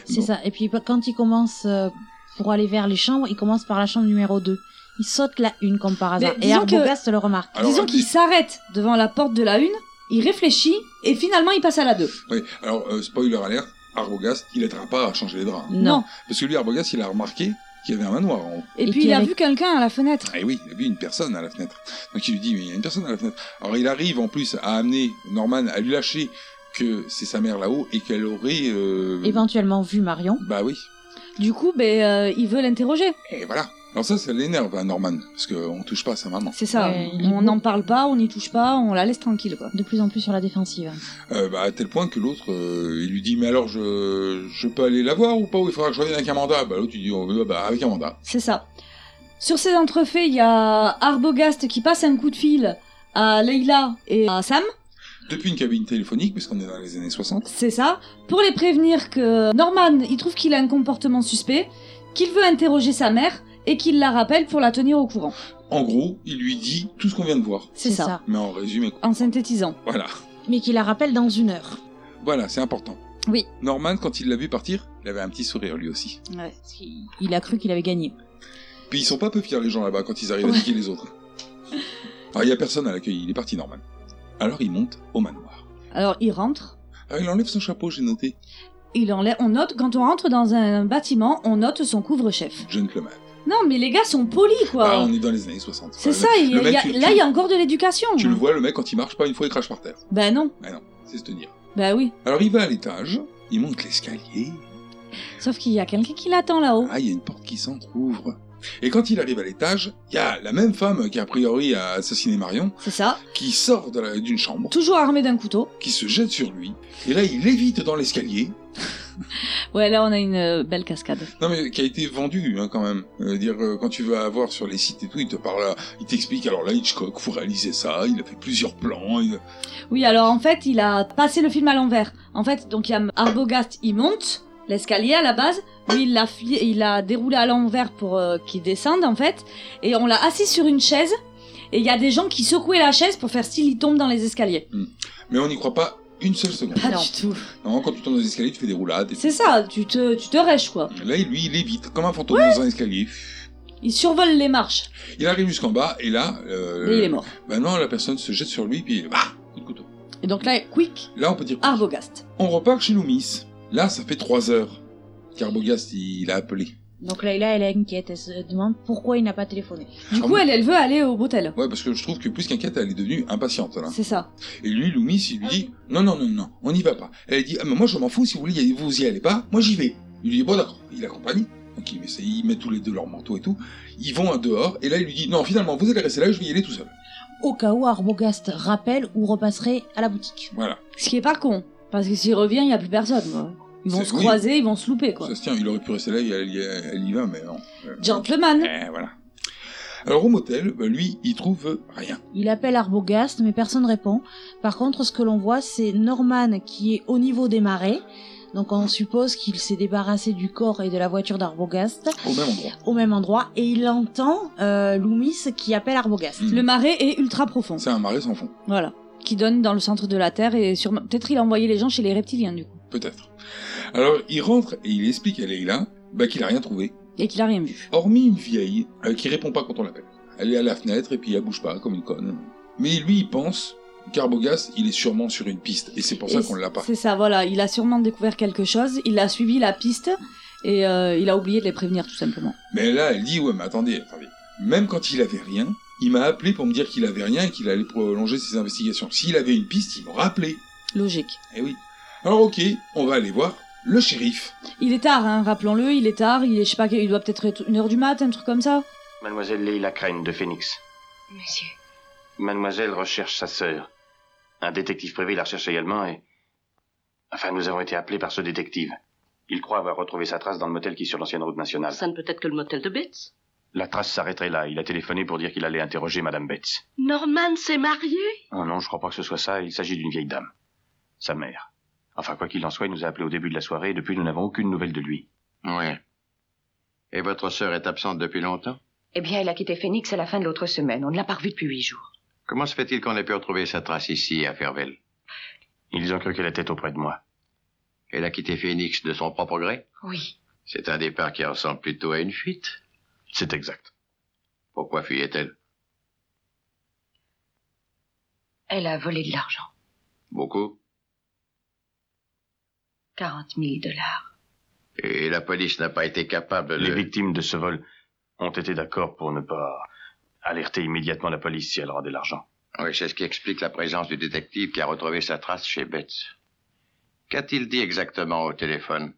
[SPEAKER 4] C'est ça. Et puis bah, quand il commence euh, pour aller vers les chambres, il commence par la chambre numéro 2. Il saute la une comme par hasard.
[SPEAKER 10] Mais
[SPEAKER 4] Et
[SPEAKER 10] disons que-
[SPEAKER 4] Arbogast le remarque.
[SPEAKER 9] Alors,
[SPEAKER 10] Disons
[SPEAKER 9] euh,
[SPEAKER 10] qu'il s'arrête devant la porte de la une, il réfléchit, et finalement, il passe à la deux.
[SPEAKER 9] Ouais. Alors, euh, spoiler alerte, Arbogast, il aidera pas à changer les draps. hein.
[SPEAKER 10] Non.
[SPEAKER 9] Parce que lui, Arbogast, il a remarqué qu'il y avait un manoir en haut.
[SPEAKER 10] Et, puis, il a vu quelqu'un à la fenêtre.
[SPEAKER 9] Ah, Et oui, il a vu une personne à la fenêtre. Donc il lui dit, mais il y a une personne à la fenêtre. Alors il arrive en plus à amener Norman à lui lâcher que c'est sa mère là-haut et qu'elle aurait...
[SPEAKER 10] Hmm.
[SPEAKER 9] euh,
[SPEAKER 4] Éventuellement vu Marion.
[SPEAKER 9] Bah oui.
[SPEAKER 10] Du coup, ben, euh, il veut l'interroger.
[SPEAKER 9] Et voilà. Alors ça, ça l'énerve à Norman, parce qu'on touche pas à sa maman.
[SPEAKER 10] C'est ça.
[SPEAKER 4] Ouais, il est
[SPEAKER 10] on n'en parle pas, on n'y touche pas, on la laisse tranquille, quoi.
[SPEAKER 4] De plus en plus sur la défensive.
[SPEAKER 9] Euh, bah, à tel point que l'autre, euh, il lui dit, mais alors je, je peux aller la voir ou pas, ou il faudra que je revienne avec un mandat Bah l'autre, il dit, oh, bah avec un mandat.
[SPEAKER 10] C'est ça. Sur ces entrefaits, il y a Arbogast qui passe un coup de fil à Leila et à Sam,
[SPEAKER 9] Depuis une cabine téléphonique, puisqu'on est dans les années 60.
[SPEAKER 10] c'est ça, pour les prévenir que Norman, il trouve qu'il a un comportement suspect, qu'il veut interroger sa mère et qu'il la rappelle pour la tenir au courant.
[SPEAKER 9] En gros, il lui dit tout ce qu'on vient de voir.
[SPEAKER 10] C'est ça. Oh.
[SPEAKER 9] Mais en résumé,
[SPEAKER 10] En synthétisant.
[SPEAKER 9] voilà.
[SPEAKER 4] Mais qui la rappelle dans une heure.
[SPEAKER 9] Voilà, c'est important.
[SPEAKER 10] Oui.
[SPEAKER 9] Norman, quand il l'a vu partir, il avait un petit sourire lui aussi.
[SPEAKER 4] Il a cru qu'il avait gagné.
[SPEAKER 9] Puis ils sont pas peu fiers les gens là-bas quand ils arrivent à niquer les autres. Alors il y a personne à l'accueil, il est parti Norman. Alors il monte au manoir.
[SPEAKER 10] Alors il rentre,
[SPEAKER 9] Ah, il enlève son chapeau, j'ai noté.
[SPEAKER 10] il enlève, on note, quand on rentre dans un bâtiment, on note son couvre-chef.
[SPEAKER 9] Gentleman.
[SPEAKER 10] Non mais les gars sont polis quoi.
[SPEAKER 9] Ah, on est dans les années 60.
[SPEAKER 10] C'est
[SPEAKER 9] Ouais,
[SPEAKER 10] ça,
[SPEAKER 9] le-
[SPEAKER 10] il y
[SPEAKER 9] le
[SPEAKER 10] a-
[SPEAKER 9] mec,
[SPEAKER 10] il y a-
[SPEAKER 9] tu-
[SPEAKER 10] là
[SPEAKER 9] tu-
[SPEAKER 10] il y a encore de l'éducation.
[SPEAKER 9] Tu le vois, le mec, quand il marche pas, une fois il crache par terre.
[SPEAKER 10] Ben non.
[SPEAKER 9] Mais non, c'est se tenir.
[SPEAKER 10] Bah oui.
[SPEAKER 9] Alors il va à l'étage, il monte l'escalier,
[SPEAKER 10] Sauf qu'il y a quelqu'un qui l'attend là-haut.
[SPEAKER 9] ah, il y a une porte qui s'entrouvre. Et quand il arrive à l'étage, il y a la même femme qui a priori a assassiné Marion,
[SPEAKER 10] C'est ça.
[SPEAKER 9] qui sort de la- d'une chambre,
[SPEAKER 10] Toujours armé d'un couteau.
[SPEAKER 9] qui se jette sur lui, et là il évite dans l'escalier,
[SPEAKER 10] Ouais, là on a une euh, belle cascade.
[SPEAKER 9] Non mais qui a été vendu hein, quand même. Euh, dire euh, quand tu vas avoir sur les sites et tout, il te parle, euh, il t'explique. Alors là Hitchcock, faut réaliser ça. Il a fait plusieurs plans. il-
[SPEAKER 10] Oui, alors en fait, il a passé le film à l'envers. En fait, donc il y a Arbogast, il monte l'escalier à la base. Lui, il l'a fli- il l'a déroulé à l'envers pour euh, qu'il descende en fait. Et on l'a assis sur une chaise. Et il y a des gens qui secouaient la chaise pour faire style il tombe dans les escaliers.
[SPEAKER 9] Mm. Mais on n'y croit pas une seule seconde.
[SPEAKER 10] Pas du tout.
[SPEAKER 9] Non, quand tu tombes dans les escaliers, tu fais des roulades. et
[SPEAKER 10] C'est ça, tu te, tu te rêches quoi.
[SPEAKER 9] tout. Là lui, il évite comme un fantôme dans un escalier.
[SPEAKER 10] Il survole les marches.
[SPEAKER 9] Il arrive jusqu'en bas et là. Euh,
[SPEAKER 10] Mais il est mort.
[SPEAKER 9] Bah non, la personne se jette sur lui puis bah coup de couteau.
[SPEAKER 10] Et donc là, quick,
[SPEAKER 9] Là on peut dire.
[SPEAKER 10] Arbogast.
[SPEAKER 9] On repart chez Loomis. Là ça fait trois heures. Carbogast il a appelé.
[SPEAKER 4] Donc Layla, elle est inquiète. Elle se demande pourquoi il n'a pas téléphoné.
[SPEAKER 10] Du coup, Oh, elle, elle veut aller au motel.
[SPEAKER 9] Ouais parce que je trouve que plus qu'inquiète, elle est devenue impatiente là.
[SPEAKER 10] C'est ça.
[SPEAKER 9] Et lui, Loomis, il lui dit Non, non, non, non, on n'y va pas. Elle dit Ah, mais moi, je m'en fous, si vous voulez, y aller- vous y allez pas, moi j'y vais. Il lui dit Bon, d'accord, il l'accompagne. Donc, il met- ils mettent tous les deux leur manteau et tout. Ils vont à dehors, et là, il lui dit Non, finalement, vous allez rester là, je vais y aller tout seul.
[SPEAKER 4] Au cas où Arbogast rappelle ou repasserait à la boutique.
[SPEAKER 9] Voilà.
[SPEAKER 10] Ce qui est pas con. Parce que s'il revient, il y a plus personne. quoi. Ils vont
[SPEAKER 9] C'est-
[SPEAKER 10] se
[SPEAKER 9] oui.
[SPEAKER 10] croiser, ils vont se louper quoi.
[SPEAKER 9] Ça se tient, il aurait pu rester là, et elle, y- elle y va, mais non. Euh,
[SPEAKER 10] Gentleman.
[SPEAKER 9] eh, voilà. Alors, au motel, bah, lui, il trouve rien.
[SPEAKER 4] Il appelle Arbogast, mais personne répond. Par contre, ce que l'on voit, c'est Norman qui est au niveau des marais. Donc on suppose qu'il s'est débarrassé du corps et de la voiture d'Arbogast
[SPEAKER 9] Au même endroit.
[SPEAKER 4] au même endroit et il entend euh, Loomis qui appelle Arbogast.
[SPEAKER 9] Mm.
[SPEAKER 10] Le marais est ultra profond.
[SPEAKER 9] C'est un marais sans fond,
[SPEAKER 10] Voilà. Qui donne dans le centre de la Terre et sûrement- peut-être il a envoyé les gens chez les reptiliens du coup.
[SPEAKER 9] peut-être. Alors, il rentre et il explique à Leila bah, qu'il a rien trouvé.
[SPEAKER 10] Et qu'il a rien vu.
[SPEAKER 9] Hormis une vieille euh, qui répond pas quand on l'appelle. Elle est à la fenêtre et puis elle bouge pas comme une conne. Mais lui, il pense qu'Arbogas, il est sûrement sur une piste et c'est pour ça
[SPEAKER 10] Et
[SPEAKER 9] qu'on l'a pas.
[SPEAKER 10] C'est ça, voilà. Il a sûrement découvert quelque chose, il a suivi la piste et euh, il a oublié de les prévenir tout simplement.
[SPEAKER 9] Mais là, elle dit ouais, mais attendez, attendez. Même quand il avait rien, il m'a appelé pour me dire qu'il avait rien et qu'il allait prolonger ses investigations. S'il avait une piste, il m'aurait appelé.
[SPEAKER 10] Logique.
[SPEAKER 9] Eh oui. Alors ok, on va aller voir le shérif.
[SPEAKER 10] Il est tard, hein, rappelons-le, il est tard, il est, je sais pas, il doit peut-être être une heure du mat, un truc comme ça.
[SPEAKER 2] Mademoiselle Leila Crane de Phoenix.
[SPEAKER 7] Monsieur,
[SPEAKER 2] Mademoiselle recherche sa sœur. Un détective privé la recherche également et... Enfin, nous avons été appelés par ce détective. Il croit avoir retrouvé sa trace dans le motel qui est sur l'ancienne route nationale.
[SPEAKER 5] Ça ne peut être que le motel de Betts.
[SPEAKER 2] La trace s'arrêterait là. Il a téléphoné pour dire qu'il allait interroger Madame Betts.
[SPEAKER 5] Norman s'est marié
[SPEAKER 2] Oh non, je crois pas que ce soit ça. Il s'agit d'une vieille dame. Sa mère. Enfin, quoi qu'il en soit, il nous a appelés au début de la soirée et depuis, nous n'avons aucune nouvelle de lui.
[SPEAKER 14] Oui. Et votre sœur est absente depuis longtemps
[SPEAKER 7] eh bien, elle a quitté Phoenix à la fin de l'autre semaine. On ne l'a pas revue depuis huit jours.
[SPEAKER 14] Comment se fait-il qu'on ait pu retrouver sa trace ici, à Fairville
[SPEAKER 2] Ils ont cru qu'elle était auprès de moi.
[SPEAKER 14] Elle a quitté Phoenix de son propre gré
[SPEAKER 7] Oui.
[SPEAKER 14] C'est un départ qui ressemble plutôt à une fuite.
[SPEAKER 2] C'est exact.
[SPEAKER 14] Pourquoi fuyait-elle
[SPEAKER 7] Elle a volé de l'argent.
[SPEAKER 14] Beaucoup.
[SPEAKER 7] 40 000 dollars.
[SPEAKER 14] Et la police n'a pas été capable de...
[SPEAKER 2] Les victimes de ce vol ont été d'accord pour ne pas alerter immédiatement la police si elle rendait l'argent.
[SPEAKER 14] Oui, c'est ce qui explique la présence du détective qui a retrouvé sa trace chez Betts. Qu'a-t-il dit exactement au téléphone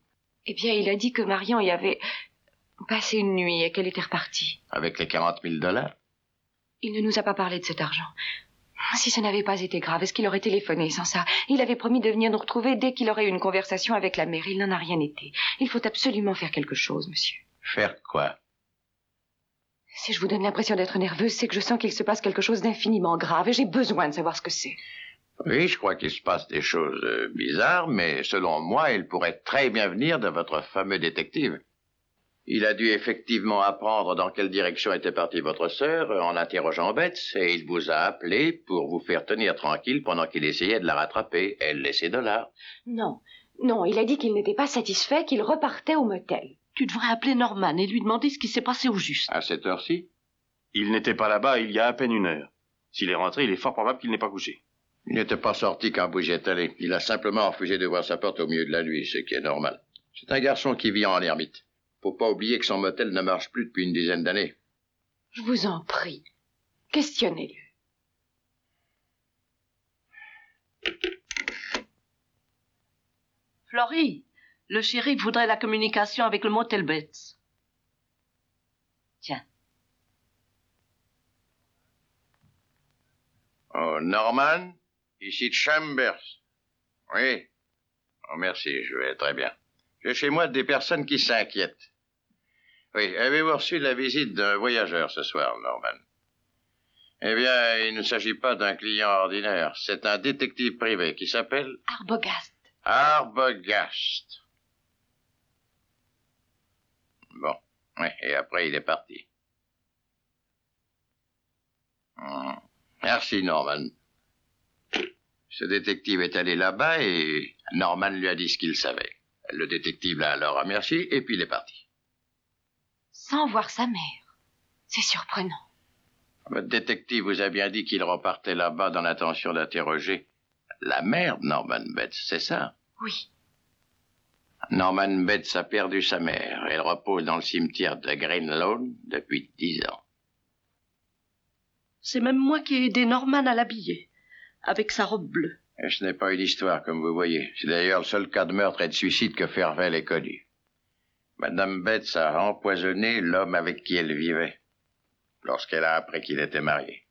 [SPEAKER 7] Eh bien, il a dit que Marion y avait passé une nuit et qu'elle était repartie.
[SPEAKER 14] Avec les 40 000 dollars
[SPEAKER 7] Il ne nous a pas parlé de cet argent. Si ça n'avait pas été grave, est-ce qu'il aurait téléphoné sans ça Il avait promis de venir nous retrouver dès qu'il aurait eu une conversation avec la mère. Il n'en a rien été. Il faut absolument faire quelque chose, monsieur.
[SPEAKER 14] Faire quoi
[SPEAKER 7] Si je vous donne l'impression d'être nerveuse, c'est que je sens qu'il se passe quelque chose d'infiniment grave et j'ai besoin de savoir ce que c'est.
[SPEAKER 14] Oui, je crois qu'il se passe des choses euh, bizarres, mais selon moi, il pourrait très bien venir de votre fameux détective. Il a dû effectivement apprendre dans quelle direction était partie votre sœur euh, en interrogeant Betts, et il vous a appelé pour vous faire tenir tranquille pendant qu'il essayait de la rattraper. Elle laissait de là.
[SPEAKER 7] Non. Non, il a dit qu'il n'était pas satisfait, qu'il repartait au motel.
[SPEAKER 5] Tu devrais appeler Norman et lui demander ce qui s'est passé au juste.
[SPEAKER 14] À cette heure-ci
[SPEAKER 2] Il n'était pas là-bas il y a à peine une heure. S'il est rentré, il est fort probable qu'il n'ait pas couché.
[SPEAKER 14] Il n'était pas sorti quand vous y êtes allé. Il a simplement refusé d'ouvrir sa porte au milieu de la nuit, ce qui est normal. C'est un garçon qui vit en ermite. Faut pas oublier que son motel ne marche plus depuis une dizaine d'années.
[SPEAKER 7] Je vous en prie, questionnez-le.
[SPEAKER 5] Florie. Le shérif voudrait la communication avec le motel Betts. Tiens.
[SPEAKER 14] Oh, Norman, ici Chambers. Oui. Oh, merci, je vais très bien. J'ai chez moi des personnes qui s'inquiètent. Oui, avez-vous reçu la visite d'un voyageur ce soir, Norman Eh bien, il ne s'agit pas d'un client ordinaire. C'est un détective privé qui s'appelle
[SPEAKER 7] Arbogast.
[SPEAKER 14] Arbogast. Bon. Oui, et après, il est parti. Hmm. Merci, Norman. Ce détective est allé là-bas et Norman lui a dit ce qu'il savait. Le détective l'a alors remercié et puis il est parti.
[SPEAKER 7] Sans voir sa mère. C'est surprenant.
[SPEAKER 14] Votre détective vous a bien dit qu'il repartait là-bas dans l'intention d'interroger la mère de Norman Betts, c'est ça
[SPEAKER 7] Oui.
[SPEAKER 14] Norman Betts a perdu sa mère. Elle repose dans le cimetière de Green Lawn depuis dix ans.
[SPEAKER 5] C'est même moi qui ai aidé Norman à l'habiller, avec sa robe bleue.
[SPEAKER 14] Et ce n'est pas une histoire, comme vous voyez. C'est d'ailleurs le seul cas de meurtre et de suicide que Fervel ait connu. Madame Betts a empoisonné l'homme avec qui elle vivait, lorsqu'elle a appris qu'il était marié.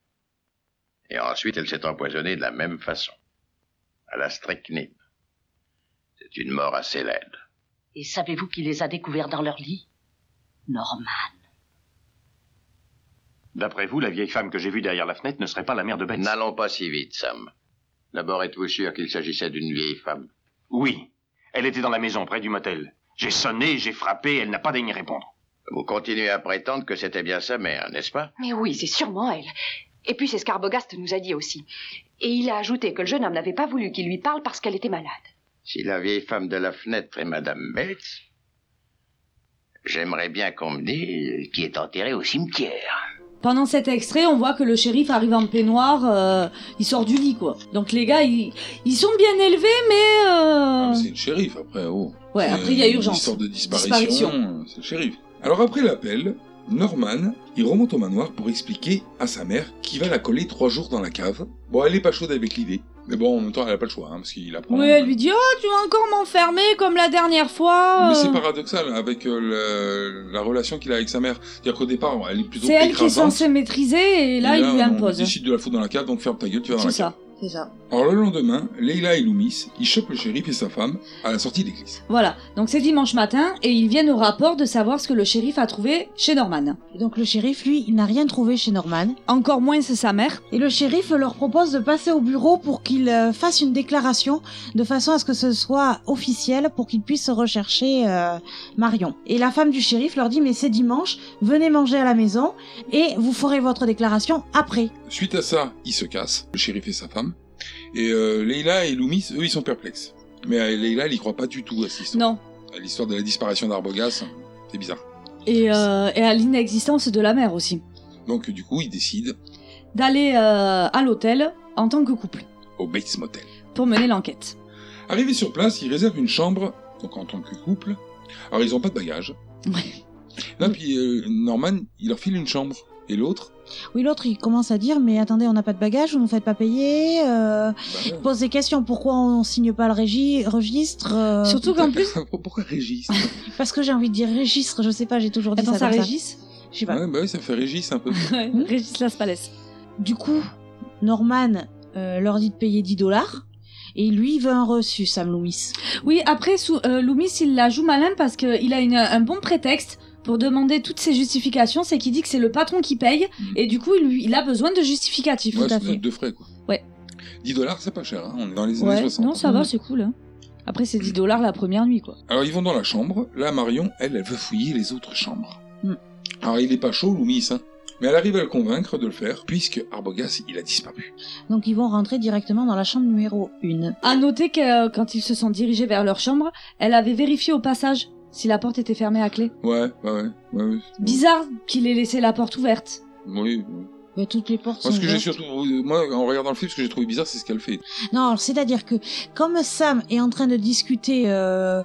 [SPEAKER 14] Et ensuite, elle s'est empoisonnée de la même façon, à la strychnine. C'est une mort assez laide.
[SPEAKER 5] Et savez-vous qui les a découverts dans leur lit Norman.
[SPEAKER 2] D'après vous, la vieille femme que j'ai vue derrière la fenêtre ne serait pas la mère de Betts
[SPEAKER 14] N'allons pas si vite, Sam. D'abord, êtes-vous sûr qu'il s'agissait d'une vieille femme
[SPEAKER 2] Oui. Elle était dans la maison, près du motel. J'ai sonné, j'ai frappé, elle n'a pas daigné répondre.
[SPEAKER 14] Vous continuez à prétendre que c'était bien sa mère, n'est-ce pas
[SPEAKER 7] Mais oui, c'est sûrement elle. Et puis c'est ce qu'Arbogast nous a dit aussi. Et il a ajouté que le jeune homme n'avait pas voulu qu'il lui parle parce qu'elle était malade.
[SPEAKER 14] Si la vieille femme de la fenêtre est Madame Betts, j'aimerais bien qu'on me dise qui est enterré au cimetière.
[SPEAKER 10] Pendant cet extrait, on voit que le shérif arrive en peignoir, euh, il sort du lit quoi. Donc les gars, ils, ils sont bien élevés, mais, euh,
[SPEAKER 9] Ah, mais c'est le shérif après, oh.
[SPEAKER 10] Ouais,
[SPEAKER 9] C'est
[SPEAKER 10] après, il y a
[SPEAKER 9] une
[SPEAKER 10] urgence.
[SPEAKER 9] Histoire de disparition.
[SPEAKER 10] Disparition.
[SPEAKER 9] euh, C'est le shérif. Alors après l'appel, Norman, il remonte au manoir pour expliquer à sa mère qu'il va la coller trois jours dans la cave. Bon, elle est pas chaude avec l'idée. Mais bon, en même temps, elle a pas le choix, hein, parce qu'il apprend.
[SPEAKER 10] oui, elle lui dit oh tu vas encore m'enfermer comme la dernière fois.
[SPEAKER 9] Mais
[SPEAKER 10] euh.
[SPEAKER 9] c'est paradoxal avec euh, la, la relation qu'il a avec sa mère. C'est-à-dire qu'au départ, elle est plutôt
[SPEAKER 10] C'est elle qui est
[SPEAKER 9] écrasante.
[SPEAKER 10] censée maîtriser et là, il lui
[SPEAKER 9] on
[SPEAKER 10] impose.
[SPEAKER 9] décide de la foutre dans la cave, donc ferme ta gueule, tu vas dans
[SPEAKER 10] C'est
[SPEAKER 9] la cave.
[SPEAKER 10] ça, c'est ça.
[SPEAKER 9] Alors le lendemain, Leila et Loomis, ils chopent le shérif et sa femme à la sortie de l'église.
[SPEAKER 10] Voilà, donc c'est dimanche matin et ils viennent au rapport de savoir ce que le shérif a trouvé chez Norman.
[SPEAKER 4] Donc le shérif, lui, il n'a rien trouvé chez Norman.
[SPEAKER 10] Encore moins c'est sa mère.
[SPEAKER 4] Et le shérif leur propose de passer au bureau pour qu'ils euh, fassent une déclaration de façon à ce que ce soit officiel pour qu'ils puissent rechercher euh, Marion. Et la femme du shérif leur dit mais c'est dimanche, venez manger à la maison et vous ferez votre déclaration après.
[SPEAKER 9] Suite à ça, ils se cassent, le shérif et sa femme. Et euh, Leila et Loomis, eux, ils sont perplexes. Mais euh, Leila, elle y croit pas du tout à cette histoire.
[SPEAKER 10] Non.
[SPEAKER 9] À l'histoire de la disparition d'Arbogas, c'est bizarre.
[SPEAKER 10] Et, euh, et à l'inexistence de la mère aussi.
[SPEAKER 9] Donc du coup, ils décident
[SPEAKER 10] D'aller euh, à l'hôtel en tant que couple
[SPEAKER 9] au Bates Motel.
[SPEAKER 10] pour mener l'enquête.
[SPEAKER 9] Arrivés sur place, ils réservent une chambre, donc en tant que couple. Alors ils ont pas de bagages. Là, puis euh, Norman, il leur file une chambre. Et l'autre,
[SPEAKER 4] Oui, l'autre, il commence à dire mais attendez, on n'a pas de bagages, vous ne faites pas payer. Euh, il pose des questions, pourquoi on signe pas le régi- registre euh,
[SPEAKER 10] Surtout qu'en plus.
[SPEAKER 9] Pourquoi Régis
[SPEAKER 4] Parce que j'ai envie de dire registre, je sais pas, j'ai toujours dit
[SPEAKER 10] Attends,
[SPEAKER 4] ça.
[SPEAKER 10] ça
[SPEAKER 4] comme ça.
[SPEAKER 10] Régis
[SPEAKER 4] Je sais pas.
[SPEAKER 9] ouais, bah oui, ça fait Régis un peu.
[SPEAKER 10] Ouais, Régis Laspalès.
[SPEAKER 4] Du coup, Norman euh, leur dit de payer 10 dollars et lui il veut un reçu, Sam Loomis.
[SPEAKER 10] Oui, après, sous, euh, Loomis, il la joue malin parce qu'il a une- un bon prétexte pour demander toutes ses justifications. C'est qu'il dit que c'est le patron qui paye et du coup, il, lui- il a besoin de justificatifs.
[SPEAKER 9] Ouais, ça doit être de frais, quoi.
[SPEAKER 10] Ouais.
[SPEAKER 9] 10 dollars, c'est pas cher, hein. on est dans les années Mm.
[SPEAKER 10] Ouais,
[SPEAKER 9] 60.
[SPEAKER 10] non, ça va, c'est cool. hein. Après, c'est 10 dollars la première nuit, quoi.
[SPEAKER 9] Alors ils vont dans la chambre, là Marion, elle, elle veut fouiller les autres chambres.
[SPEAKER 10] Mm.
[SPEAKER 9] Alors il est pas chaud, Loomis, hein. Mais elle arrive à le convaincre de le faire, puisque Arbogast, il a disparu.
[SPEAKER 4] Donc ils vont rentrer directement dans la chambre numéro 1.
[SPEAKER 10] À noter que euh, quand ils se sont dirigés vers leur chambre, elle avait vérifié au passage si la porte était fermée à clé.
[SPEAKER 9] Ouais, ouais, ouais, ouais.
[SPEAKER 10] Bizarre qu'il ait laissé la porte ouverte.
[SPEAKER 9] Oui, oui.
[SPEAKER 4] ben, toutes les portes
[SPEAKER 9] Moi, ce
[SPEAKER 4] sont
[SPEAKER 9] que j'ai
[SPEAKER 4] ouvertes.
[SPEAKER 9] surtout, euh, moi, en regardant le film, ce que j'ai trouvé bizarre, c'est ce qu'elle fait.
[SPEAKER 4] Non, alors, c'est-à-dire que comme Sam est en train de discuter euh,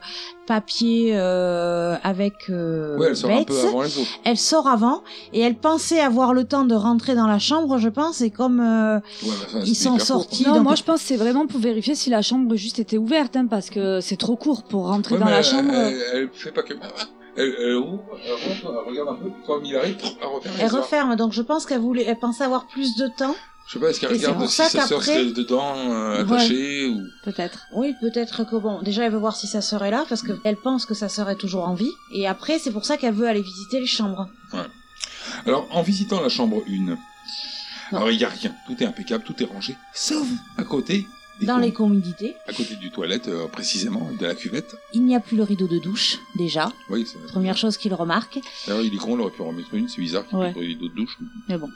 [SPEAKER 4] papier euh, avec euh,
[SPEAKER 9] Ouais, elle sort un
[SPEAKER 4] Bates,
[SPEAKER 9] peu avant les autres.
[SPEAKER 4] elle sort avant et elle pensait avoir le temps de rentrer dans la chambre, je pense, et comme euh,
[SPEAKER 9] bah,
[SPEAKER 4] ils sont sortis.
[SPEAKER 10] Non,
[SPEAKER 4] donc-
[SPEAKER 10] moi je pense que c'est vraiment pour vérifier si la chambre juste était ouverte, hein, parce que c'est trop court pour rentrer
[SPEAKER 9] Ouais,
[SPEAKER 10] dans
[SPEAKER 9] mais euh,
[SPEAKER 10] la
[SPEAKER 9] elle-
[SPEAKER 10] chambre.
[SPEAKER 9] Elle,
[SPEAKER 4] euh.
[SPEAKER 9] elle fait pas que. Elle, elle roule, elle rentre, elle regarde un peu, comme il arrive, elle referme.
[SPEAKER 4] elle
[SPEAKER 9] les armes.
[SPEAKER 4] referme, donc je pense qu'elle voulait, elle pensait avoir plus de temps.
[SPEAKER 9] Je sais pas, est-ce qu'elle
[SPEAKER 4] Et c'est
[SPEAKER 9] regarde
[SPEAKER 4] pour
[SPEAKER 9] si
[SPEAKER 4] ça
[SPEAKER 9] sa sœur
[SPEAKER 4] qu'après-
[SPEAKER 9] serait dedans, euh,
[SPEAKER 4] Ouais.
[SPEAKER 9] attachée, ou.
[SPEAKER 10] Peut-être.
[SPEAKER 4] Oui, peut-être que bon, déjà elle veut voir si sa sœur est là parce qu'elle pense que sa sœur est toujours en vie. Et après, c'est pour ça qu'elle veut aller visiter les chambres.
[SPEAKER 9] Ouais. Alors, en visitant la chambre 1, alors il n'y a rien, tout est impeccable, tout est rangé, sauf à côté,
[SPEAKER 4] Dans les communautés,
[SPEAKER 9] à côté du toilette, euh, précisément, de la cuvette.
[SPEAKER 4] il n'y a plus le rideau de douche déjà.
[SPEAKER 9] Oui, c'est vrai.
[SPEAKER 4] Première chose qu'il remarque.
[SPEAKER 9] D'ailleurs, il est con, il aurait pu en mettre une, c'est bizarre, qu'il
[SPEAKER 10] Ouais.
[SPEAKER 9] y ait d'autres douches.
[SPEAKER 10] Mais bon.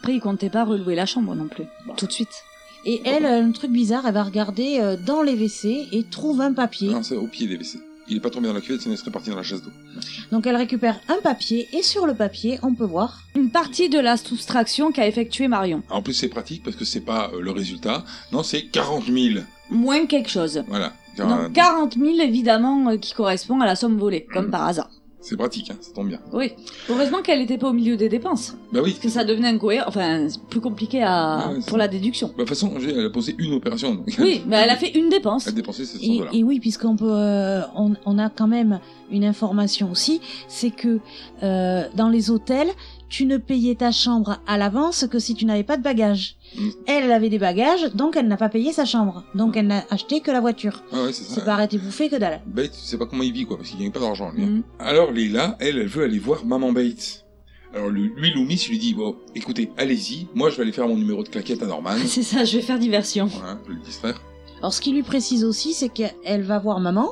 [SPEAKER 10] Après, il comptait pas relouer la chambre non plus, tout de suite.
[SPEAKER 4] Et elle, un truc bizarre, elle va regarder euh, dans les WC et trouve un papier.
[SPEAKER 9] Non, c'est au pied des WC. Il est pas tombé dans la cuvette, sinon il serait parti dans la chasse d'eau.
[SPEAKER 4] Donc elle récupère un papier et sur le papier, on peut voir.
[SPEAKER 10] Une partie de la soustraction qu'a effectuée Marion.
[SPEAKER 9] Ah, En plus, c'est pratique parce que c'est pas euh, le résultat, non, c'est 40 000.
[SPEAKER 10] Moins quelque chose.
[SPEAKER 9] Voilà. Car-
[SPEAKER 10] Donc 40 000 évidemment euh, qui correspond à la somme volée,
[SPEAKER 9] Mm.
[SPEAKER 10] comme par hasard.
[SPEAKER 9] C'est pratique, hein, ça tombe bien.
[SPEAKER 10] Oui. Heureusement qu'elle n'était pas au milieu des dépenses.
[SPEAKER 9] Bah oui.
[SPEAKER 10] Parce que ça devenait incohérent, enfin plus compliqué à...
[SPEAKER 9] Ouais, ouais,
[SPEAKER 10] pour la déduction.
[SPEAKER 9] Bah, de toute façon, j'ai- elle a posé une opération. donc-
[SPEAKER 10] Oui, mais elle a fait une dépense.
[SPEAKER 9] Elle a dépensé 700
[SPEAKER 4] Et,
[SPEAKER 9] dollars.
[SPEAKER 4] et oui, puisqu'on peut, euh, on, on a quand même une information aussi, c'est que euh, dans les hôtels, tu ne payais ta chambre à l'avance que si tu n'avais pas de bagages.
[SPEAKER 9] Mm.
[SPEAKER 4] Elle elle avait des bagages, donc elle n'a pas payé sa chambre. Donc elle n'a acheté que la voiture.
[SPEAKER 9] Ah ouais, c'est ça.
[SPEAKER 4] C'est pas arrêté bouffé que dalle.
[SPEAKER 9] Bates, tu sais pas comment il vit, quoi, parce qu'il gagne pas d'argent,
[SPEAKER 10] Mm.
[SPEAKER 9] lui. hein. Alors, Leila, elle, elle veut aller voir Maman Bates. Alors, lui, lui, Loomis, il lui dit, bon, écoutez, allez-y, moi, je vais aller faire mon numéro de claquette à Norman.
[SPEAKER 10] Ah, C'est ça, je vais faire diversion.
[SPEAKER 9] Voilà, je vais le distraire.
[SPEAKER 4] Alors ce qui lui précise aussi, c'est qu'elle va voir maman,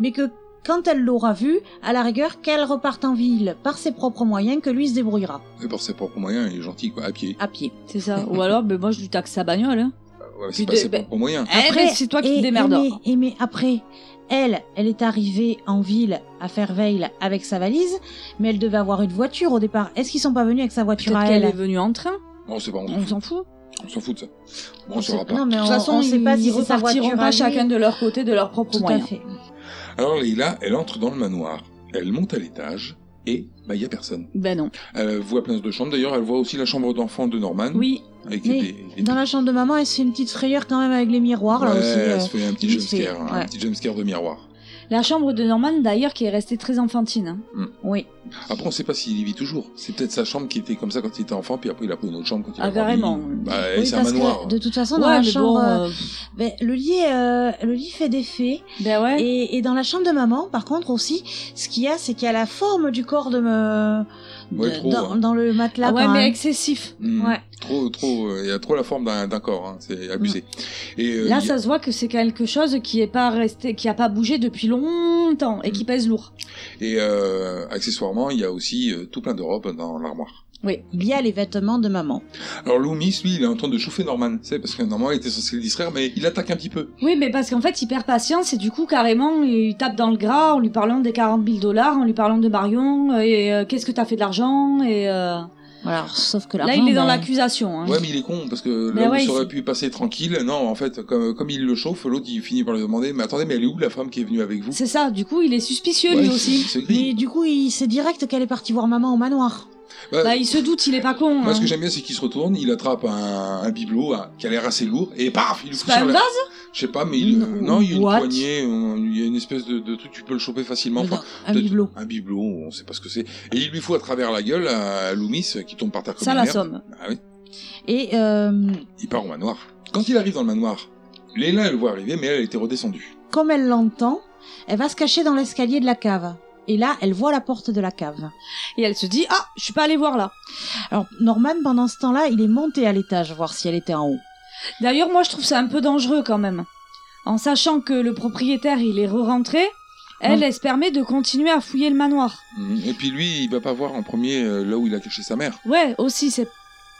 [SPEAKER 4] mais que quand elle l'aura vue, à la rigueur, qu'elle reparte en ville par ses propres moyens, que lui se débrouillera.
[SPEAKER 9] Et par ses propres moyens, il est gentil, quoi, à pied. Ah,
[SPEAKER 4] À pied.
[SPEAKER 10] C'est ça. Ou alors, ben, moi je lui taxe sa bagnole. hein.
[SPEAKER 9] Ouais,
[SPEAKER 10] tu
[SPEAKER 9] c'est pas
[SPEAKER 10] te-
[SPEAKER 9] ses
[SPEAKER 10] ben-
[SPEAKER 9] propres moyens.
[SPEAKER 4] Eh
[SPEAKER 10] Après, c'est toi qui te
[SPEAKER 4] et-
[SPEAKER 10] démerdes.
[SPEAKER 4] Et mais, et mais après, elle, elle est arrivée en ville à Fairveil avec sa valise, mais elle devait avoir une voiture au départ. Est-ce qu'ils sont pas venus avec sa voiture
[SPEAKER 10] Peut-être
[SPEAKER 4] à
[SPEAKER 10] qu'elle
[SPEAKER 4] elle
[SPEAKER 10] est venue en train.
[SPEAKER 9] Bon, c'est pas, on,
[SPEAKER 10] On s'en fout.
[SPEAKER 9] on s'en fout de ça. Bon, on saura pas.
[SPEAKER 4] Non, mais
[SPEAKER 10] de
[SPEAKER 4] on-
[SPEAKER 10] toute façon,
[SPEAKER 4] on sait
[SPEAKER 10] ils
[SPEAKER 4] pas si c'est sa
[SPEAKER 10] repartiront
[SPEAKER 4] voiture à
[SPEAKER 10] pas
[SPEAKER 4] lui.
[SPEAKER 10] chacun de leur côté, de leurs propres
[SPEAKER 4] Tout à
[SPEAKER 10] moyens.
[SPEAKER 4] fait.
[SPEAKER 9] Alors, Leila, elle entre dans le manoir. Elle monte à l'étage, et, bah, il y a personne.
[SPEAKER 10] Ben non.
[SPEAKER 9] Elle voit plein de chambres. D'ailleurs, elle voit aussi la chambre d'enfant de Norman.
[SPEAKER 10] Oui.
[SPEAKER 9] Avec
[SPEAKER 4] Mais
[SPEAKER 9] des- des
[SPEAKER 4] Dans la chambre de maman, elle se fait une petite frayeur quand même avec les miroirs là
[SPEAKER 9] Ouais,
[SPEAKER 4] aussi.
[SPEAKER 9] elle
[SPEAKER 4] euh,
[SPEAKER 9] se fait un petit
[SPEAKER 4] vite fait.
[SPEAKER 9] jumpscare, hein,
[SPEAKER 4] Ouais.
[SPEAKER 9] un petit jumpscare de miroir.
[SPEAKER 10] La chambre de Norman, d'ailleurs, qui est restée très enfantine. hein.
[SPEAKER 9] Mm.
[SPEAKER 4] Oui.
[SPEAKER 9] Après, on sait pas s'il y vit toujours. C'est peut-être sa chambre qui était comme ça quand il était enfant, puis après il a pris une autre chambre quand il
[SPEAKER 10] Ah,
[SPEAKER 9] a grandi.
[SPEAKER 10] carrément.
[SPEAKER 9] Bah,
[SPEAKER 4] Oui,
[SPEAKER 9] c'est un
[SPEAKER 4] parce
[SPEAKER 9] manoir.
[SPEAKER 4] que de toute façon, dans
[SPEAKER 10] Ouais,
[SPEAKER 4] la
[SPEAKER 10] mais
[SPEAKER 4] chambre,
[SPEAKER 10] bon,
[SPEAKER 4] euh,
[SPEAKER 10] euh,
[SPEAKER 4] ben, le lit, euh, le lit fait des faits.
[SPEAKER 10] Ben ouais.
[SPEAKER 4] Et, et dans la chambre de maman, par contre aussi, ce qu'il y a, c'est qu'il y a la forme du corps de me de-
[SPEAKER 9] Ouais, trop,
[SPEAKER 4] dans,
[SPEAKER 9] hein.
[SPEAKER 4] dans le matelas.
[SPEAKER 10] Ah ouais,
[SPEAKER 4] quand
[SPEAKER 10] mais
[SPEAKER 4] même.
[SPEAKER 10] excessif.
[SPEAKER 9] Hmm.
[SPEAKER 4] Ouais.
[SPEAKER 9] Trop, trop, euh, il y a trop la forme d'un d'un corps, hein, c'est abusé. Et euh,
[SPEAKER 10] Là,
[SPEAKER 9] il y a-
[SPEAKER 10] ça se voit que c'est quelque chose qui est pas resté, qui a pas bougé depuis longtemps
[SPEAKER 9] Mm.
[SPEAKER 10] et qui pèse lourd.
[SPEAKER 9] et euh, accessoirement, il y a aussi euh, tout plein de robes dans l'armoire.
[SPEAKER 10] Oui.
[SPEAKER 4] Il y a les vêtements de maman.
[SPEAKER 9] Alors Loomis, lui, il est en train de chauffer Norman, c'est parce que Norman était censé le distraire, mais il attaque un petit peu.
[SPEAKER 10] Oui, mais parce qu'en fait, il perd patience et du coup, carrément, il tape dans le gras en lui parlant des 40 000 dollars, en lui parlant de Marion et euh, qu'est-ce que t'as fait de l'argent et euh,
[SPEAKER 4] Voilà, alors, sauf que
[SPEAKER 10] là,
[SPEAKER 4] l'argent,
[SPEAKER 10] il est dans
[SPEAKER 4] ben,
[SPEAKER 10] l'accusation. hein.
[SPEAKER 9] Ouais, mais il est con parce que
[SPEAKER 10] Mais
[SPEAKER 9] là où
[SPEAKER 10] ouais,
[SPEAKER 9] ça aurait
[SPEAKER 10] il-
[SPEAKER 9] pu passer tranquille, non, en fait, comme, comme il le chauffe, l'autre il finit par lui demander, mais attendez, mais elle est où la femme qui est venue avec vous
[SPEAKER 10] C'est ça. Du coup, il est suspicieux
[SPEAKER 9] Ouais,
[SPEAKER 10] lui
[SPEAKER 9] il se-
[SPEAKER 10] aussi.
[SPEAKER 9] il se grille.
[SPEAKER 4] Mais du coup, il sait direct qu'elle est partie voir maman au manoir.
[SPEAKER 9] Bah,
[SPEAKER 10] Bah, il se doute, il est pas con.
[SPEAKER 9] Moi, ce
[SPEAKER 10] hein.
[SPEAKER 9] que j'aime bien, c'est qu'il se retourne, il attrape un, un bibelot hein, qui a l'air assez lourd, et paf, il le
[SPEAKER 10] C'est
[SPEAKER 9] fout
[SPEAKER 10] pas
[SPEAKER 9] sur
[SPEAKER 10] un
[SPEAKER 9] la-
[SPEAKER 10] vase
[SPEAKER 9] Je sais pas, mais il, euh,
[SPEAKER 10] Non,
[SPEAKER 9] non, il y a une
[SPEAKER 10] what
[SPEAKER 9] poignée, euh, il y a une espèce de, de truc, tu peux le choper facilement.
[SPEAKER 4] Attends,
[SPEAKER 9] Enfin,
[SPEAKER 4] un
[SPEAKER 9] peut-être
[SPEAKER 4] bibelot.
[SPEAKER 9] Un bibelot, on sait pas ce que c'est. Et il lui fout à travers la gueule à Loomis, euh, qui tombe par terre comme
[SPEAKER 10] Ça
[SPEAKER 9] une
[SPEAKER 10] la
[SPEAKER 9] merde.
[SPEAKER 10] somme.
[SPEAKER 9] Ah oui,
[SPEAKER 4] Et euh,
[SPEAKER 9] il part au manoir. Quand il arrive dans le manoir, Léla, elle le voit arriver, mais elle, elle était redescendue.
[SPEAKER 4] comme elle l'entend, elle va se cacher dans l'escalier de la cave. Et là, elle voit la porte de la cave.
[SPEAKER 10] Et elle se dit ah, je suis pas allée voir là.
[SPEAKER 4] Alors Norman, pendant ce temps-là, il est monté à l'étage voir si elle était en haut.
[SPEAKER 10] D'ailleurs, moi, je trouve ça un peu dangereux quand même. En sachant que le propriétaire, il est re-rentré, elle,
[SPEAKER 4] Ouais.
[SPEAKER 10] elle se permet de continuer à fouiller le manoir.
[SPEAKER 9] Mhm. Et puis lui, il va pas voir en premier euh, là où il a caché sa mère.
[SPEAKER 10] Ouais, aussi, c'est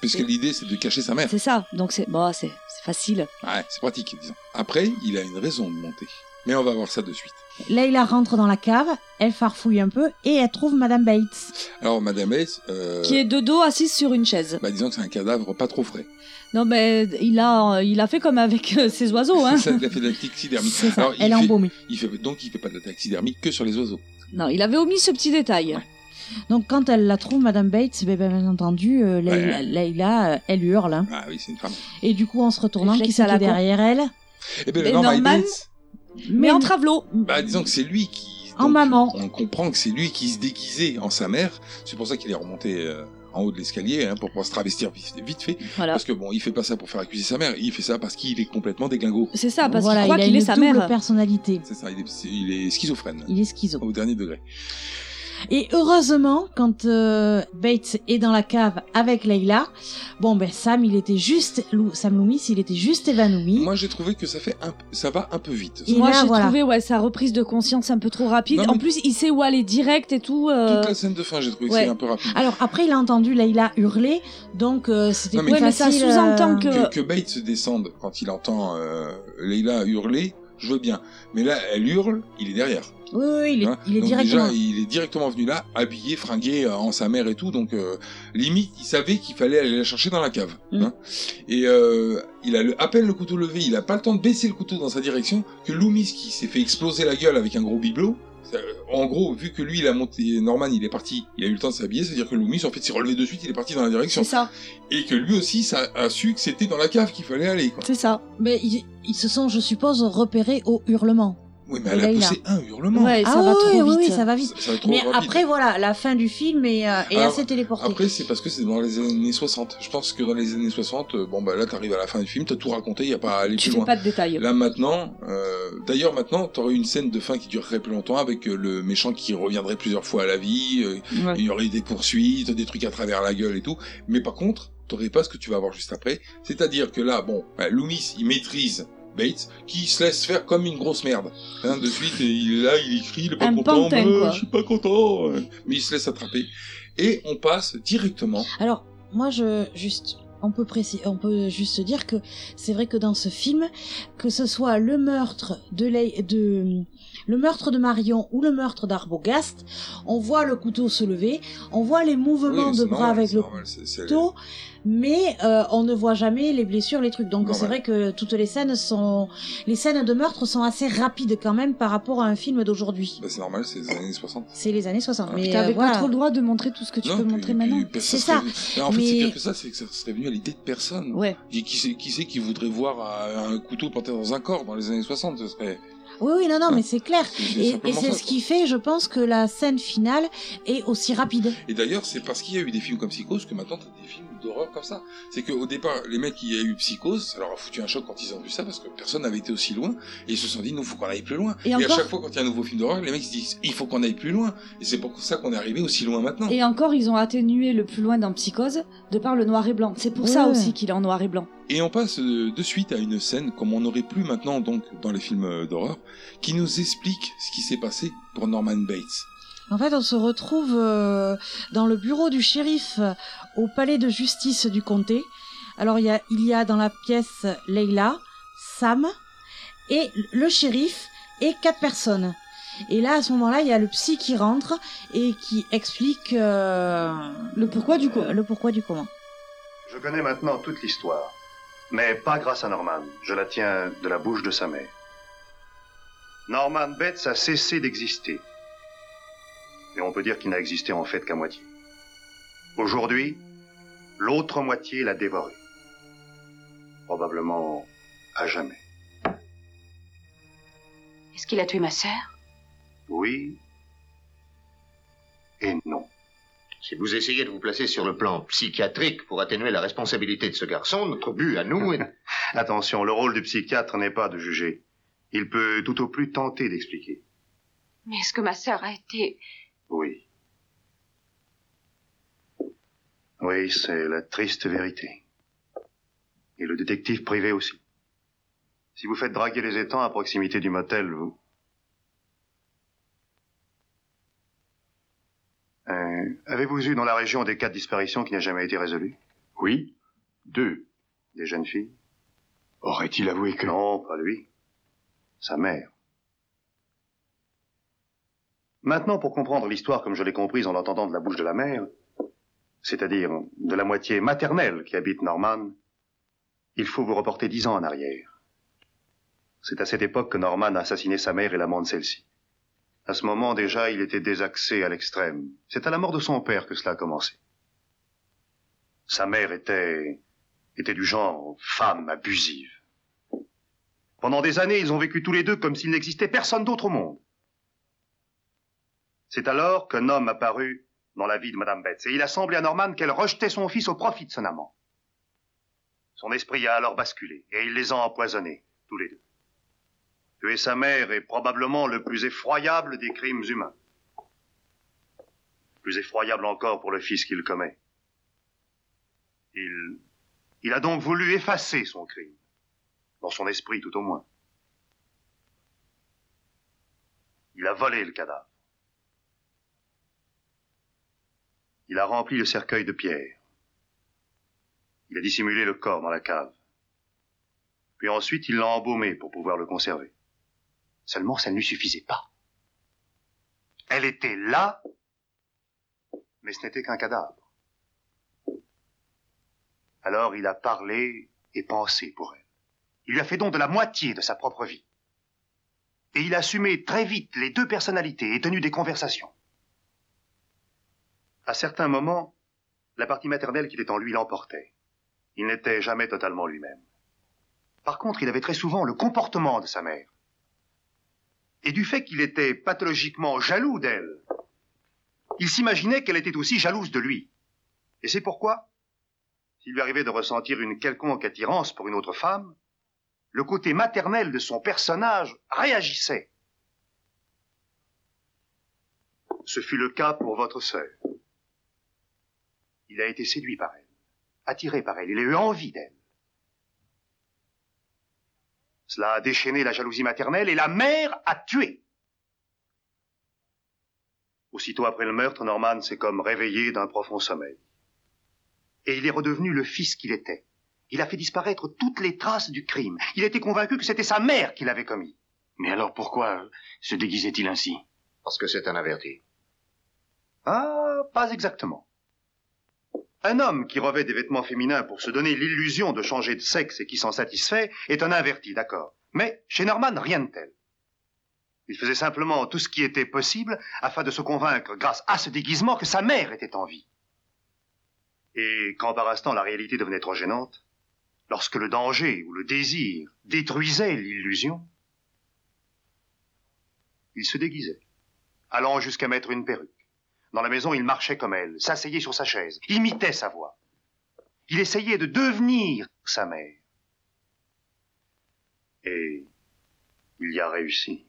[SPEAKER 9] Puisque l'idée, c'est de cacher sa mère.
[SPEAKER 10] c'est ça. Donc, c'est bon, c'est c'est facile.
[SPEAKER 9] Ouais, c'est pratique, disons. Après, il a une raison de monter. Mais on va voir ça de suite.
[SPEAKER 4] Leila rentre dans la cave, elle farfouille un peu et elle trouve Madame Bates.
[SPEAKER 9] Alors, Madame Bates, euh,
[SPEAKER 10] Qui est de dos assise sur une chaise.
[SPEAKER 9] bah, disons que c'est un cadavre pas trop frais.
[SPEAKER 10] Non, mais il a, il a fait comme avec euh, ses oiseaux, hein.
[SPEAKER 9] Ça, il a fait de la taxidermie.
[SPEAKER 10] C'est ça,
[SPEAKER 9] il
[SPEAKER 10] elle est
[SPEAKER 9] fait-
[SPEAKER 10] embaumée.
[SPEAKER 9] Il fait, donc, il fait pas de la taxidermie que sur les oiseaux.
[SPEAKER 10] Non, il avait omis ce petit détail.
[SPEAKER 4] Donc quand elle la trouve, Madame Bates, ben, ben, bien entendu, euh, Leila,
[SPEAKER 9] Ouais.
[SPEAKER 4] Leila, euh, elle hurle. hein.
[SPEAKER 9] Ah oui, c'est une femme.
[SPEAKER 4] Et du coup, en se retournant, qui
[SPEAKER 10] Réflexe
[SPEAKER 4] c'est
[SPEAKER 10] à
[SPEAKER 4] qui
[SPEAKER 10] la
[SPEAKER 4] est
[SPEAKER 10] con.
[SPEAKER 4] derrière elle
[SPEAKER 9] Eh ben,
[SPEAKER 10] Et
[SPEAKER 9] Norman
[SPEAKER 10] Norman,
[SPEAKER 9] Bates,
[SPEAKER 10] mais en travelot.
[SPEAKER 9] bah, disons que c'est lui qui.
[SPEAKER 4] En maman.
[SPEAKER 9] On comprend que c'est lui qui se déguisait en sa mère. C'est pour ça qu'il est remonté euh, en haut de l'escalier, hein, pour pouvoir se travestir vite, vite fait.
[SPEAKER 10] Voilà.
[SPEAKER 9] Parce que bon, il fait pas ça pour faire accuser sa mère, il fait ça parce qu'il est complètement déglingo.
[SPEAKER 10] C'est ça, parce
[SPEAKER 4] Voilà,
[SPEAKER 10] qu'il croit
[SPEAKER 4] il a
[SPEAKER 10] qu'il est
[SPEAKER 4] une
[SPEAKER 10] sa
[SPEAKER 4] double
[SPEAKER 10] mère.
[SPEAKER 4] personnalité.
[SPEAKER 9] C'est ça, il est, c'est- il est schizophrène.
[SPEAKER 4] Il est schizo.
[SPEAKER 9] Au dernier degré.
[SPEAKER 4] Et heureusement, quand euh, Bates est dans la cave avec Leila, bon ben Sam, il était juste, Lou- Sam Loomis, il était juste évanoui.
[SPEAKER 9] Moi, j'ai trouvé que ça fait un, ça va un peu vite.
[SPEAKER 10] Moi,
[SPEAKER 4] là,
[SPEAKER 10] j'ai
[SPEAKER 4] voilà.
[SPEAKER 10] trouvé ouais, sa reprise de conscience un peu trop rapide.
[SPEAKER 9] Non, mais-
[SPEAKER 10] En plus, il sait où aller direct et tout. euh,
[SPEAKER 9] Toute la scène de fin, j'ai trouvé que
[SPEAKER 10] ouais.
[SPEAKER 9] c'est un peu rapide.
[SPEAKER 4] Alors après, il a entendu Leila hurler, donc euh, c'était
[SPEAKER 9] Non,
[SPEAKER 4] plus
[SPEAKER 9] mais- Ouais, mais
[SPEAKER 10] ça
[SPEAKER 4] facile, euh,
[SPEAKER 10] sous-entend que-
[SPEAKER 9] que, que Bates se descende quand il entend euh, Leila hurler, je veux bien. Mais là, elle hurle, il est derrière.
[SPEAKER 4] Oui, oui, oui, il est,
[SPEAKER 9] hein.
[SPEAKER 4] il est
[SPEAKER 9] donc
[SPEAKER 4] directement.
[SPEAKER 9] déjà, il est directement venu là, habillé, fringué euh, en sa mère et tout. Donc euh, limite, il savait qu'il fallait aller la chercher dans la cave.
[SPEAKER 4] Mm.
[SPEAKER 9] hein. Et euh, il a le, à peine le couteau levé, il a pas le temps de baisser le couteau dans sa direction que Loomis qui s'est fait exploser la gueule avec un gros bibelot. ça- En gros, vu que lui, il a monté, Norman, il est parti, il a eu le temps de s'habiller, c'est-à-dire que Loomis, en fait, s'est relevé de suite, il est parti dans la direction
[SPEAKER 10] C'est ça,
[SPEAKER 9] et que lui aussi ça a su que c'était dans la cave qu'il fallait aller quoi.
[SPEAKER 10] c'est ça.
[SPEAKER 4] Mais ils, ils se sont, je suppose, repérés au hurlement.
[SPEAKER 9] Oui mais elle a
[SPEAKER 4] Leïla.
[SPEAKER 9] poussé un hurlement.
[SPEAKER 10] Ouais, ça
[SPEAKER 4] ah
[SPEAKER 10] va
[SPEAKER 4] oui,
[SPEAKER 10] trop
[SPEAKER 4] oui,
[SPEAKER 10] vite.
[SPEAKER 4] oui, ça va vite.
[SPEAKER 9] Ça- ça va trop
[SPEAKER 4] Mais
[SPEAKER 9] rapide.
[SPEAKER 4] après, voilà, la fin du film est, euh, est
[SPEAKER 9] Alors,
[SPEAKER 4] assez téléportée.
[SPEAKER 9] Après c'est parce que c'est dans les années 60. Je pense que dans les années 60 euh, bon bah là t'arrives à la fin du film, t'as tout raconté, y a pas à aller
[SPEAKER 10] Tu
[SPEAKER 9] plus
[SPEAKER 10] fais
[SPEAKER 9] loin.
[SPEAKER 10] pas de détails.
[SPEAKER 9] Là maintenant, euh, d'ailleurs maintenant, t'aurais une scène de fin qui durerait plus longtemps avec euh, le méchant qui reviendrait plusieurs fois à la vie, euh, il y aurait eu des poursuites, des trucs à travers la gueule et tout. Mais par contre, t'aurais pas ce que tu vas avoir juste après. C'est-à-dire que là, bon, bah, Loomis, il maîtrise Bates, qui se laisse faire comme une grosse merde. Hein, de suite, et il est là, il écrit, il est pas
[SPEAKER 10] Un
[SPEAKER 9] content,
[SPEAKER 10] pantin,
[SPEAKER 9] mais, euh,
[SPEAKER 10] quoi.
[SPEAKER 9] je suis pas content, euh, mais il se laisse attraper. Et on passe directement.
[SPEAKER 4] Alors, moi, je juste, on peut préciser, on peut juste se dire que c'est vrai que dans ce film, que ce soit le meurtre de Lei- de le meurtre de Marion ou le meurtre d'Arbogast, on voit le couteau se lever, on voit les mouvements
[SPEAKER 9] Oui,
[SPEAKER 4] de
[SPEAKER 9] c'est
[SPEAKER 4] bras
[SPEAKER 9] normal,
[SPEAKER 4] avec
[SPEAKER 9] c'est
[SPEAKER 4] le
[SPEAKER 9] normal, c'est- c'est-
[SPEAKER 4] couteau, mais euh, on ne voit jamais les blessures, les trucs. Donc
[SPEAKER 9] Normal.
[SPEAKER 4] c'est vrai que toutes les scènes sont, les scènes de meurtre sont assez rapides quand même par rapport à un film d'aujourd'hui.
[SPEAKER 9] bah, c'est normal, c'est les années Ah, 60.
[SPEAKER 4] C'est les années 60. Mais euh,
[SPEAKER 10] T'avais
[SPEAKER 4] voilà.
[SPEAKER 10] pas trop le droit de montrer tout ce que tu peux
[SPEAKER 9] puis-
[SPEAKER 10] montrer
[SPEAKER 9] puis
[SPEAKER 10] maintenant.
[SPEAKER 9] personne
[SPEAKER 4] C'est
[SPEAKER 9] serait
[SPEAKER 4] ça.
[SPEAKER 9] venu- Mais en fait, c'est
[SPEAKER 4] Mais-
[SPEAKER 9] pire que ça, c'est que ça serait venu à l'idée de personne.
[SPEAKER 10] Ouais.
[SPEAKER 9] Et qui c'est qui, c'est qui voudrait voir euh, un couteau planté dans un corps dans les années 60 Ce serait.
[SPEAKER 4] Oui, oui, non, non, mais c'est clair.
[SPEAKER 9] C'est- c'est
[SPEAKER 4] Et, et
[SPEAKER 9] simplement
[SPEAKER 4] c'est
[SPEAKER 9] ça,
[SPEAKER 4] ce qui fait, je pense, que la scène finale est aussi rapide.
[SPEAKER 9] Et d'ailleurs, c'est parce qu'il y a eu des films comme Psychose que maintenant t'as des films d'horreur comme ça. C'est qu'au départ, les mecs qui y a eu Psychose, ça leur a foutu un choc quand ils ont vu ça parce que personne n'avait été aussi loin et ils se sont dit, nous, faut qu'on aille plus loin.
[SPEAKER 10] Et
[SPEAKER 9] Et, à
[SPEAKER 10] encore-
[SPEAKER 9] chaque fois, quand il y a un nouveau film d'horreur, les mecs se disent, il faut qu'on aille plus loin. Et c'est pour ça qu'on est arrivé aussi loin maintenant.
[SPEAKER 10] Et encore, ils ont atténué le plus loin dans Psychose de par le noir et blanc. C'est pour ça
[SPEAKER 4] Ouais.
[SPEAKER 10] aussi qu'il est en noir et blanc.
[SPEAKER 9] Et on passe euh, de suite à une scène, comme on n'aurait plus maintenant donc dans les films euh, d'horreur, qui nous explique ce qui s'est passé pour Norman Bates.
[SPEAKER 4] En fait, on se retrouve euh, dans le bureau du shérif euh, au palais de justice du comté. Alors, il y a, il y a dans la pièce Leila, Sam et le shérif et quatre personnes. Et là, à ce moment-là, il y a le psy qui rentre et qui explique euh,
[SPEAKER 10] Le pourquoi du coup.
[SPEAKER 4] le pourquoi du comment.
[SPEAKER 2] Je connais maintenant toute l'histoire, mais pas grâce à Norman. Je la tiens de la bouche de sa mère. Norman Bates a cessé d'exister. Et on peut dire qu'il n'a existé en fait qu'à moitié. Aujourd'hui, l'autre moitié l'a dévoré. Probablement à jamais.
[SPEAKER 7] Est-ce qu'il a tué ma sœur
[SPEAKER 2] Oui et non.
[SPEAKER 15] Si vous essayez de vous placer sur le plan psychiatrique pour atténuer la responsabilité de ce garçon, notre but à nous est...
[SPEAKER 2] Attention, le rôle du psychiatre n'est pas de juger. Il peut tout au plus tenter d'expliquer.
[SPEAKER 7] Mais est-ce que ma sœur a été...
[SPEAKER 2] Oui. Oui, c'est la triste vérité. Et le détective privé aussi. Si vous faites draguer les étangs à proximité du motel, vous... Euh, Avez-vous eu dans la région des cas de disparition qui n'a jamais été résolu Oui, deux. Des jeunes filles Aurait-il avoué que... Non, pas lui. Sa mère. Maintenant, pour comprendre l'histoire comme je l'ai comprise en l'entendant de la bouche de la mère, c'est-à-dire de la moitié maternelle qui habite Norman, il faut vous reporter dix ans en arrière. C'est à cette époque que Norman a assassiné sa mère et l'amant de celle-ci. À ce moment déjà, il était désaxé à l'extrême. C'est à la mort de son père que cela a commencé. Sa mère était était du genre femme abusive. Pendant des années, ils ont vécu tous les deux comme s'il n'existait personne d'autre au monde. C'est alors qu'un homme apparut dans la vie de Madame Betts, et il a semblé à Norman qu'elle rejetait son fils au profit de son amant. Son esprit a alors basculé, et il les a empoisonnés, tous les deux. Tuer sa mère est probablement le plus effroyable des crimes humains. Plus effroyable encore pour le fils qu'il commet. Il, il a donc voulu effacer son crime, dans son esprit tout au moins. Il a volé le cadavre. Il a rempli le cercueil de pierre. Il a dissimulé le corps dans la cave. Puis ensuite, il l'a embaumé pour pouvoir le conserver. Seulement, ça ne lui suffisait pas. Elle était là, mais ce n'était qu'un cadavre. Alors il a parlé et pensé pour elle. Il lui a fait don de la moitié de sa propre vie. Et il a assumé très vite les deux personnalités et tenu des conversations. À certains moments, la partie maternelle qu'il était en lui l'emportait. Il n'était jamais totalement lui-même. Par contre, il avait très souvent le comportement de sa mère. Et du fait qu'il était pathologiquement jaloux d'elle, il s'imaginait qu'elle était aussi jalouse de lui. Et c'est pourquoi, s'il lui arrivait de ressentir une quelconque attirance pour une autre femme, le côté maternel de son personnage réagissait. Ce fut le cas pour votre sœur. Il a été séduit par elle, attiré par elle, il a eu envie d'elle. Cela a déchaîné la jalousie maternelle et la mère a tué. Aussitôt après le meurtre, Norman s'est comme réveillé d'un profond sommeil et il est redevenu le fils qu'il était. Il a fait disparaître toutes les traces du crime. Il était convaincu que c'était sa mère qui l'avait commis.
[SPEAKER 16] Mais alors pourquoi se déguisait-il ainsi
[SPEAKER 15] Parce que c'est un averti.
[SPEAKER 2] Ah, pas exactement. Un homme qui revêt des vêtements féminins pour se donner l'illusion de changer de sexe et qui s'en satisfait est un averti, d'accord. Mais chez Norman, rien de tel. Il faisait simplement tout ce qui était possible afin de se convaincre, grâce à ce déguisement, que sa mère était en vie. Et quand par instant la réalité devenait trop gênante, lorsque le danger ou le désir détruisait l'illusion, il se déguisait, allant jusqu'à mettre une perruque. Dans la maison, il marchait comme elle, s'asseyait sur sa chaise, imitait sa voix. Il essayait de devenir sa mère. Et il y a réussi.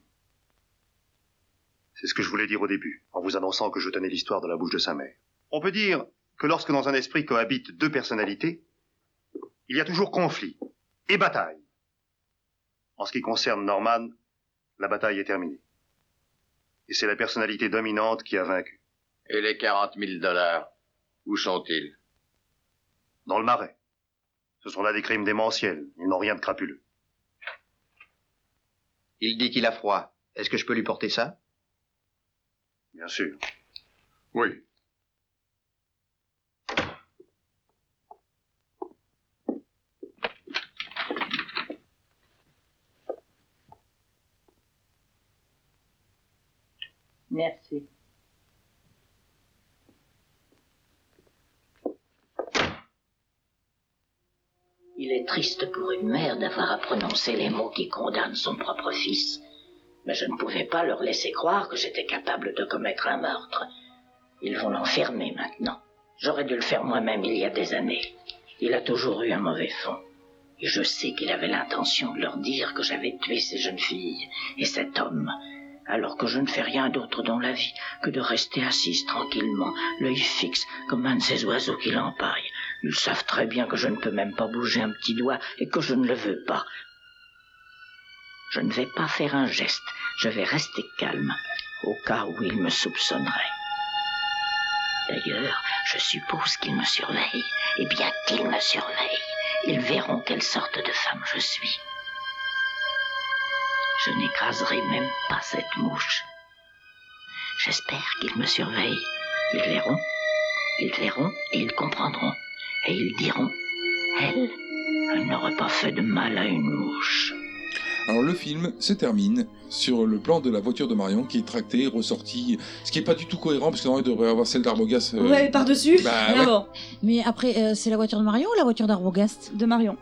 [SPEAKER 2] C'est ce que je voulais dire au début, en vous annonçant que je tenais l'histoire de la bouche de sa mère. On peut dire que lorsque dans un esprit cohabitent deux personnalités, il y a toujours conflit et bataille. En ce qui concerne Norman, la bataille est terminée. Et c'est la personnalité dominante qui a vaincu.
[SPEAKER 14] Et les 40 000 dollars, où sont-ils
[SPEAKER 2] Dans le marais. Ce sont là des crimes démentiels. Ils n'ont rien de crapuleux.
[SPEAKER 15] Il dit qu'il a froid. Est-ce que je peux lui porter ça
[SPEAKER 2] Bien sûr.
[SPEAKER 13] Oui,
[SPEAKER 5] Merci. Il est triste pour une mère d'avoir à prononcer les mots qui condamnent son propre fils, mais je ne pouvais pas leur laisser croire que j'étais capable de commettre un meurtre. Ils vont l'enfermer maintenant. J'aurais dû le faire moi-même il y a des années. Il a toujours eu un mauvais fond. Et je sais qu'il avait l'intention de leur dire que j'avais tué ces jeunes filles et cet homme, alors que je ne fais rien d'autre dans la vie que de rester assise tranquillement, l'œil fixe, comme un de ces oiseaux qui l'empaille. Ils savent très bien que je ne peux même pas bouger un petit doigt et que je ne le veux pas. Je ne vais pas faire un geste, je vais rester calme, au cas où ils me soupçonneraient. D'ailleurs, je suppose qu'ils me surveillent, et bien qu'ils me surveillent, ils verront quelle sorte de femme je suis. Je n'écraserai même pas cette mouche. J'espère qu'ils me surveillent. Ils verront, ils verront et ils comprendront. Et ils diront, elle, elle n'aurait pas fait de mal à une mouche.
[SPEAKER 9] Alors le film se termine sur le plan de la voiture de Marion qui est tractée, ressortie, ce qui est pas du tout cohérent parce que normalement il devrait avoir celle d'Arbogas. euh,
[SPEAKER 4] Ouais, par-dessus.
[SPEAKER 9] Bah,
[SPEAKER 4] Mais,
[SPEAKER 9] ouais.
[SPEAKER 4] bon. Mais après, euh, c'est la voiture de Marion ou la voiture d'Arbogast
[SPEAKER 10] De Marion.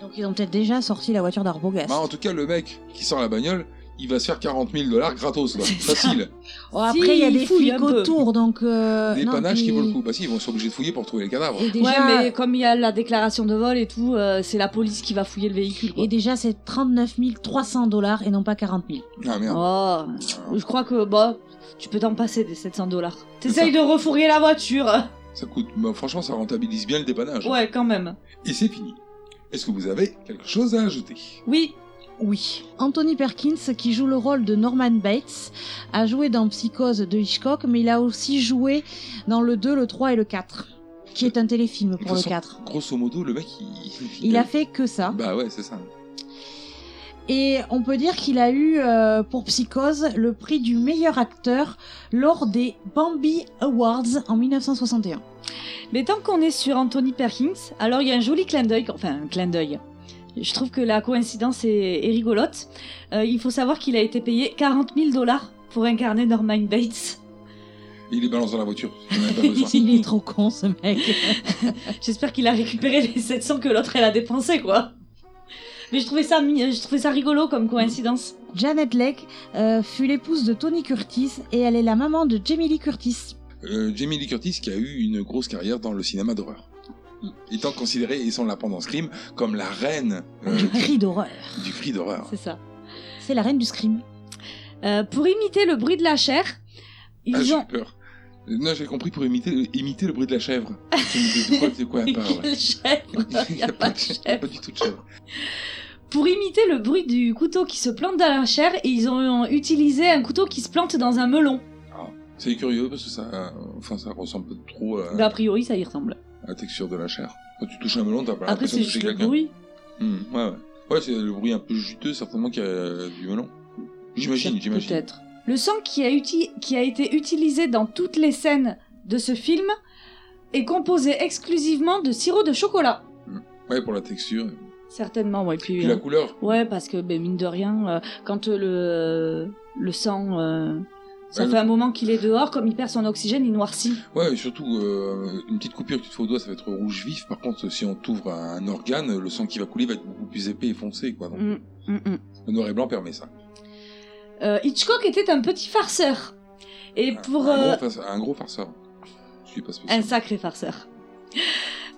[SPEAKER 4] Donc ils ont peut-être déjà sorti la voiture d'Arbogast.
[SPEAKER 9] Bah, en tout cas le mec qui sort la bagnole, il va se faire 40 000 dollars gratos, quoi. facile.
[SPEAKER 4] Oh, après, il y a
[SPEAKER 10] Si,
[SPEAKER 4] des
[SPEAKER 10] il fouille un
[SPEAKER 4] flics
[SPEAKER 10] peu.
[SPEAKER 4] autour, donc. euh,
[SPEAKER 9] Des
[SPEAKER 4] non,
[SPEAKER 9] panaches qui
[SPEAKER 4] et-
[SPEAKER 9] vaut le coup. Bah si, ils vont sont obligés de fouiller pour trouver les cadavres.
[SPEAKER 4] Et déjà-
[SPEAKER 10] Ouais, mais comme il y a la déclaration de vol et tout, euh, c'est la police qui va fouiller le véhicule.
[SPEAKER 4] Et déjà, c'est 39 300 dollars et non pas 40 000.
[SPEAKER 9] Ah merde.
[SPEAKER 10] Oh, je crois que bah, tu peux t'en passer des 700 dollars. T'essayes de refourguer la voiture.
[SPEAKER 9] Ça coûte, bah, franchement, ça rentabilise bien le dépannage.
[SPEAKER 10] Ouais, quand même.
[SPEAKER 9] Et c'est fini. Est-ce que vous avez quelque chose à ajouter
[SPEAKER 10] Oui.
[SPEAKER 4] Oui. Anthony Perkins, qui joue le rôle de Norman Bates, a joué dans Psychose de Hitchcock, mais il a aussi joué dans le 2, le 3 et le 4, qui est un téléfilm
[SPEAKER 9] De
[SPEAKER 4] pour le
[SPEAKER 9] toute façon,
[SPEAKER 4] 4.
[SPEAKER 9] Grosso modo, le mec, il.
[SPEAKER 4] Il a fait que ça.
[SPEAKER 9] Bah ouais, c'est ça.
[SPEAKER 4] Et on peut dire qu'il a eu, euh, pour Psychose, le prix du meilleur acteur lors des Bambi Awards en 1961.
[SPEAKER 10] Mais tant qu'on est sur Anthony Perkins, alors il y a un joli clin d'œil, enfin un clin d'œil. Je trouve que la coïncidence est, est rigolote. Euh, il faut savoir qu'il a été payé 40 000 dollars pour incarner Norman Bates.
[SPEAKER 9] Il les balance dans la voiture. Il en a pas besoin.
[SPEAKER 4] Il est trop con ce mec.
[SPEAKER 10] J'espère qu'il a récupéré les 700 que l'autre elle a dépensé quoi. Mais je trouvais ça, mi- je trouvais ça rigolo comme coïncidence.
[SPEAKER 4] Janet Leigh euh, fut l'épouse de Tony Curtis et elle est la maman de Jamie Lee Curtis.
[SPEAKER 9] Euh, Jamie Lee Curtis qui a eu une grosse carrière dans le cinéma d'horreur.
[SPEAKER 4] Mm.
[SPEAKER 9] Étant considérée, et sans l'apprendre dans Scream, comme la reine euh,
[SPEAKER 4] Du cri d'horreur.
[SPEAKER 9] du cri d'horreur.
[SPEAKER 10] C'est ça.
[SPEAKER 4] C'est la reine du scream.
[SPEAKER 10] Euh, pour imiter le bruit de la chair, ils
[SPEAKER 9] Ah, j'ai
[SPEAKER 10] ont.
[SPEAKER 9] eu peur. Euh, Non, j'ai compris pour imiter, imiter le bruit de la chèvre. Tu me dis de quoi, de quoi elle parle
[SPEAKER 10] Quelle chèvre Il y a pas
[SPEAKER 9] Pas
[SPEAKER 10] de chèvre.
[SPEAKER 9] du tout de chèvre.
[SPEAKER 10] pour imiter le bruit du couteau qui se plante dans la chair et ils ont utilisé un couteau qui se plante dans un melon.
[SPEAKER 9] Ah. C'est curieux parce que ça, euh, enfin, ça ressemble pas trop à
[SPEAKER 10] Bah, a priori, ça y ressemble.
[SPEAKER 9] à la texture de la chair. Quand tu touches un melon, t'as pas
[SPEAKER 10] Après,
[SPEAKER 9] l'impression de
[SPEAKER 10] c'est
[SPEAKER 9] toucher
[SPEAKER 10] juste le
[SPEAKER 9] quelqu'un.
[SPEAKER 10] bruit.
[SPEAKER 9] Hmm, ouais, ouais. Ouais, c'est le bruit un peu juteux, certainement, qu'il y a du melon. J'imagine, j'imagine.
[SPEAKER 10] Peut-être. Le sang qui a, uti- qui a été utilisé dans toutes les scènes de ce film est composé exclusivement de sirop de chocolat.
[SPEAKER 9] Ouais, pour la texture.
[SPEAKER 10] Certainement, ouais. Puis,
[SPEAKER 9] Puis la
[SPEAKER 10] euh,
[SPEAKER 9] couleur.
[SPEAKER 10] Ouais, parce que, ben, mine de rien, euh, quand euh, le, le sang... euh, ça
[SPEAKER 9] Ouais,
[SPEAKER 10] fait
[SPEAKER 9] le-
[SPEAKER 10] un moment qu'il est dehors, comme il perd son oxygène, il noircit.
[SPEAKER 9] Ouais, et surtout, euh, une petite coupure que tu te fais au doigt, ça va être rouge vif. Par contre, si on t'ouvre un organe, le sang qui va couler va être beaucoup plus épais et foncé, quoi. Donc,
[SPEAKER 10] Mm, mm, mm.
[SPEAKER 9] le noir et blanc permet ça.
[SPEAKER 10] Euh, Hitchcock était un petit farceur. Et pour...
[SPEAKER 9] Ah, un,
[SPEAKER 10] euh,
[SPEAKER 9] gros farceur, un gros farceur. Je suis pas
[SPEAKER 10] Un
[SPEAKER 9] spécial.
[SPEAKER 10] sacré farceur.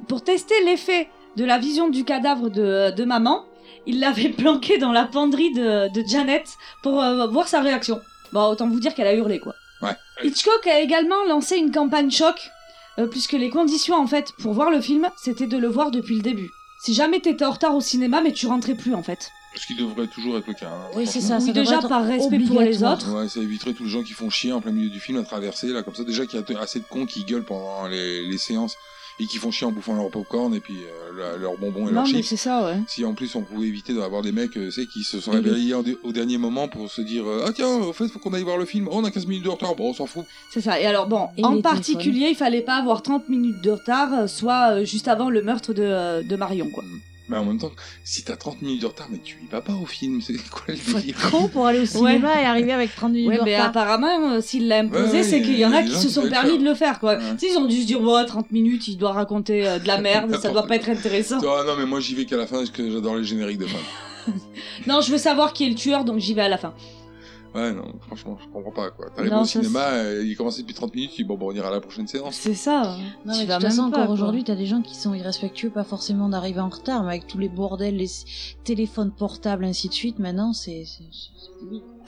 [SPEAKER 10] Pour tester l'effet de la vision du cadavre de, de maman, il l'avait planqué dans la penderie de, de Janet pour euh, voir sa réaction. Bon, autant vous dire qu'elle a hurlé, quoi.
[SPEAKER 9] Ouais.
[SPEAKER 10] Hitchcock a également lancé une campagne choc, euh, puisque les conditions, en fait, pour voir le film, c'était de le voir depuis le début. Si jamais t'étais en retard au cinéma, mais tu rentrais plus, en fait.
[SPEAKER 9] Ce qui devrait toujours être le cas. hein.
[SPEAKER 4] Oui, c'est
[SPEAKER 9] Franchement.
[SPEAKER 4] ça, ça
[SPEAKER 10] Oui, déjà,
[SPEAKER 4] devrait être
[SPEAKER 10] par respect pour les
[SPEAKER 4] obligatoire.
[SPEAKER 10] autres.
[SPEAKER 9] Ouais, ça éviterait tous les gens qui font chier en plein milieu du film à traverser, là, comme ça. Déjà qu'il y a t- assez de cons qui gueulent pendant les, les séances et qui font chier en bouffant leur popcorn et puis euh, la- leurs bonbons et
[SPEAKER 10] non,
[SPEAKER 9] leurs
[SPEAKER 10] mais
[SPEAKER 9] chips.
[SPEAKER 10] c'est ça, ouais.
[SPEAKER 9] Si en plus on pouvait éviter d'avoir des mecs, euh, tu sais, qui se sont
[SPEAKER 10] Oui.
[SPEAKER 9] réveillés en dé- au dernier moment pour se dire euh, Ah tiens, au fait, faut qu'on aille voir le film. Oh, on a 15 minutes de retard. Bon, on s'en fout.
[SPEAKER 10] C'est ça. Et alors, bon,
[SPEAKER 4] Et
[SPEAKER 10] en
[SPEAKER 4] les
[SPEAKER 10] particulier, il fallait pas avoir 30 minutes de retard, euh, soit euh, juste avant le meurtre de, euh, de Marion, quoi.
[SPEAKER 9] Mais en même temps, si t'as 30 minutes de retard, mais tu y vas pas au film. C'est quoi le délire
[SPEAKER 4] Con pour aller au cinéma et arriver avec 30 minutes
[SPEAKER 10] Ouais,
[SPEAKER 4] de
[SPEAKER 10] mais
[SPEAKER 4] retard.
[SPEAKER 10] apparemment, euh, s'il l'a imposé,
[SPEAKER 9] Ouais, ouais,
[SPEAKER 10] c'est
[SPEAKER 9] y a-
[SPEAKER 10] qu'il y en
[SPEAKER 9] y a
[SPEAKER 10] a
[SPEAKER 9] des
[SPEAKER 10] qui
[SPEAKER 9] gens
[SPEAKER 10] se
[SPEAKER 9] qui
[SPEAKER 10] sont
[SPEAKER 9] veulent
[SPEAKER 10] permis
[SPEAKER 9] faire.
[SPEAKER 10] de le faire, quoi.
[SPEAKER 9] Ouais.
[SPEAKER 10] S'ils ont dû se dire, bon, 30 minutes, il doit raconter euh, de
[SPEAKER 4] Ah,
[SPEAKER 10] la merde, ça doit pas être intéressant.
[SPEAKER 9] Ah non, mais moi j'y vais qu'à la fin parce que j'adore les génériques de fin.
[SPEAKER 10] Non, je veux savoir qui est le tueur, donc j'y vais à la fin.
[SPEAKER 9] Ouais, non, franchement, je comprends pas quoi. T'arrives
[SPEAKER 10] Non,
[SPEAKER 9] au
[SPEAKER 10] ça,
[SPEAKER 9] cinéma, et il commençait depuis 30 minutes, tu dis bon, bon, on ira à la prochaine séance.
[SPEAKER 10] C'est ça.
[SPEAKER 4] Non,
[SPEAKER 10] Tu
[SPEAKER 4] mais de
[SPEAKER 10] vas
[SPEAKER 4] toute
[SPEAKER 10] même
[SPEAKER 4] façon,
[SPEAKER 10] pas,
[SPEAKER 4] encore
[SPEAKER 10] quoi.
[SPEAKER 4] aujourd'hui, t'as des gens qui sont irrespectueux, pas forcément d'arriver en retard, mais avec tous les bordels, les s- téléphones portables, ainsi de suite, maintenant, c'est. c'est-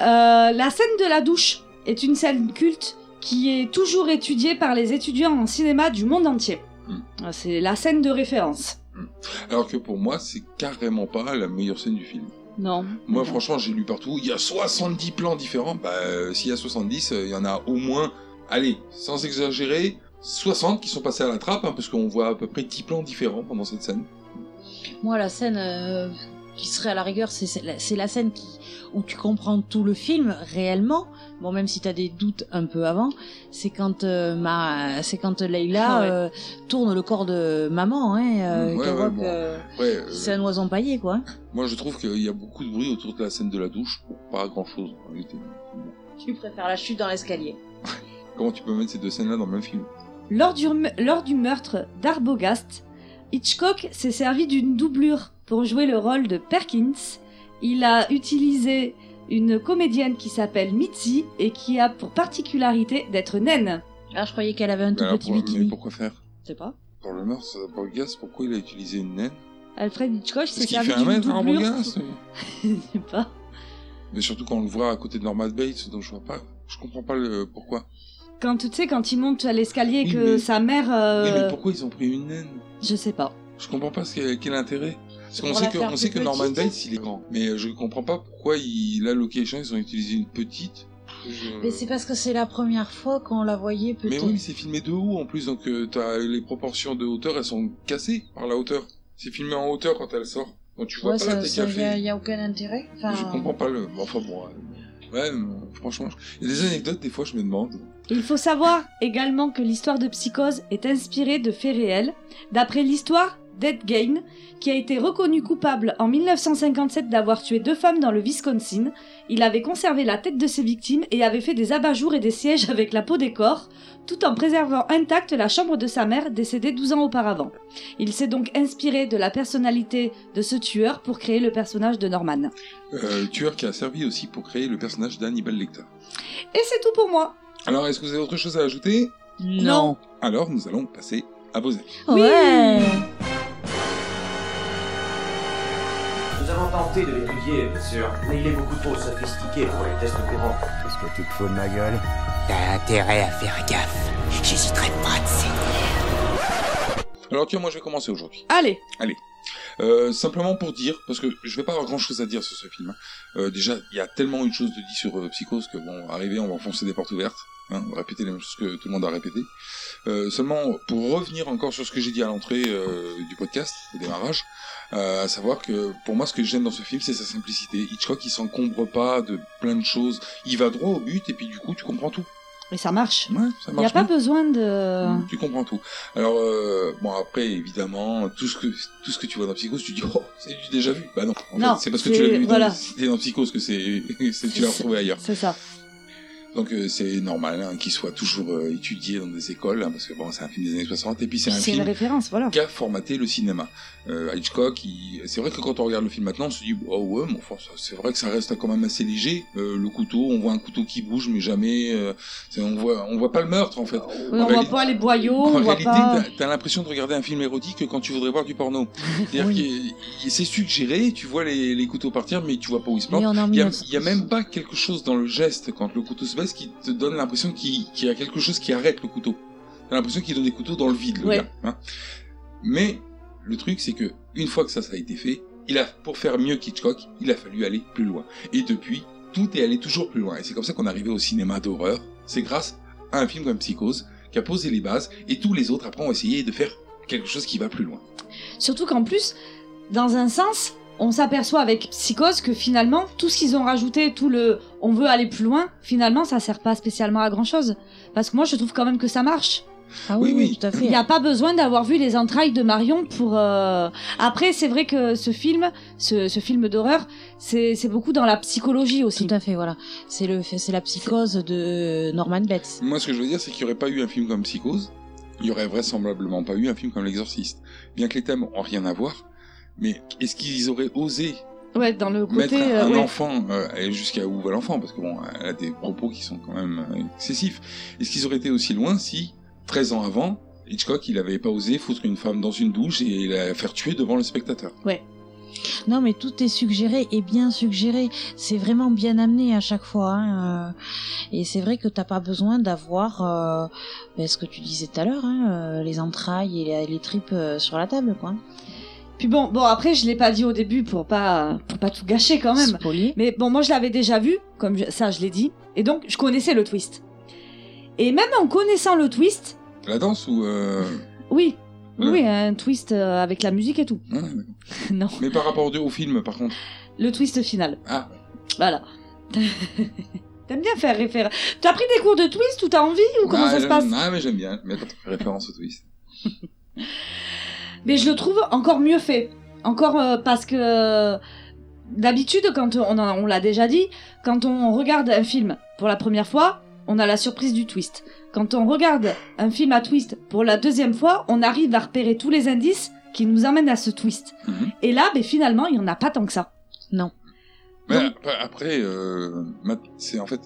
[SPEAKER 10] Euh, la scène de la douche est une scène culte qui est toujours étudiée par les étudiants en cinéma du monde entier.
[SPEAKER 9] Hmm.
[SPEAKER 10] Euh, C'est la scène de référence.
[SPEAKER 9] Alors que pour moi, c'est carrément pas la meilleure scène du film.
[SPEAKER 10] Non.
[SPEAKER 9] Moi, franchement, j'ai lu partout, il y a 70 plans différents. Bah, euh, s'il y a 70, euh, il y en a au moins, allez, sans exagérer, 60 qui sont passés à la trappe, hein, parce qu'on voit à peu près 10 plans différents pendant cette scène.
[SPEAKER 4] Moi, la scène euh, qui serait à la rigueur, c'est- c'est la, c'est la scène qui, où tu comprends tout le film réellement. Bon, même si t'as des doutes un peu avant, c'est quand euh, ma, c'est quand Leïla
[SPEAKER 10] Ah ouais.
[SPEAKER 4] euh, tourne le corps de maman, hein, euh,
[SPEAKER 9] Ouais,
[SPEAKER 4] qu'elle
[SPEAKER 9] ouais,
[SPEAKER 4] voit
[SPEAKER 9] bon,
[SPEAKER 4] que
[SPEAKER 9] après, euh,
[SPEAKER 4] c'est un oison empaillé, quoi.
[SPEAKER 9] Moi, je trouve qu'il y a beaucoup de bruit autour de la scène de la douche pour pas grand-chose, en réalité.
[SPEAKER 4] Tu préfères la chute dans l'escalier.
[SPEAKER 9] Comment tu peux mettre ces deux scènes-là dans le même film
[SPEAKER 10] Lors du, lors du meurtre d'Arbogast, Hitchcock s'est servi d'une doublure pour jouer le rôle de Perkins. Il a utilisé une comédienne qui s'appelle Mitzi et qui a pour particularité d'être naine.
[SPEAKER 4] Ah, je croyais qu'elle avait un
[SPEAKER 9] Bah, pour- Mais pourquoi faire
[SPEAKER 4] Je sais pas.
[SPEAKER 9] Pour le meurtre, pour le gaz, pourquoi il a utilisé une naine
[SPEAKER 10] Alfred Hitchcock s'est
[SPEAKER 9] Est-ce qu'il
[SPEAKER 10] servi
[SPEAKER 9] fait un
[SPEAKER 10] d'une
[SPEAKER 9] mètre, hein, un
[SPEAKER 10] doublure.
[SPEAKER 9] gaz
[SPEAKER 10] Je sais pas.
[SPEAKER 9] Mais surtout quand on le voit à côté de Norman Bates, donc je vois pas, je comprends pas le pourquoi.
[SPEAKER 10] Quand tu sais, quand il monte à l'escalier et
[SPEAKER 9] Oui,
[SPEAKER 10] que
[SPEAKER 9] mais-
[SPEAKER 10] sa mère.
[SPEAKER 9] Oui,
[SPEAKER 10] euh,
[SPEAKER 9] mais pourquoi ils ont pris une naine
[SPEAKER 10] Je sais pas.
[SPEAKER 9] Je comprends pas ce qu'est, quel intérêt. Parce
[SPEAKER 10] C'est
[SPEAKER 9] qu'on
[SPEAKER 10] pour
[SPEAKER 9] sait
[SPEAKER 10] la
[SPEAKER 9] que,
[SPEAKER 10] faire
[SPEAKER 9] on sait
[SPEAKER 10] plus
[SPEAKER 9] que Norman
[SPEAKER 10] petite.
[SPEAKER 9] Bates il est grand, mais euh, je comprends pas pourquoi il, la location ils ont utilisé une petite. Je-
[SPEAKER 4] Mais c'est parce que c'est la première fois qu'on la voyait
[SPEAKER 9] Mais
[SPEAKER 4] peut-être.
[SPEAKER 9] oui, mais c'est filmé de haut en plus, donc euh, t'as les proportions de hauteur, elles sont cassées par la hauteur. C'est filmé en hauteur quand elle sort, donc tu vois
[SPEAKER 4] Ouais,
[SPEAKER 9] pas
[SPEAKER 4] ça-
[SPEAKER 9] la tête
[SPEAKER 4] ça,
[SPEAKER 9] qu'elle
[SPEAKER 4] y a,
[SPEAKER 9] fait.
[SPEAKER 4] y a aucun intérêt. Enfin,
[SPEAKER 9] Je comprends pas le. Enfin bon, euh, ouais, mais, euh, franchement, je- il y a des anecdotes des fois je me demande.
[SPEAKER 10] Il faut savoir également que l'histoire de Psychose est inspirée de faits réels, d'après l'histoire d'Ed Gain, qui a été reconnu coupable en 1957 d'avoir tué deux femmes dans le Wisconsin. Il avait conservé la tête de ses victimes et avait fait des abat-jours et des sièges avec la peau des corps, tout en préservant intacte la chambre de sa mère décédée 12 ans auparavant. Il s'est donc inspiré de la personnalité de ce tueur pour créer le personnage de Norman.
[SPEAKER 9] Euh, le tueur qui a servi aussi pour créer le personnage d'Hannibal Lecter.
[SPEAKER 10] Et c'est tout pour moi.
[SPEAKER 9] Alors, est-ce que vous avez autre chose à ajouter
[SPEAKER 10] Non.
[SPEAKER 9] Alors, nous allons passer à vos avis.
[SPEAKER 4] Ouais.
[SPEAKER 17] Nous avons tenté de l'étudier, bien sûr, mais il est beaucoup trop sophistiqué pour les tests courants.
[SPEAKER 18] Qu'est-ce que tu te fous de ma gueule T'as intérêt à faire gaffe. J'hésiterai pas de
[SPEAKER 9] Alors, tiens, moi je vais commencer aujourd'hui.
[SPEAKER 10] Allez.
[SPEAKER 9] Allez. Euh, simplement pour dire, parce que je vais pas avoir grand chose à dire sur ce film. hein. Euh, déjà, il y a tellement une chose de dit sur euh, Psychose que bon, arrivé, on va enfoncer des portes ouvertes. hein, on va répéter les mêmes choses que tout le monde a répété. Euh, seulement, pour revenir encore sur ce que j'ai dit à l'entrée euh, du podcast, au démarrage, euh, à savoir que pour moi, ce que j'aime dans ce film, c'est sa simplicité. Hitchcock, il s'encombre pas de plein de choses. Il va droit au but et puis du coup, tu comprends tout.
[SPEAKER 10] Et ça marche.
[SPEAKER 9] Ouais, ça
[SPEAKER 10] Il n'y a
[SPEAKER 9] marche
[SPEAKER 10] pas
[SPEAKER 9] bien.
[SPEAKER 10] besoin de...
[SPEAKER 9] Tu comprends tout. Alors euh, bon après évidemment tout ce que tout ce que tu vois dans Psychose tu dis oh c'est du déjà vu. Bah non. En
[SPEAKER 10] Non,
[SPEAKER 9] fait, c'est parce que
[SPEAKER 10] c'est-
[SPEAKER 9] tu l'as vu
[SPEAKER 10] voilà.
[SPEAKER 9] dans, c'était dans Psychose que c'est c'est tu l'as retrouvé ailleurs.
[SPEAKER 10] C'est ça.
[SPEAKER 9] Donc euh, c'est normal hein, qu'il soit toujours euh, étudié dans des écoles hein, parce que bon c'est un film des années 60 et puis c'est un
[SPEAKER 10] C'est une
[SPEAKER 9] film
[SPEAKER 10] référence, voilà.
[SPEAKER 9] qui a formaté le cinéma. Euh, Hitchcock, il- c'est vrai que quand on regarde le film maintenant, on se dit oh ouais, mais enfin, ça- c'est vrai que ça reste quand même assez léger. Euh, le couteau, on voit un couteau qui bouge, mais jamais, euh, c'est- on voit, on voit pas le meurtre en fait.
[SPEAKER 10] Oui, on voit pas les boyaux,
[SPEAKER 9] en
[SPEAKER 10] on voit
[SPEAKER 9] réalité,
[SPEAKER 10] pas.
[SPEAKER 9] t'as- t'as l'impression de regarder un film érotique quand tu voudrais voir du porno. C'est-à-dire que c'est suggéré, tu vois les, les couteaux partir, mais tu vois pas où ils se
[SPEAKER 4] Mais
[SPEAKER 9] plantent.
[SPEAKER 4] on est en
[SPEAKER 9] Il y a-
[SPEAKER 4] 1900.
[SPEAKER 9] il y, a même pas quelque chose dans le geste quand le couteau se baisse qui te donne l'impression qu'il qu'il y a quelque chose qui arrête le couteau. T'as l'impression qu'il donne des couteaux dans le vide, le
[SPEAKER 10] Ouais.
[SPEAKER 9] gars. hein. Mais le truc, c'est que une fois que ça, ça a été fait, il a, pour faire mieux qu'Hitchcock, il a fallu aller plus loin. Et depuis, tout est allé toujours plus loin. Et c'est comme ça qu'on est arrivé au cinéma d'horreur. C'est grâce à un film comme Psychose qui a posé les bases et tous les autres après ont essayé de faire quelque chose qui va plus loin.
[SPEAKER 10] Surtout qu'en plus, dans un sens, on s'aperçoit avec Psychose que finalement, tout ce qu'ils ont rajouté, tout le « on veut aller plus loin », finalement, ça sert pas spécialement à grand-chose. Parce que moi, je trouve quand même que ça marche.
[SPEAKER 4] Ah oui, oui, tout à fait.
[SPEAKER 10] Il n'y a pas besoin d'avoir vu les entrailles de Marion pour. euh, Après, c'est vrai que ce film, ce, ce film d'horreur, c'est c'est beaucoup dans la psychologie aussi. Tout
[SPEAKER 4] à fait, voilà. C'est le, fait- c'est la psychose de Norman Bates.
[SPEAKER 9] Moi, ce que je veux dire, c'est qu'il n'y aurait pas eu un film comme Psychose, il n'y aurait vraisemblablement pas eu un film comme L'Exorciste. Bien que les thèmes ont rien à voir, mais est-ce qu'ils auraient osé
[SPEAKER 10] Ouais, dans le
[SPEAKER 9] mettre
[SPEAKER 10] côté. euh,
[SPEAKER 9] un
[SPEAKER 10] ouais.
[SPEAKER 9] enfant euh, et jusqu'à où va l'enfant parce que bon elle a des propos qui sont quand même euh, excessifs est-ce qu'ils auraient été aussi loin si 13 ans avant Hitchcock il avait pas osé foutre une femme dans une douche et la faire tuer devant le spectateur
[SPEAKER 10] Ouais.
[SPEAKER 4] Non, mais tout est suggéré et bien suggéré. C'est vraiment bien amené à chaque fois. hein, euh. Et c'est vrai que t'as pas besoin d'avoir euh, ben, ce que tu disais tout à l'heure, hein, euh, les entrailles et les, les tripes euh, sur la table, quoi.
[SPEAKER 10] Puis bon, bon après je l'ai pas dit au début pour pas pour pas tout gâcher quand même. Mais bon, moi je l'avais déjà vu, comme je- ça je l'ai dit, et donc je connaissais le twist. Et même en connaissant le twist,
[SPEAKER 9] la danse ou euh,
[SPEAKER 10] oui, Oui, oui, un twist euh, avec la musique et tout.
[SPEAKER 9] Ah, d'accord.
[SPEAKER 10] non.
[SPEAKER 9] Mais par rapport au, au film, par contre.
[SPEAKER 10] Le twist final.
[SPEAKER 9] Ah.
[SPEAKER 10] Voilà. T'aimes bien faire référence. T'as pris des cours de twist ou t'as envie ou comment
[SPEAKER 9] ah,
[SPEAKER 10] ça
[SPEAKER 9] j'aime-
[SPEAKER 10] se passe
[SPEAKER 9] Ah, mais j'aime bien. Mais quand on fait référence au twist.
[SPEAKER 10] Mais je le trouve encore mieux fait. Encore euh, parce que euh, d'habitude, quand on, en- on l'a déjà dit, quand on regarde un film pour la première fois, on a la surprise du twist. Quand on regarde un film à twist pour la deuxième fois, on arrive à repérer tous les indices qui nous emmènent à ce twist. Et là, ben, finalement, il n'y en a pas tant que ça.
[SPEAKER 4] Non.
[SPEAKER 9] Mais ap- après, euh, ma- c'est en fait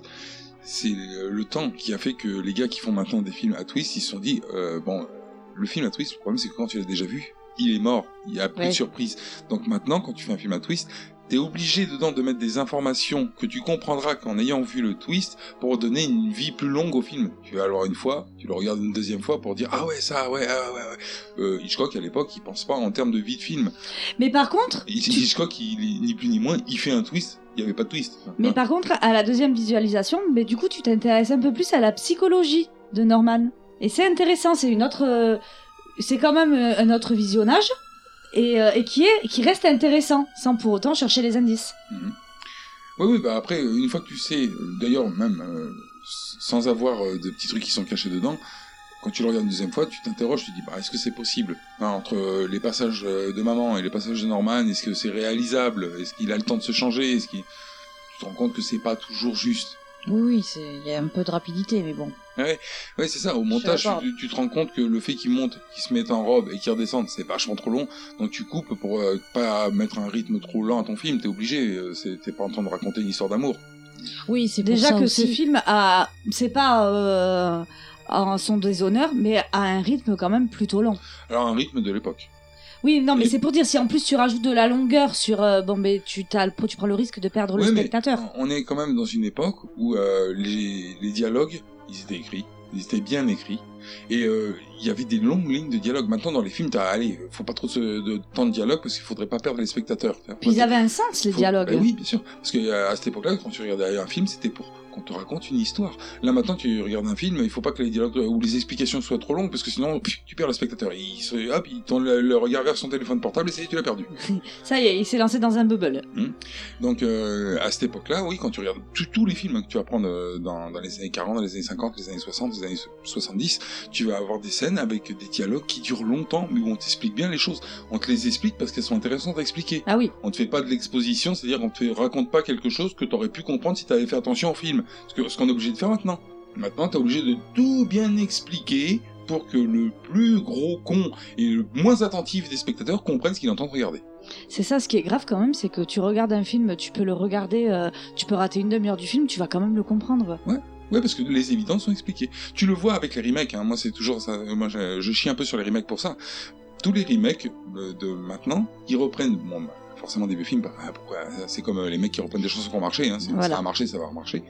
[SPEAKER 9] c'est le le temps qui a fait que les gars qui font maintenant des films à twist, ils se sont dit euh, bon, le film à twist, le problème c'est que quand tu l'as déjà vu, il est mort, il n'y a plus
[SPEAKER 13] Ouais.
[SPEAKER 9] de surprise. Donc maintenant, quand tu fais un film à twist, t'es obligé dedans de mettre des informations que tu comprendras qu'en ayant vu le twist pour donner une vie plus longue au film. Tu vas alors une fois, tu le regardes une deuxième fois pour dire ah ouais ça ouais ah ouais ouais. Euh, Hitchcock à l'époque, il pense pas en termes de vie de film.
[SPEAKER 10] Mais par contre,
[SPEAKER 9] Hitch- Hitchcock, il, il- ni plus ni moins, il fait un twist. Il n'y avait pas de twist. Enfin,
[SPEAKER 10] mais
[SPEAKER 9] hein.
[SPEAKER 10] par contre, à la deuxième visualisation, mais du coup, tu t'intéresses un peu plus à la psychologie de Norman. Et c'est intéressant, c'est une autre, euh, c'est quand même euh, un autre visionnage et, euh, et qui est, qui reste intéressant sans pour autant chercher les indices.
[SPEAKER 9] Oui, oui, bah après, euh, une fois que tu sais, euh, d'ailleurs, même euh, s- sans avoir euh, de petits trucs qui sont cachés dedans, quand tu le regardes une deuxième fois, tu t'interroges, tu te dis, bah, est-ce que c'est possible Hein, Entre euh, les passages euh, de maman et les passages de Norman, est-ce que c'est réalisable Est-ce qu'il a le temps de se changer Est-ce qu'il... Tu te rends compte que c'est pas toujours juste.
[SPEAKER 4] Oui, oui, c'est- il y a un peu de rapidité, mais bon.
[SPEAKER 9] Ouais, ouais c'est ça. Au montage,
[SPEAKER 4] d'accord.
[SPEAKER 9] tu, tu te rends compte que le fait qu'ils montent, qu'ils se mettent en robe et qu'ils redescendent, c'est vachement trop long. Donc tu coupes pour euh, pas mettre un rythme trop lent à ton film. T'es obligé. euh, c'est- T'es pas en train de raconter une histoire d'amour.
[SPEAKER 10] Oui, c'est
[SPEAKER 4] pour
[SPEAKER 10] déjà
[SPEAKER 4] ça
[SPEAKER 10] que
[SPEAKER 4] aussi.
[SPEAKER 10] ce film a, c'est pas euh, en son déshonneur, mais a un rythme quand même plutôt lent.
[SPEAKER 9] Alors un rythme de l'époque.
[SPEAKER 10] Oui, non, mais c'est pour dire si en plus tu rajoutes de la longueur sur, euh, bon, mais tu t'as le- tu prends le risque de perdre
[SPEAKER 9] Ouais,
[SPEAKER 10] le
[SPEAKER 9] mais
[SPEAKER 10] spectateur.
[SPEAKER 9] On est quand même dans une époque où euh, les, les dialogues, ils étaient écrits, ils étaient bien écrits, et euh, il y avait des longues lignes de dialogue. Maintenant, dans les films, t'as, allez, faut pas trop de, se- de temps de dialogue parce qu'il faudrait pas perdre les spectateurs.
[SPEAKER 10] Puis ils avaient un sens les
[SPEAKER 9] Faut-
[SPEAKER 10] dialogues.
[SPEAKER 9] bah oui, bien sûr. Parce que euh, à cette époque-là, quand tu regardais un film, c'était pour qu'on te raconte une histoire. Là maintenant, tu regardes un film, il faut pas que les dialogues euh, ou les explications soient trop longues, parce que sinon, pff, tu perds le spectateur. Il se, hop, il tourne le, le regard vers son téléphone portable et ça y est, tu l'as perdu.
[SPEAKER 10] Ça y est, il s'est lancé dans un bubble.
[SPEAKER 9] Hmm. Donc euh, à cette époque-là, oui, quand tu regardes tous- tous les films hein, que tu vas prendre euh, dans, dans les années 40, dans les années 50, les années 60, les années so- 70, tu vas avoir des scènes avec des dialogues qui durent longtemps, mais où on t'explique bien les choses. On te les explique parce qu'elles sont intéressantes à expliquer.
[SPEAKER 10] Ah oui.
[SPEAKER 9] On te fait pas de l'exposition, c'est-à-dire qu'on te fait- raconte pas quelque chose que t'aurais pu comprendre si t'avais fait attention au film. Ce que- ce qu'on est obligé de faire maintenant. Maintenant, t'es obligé de tout bien expliquer pour que le plus gros con et le moins attentif des spectateurs comprennent ce qu'il entend regarder.
[SPEAKER 10] C'est ça, ce qui est grave quand même, c'est que tu regardes un film, tu peux le regarder, euh, tu peux rater une demi-heure du film, tu vas quand même le comprendre.
[SPEAKER 9] Ouais. Ouais, parce que les évidences sont expliquées. Tu le vois avec les remakes, hein. moi c'est toujours ça, moi je, je chie un peu sur les remakes pour ça. Tous les remakes euh, de maintenant, ils reprennent, bon, bah, forcément des vieux films, bah, ah, pourquoi c'est comme euh, les mecs qui reprennent des chansons qui ont marché, hein. C'est-
[SPEAKER 13] Voilà.
[SPEAKER 9] ça a marché, ça va remarcher.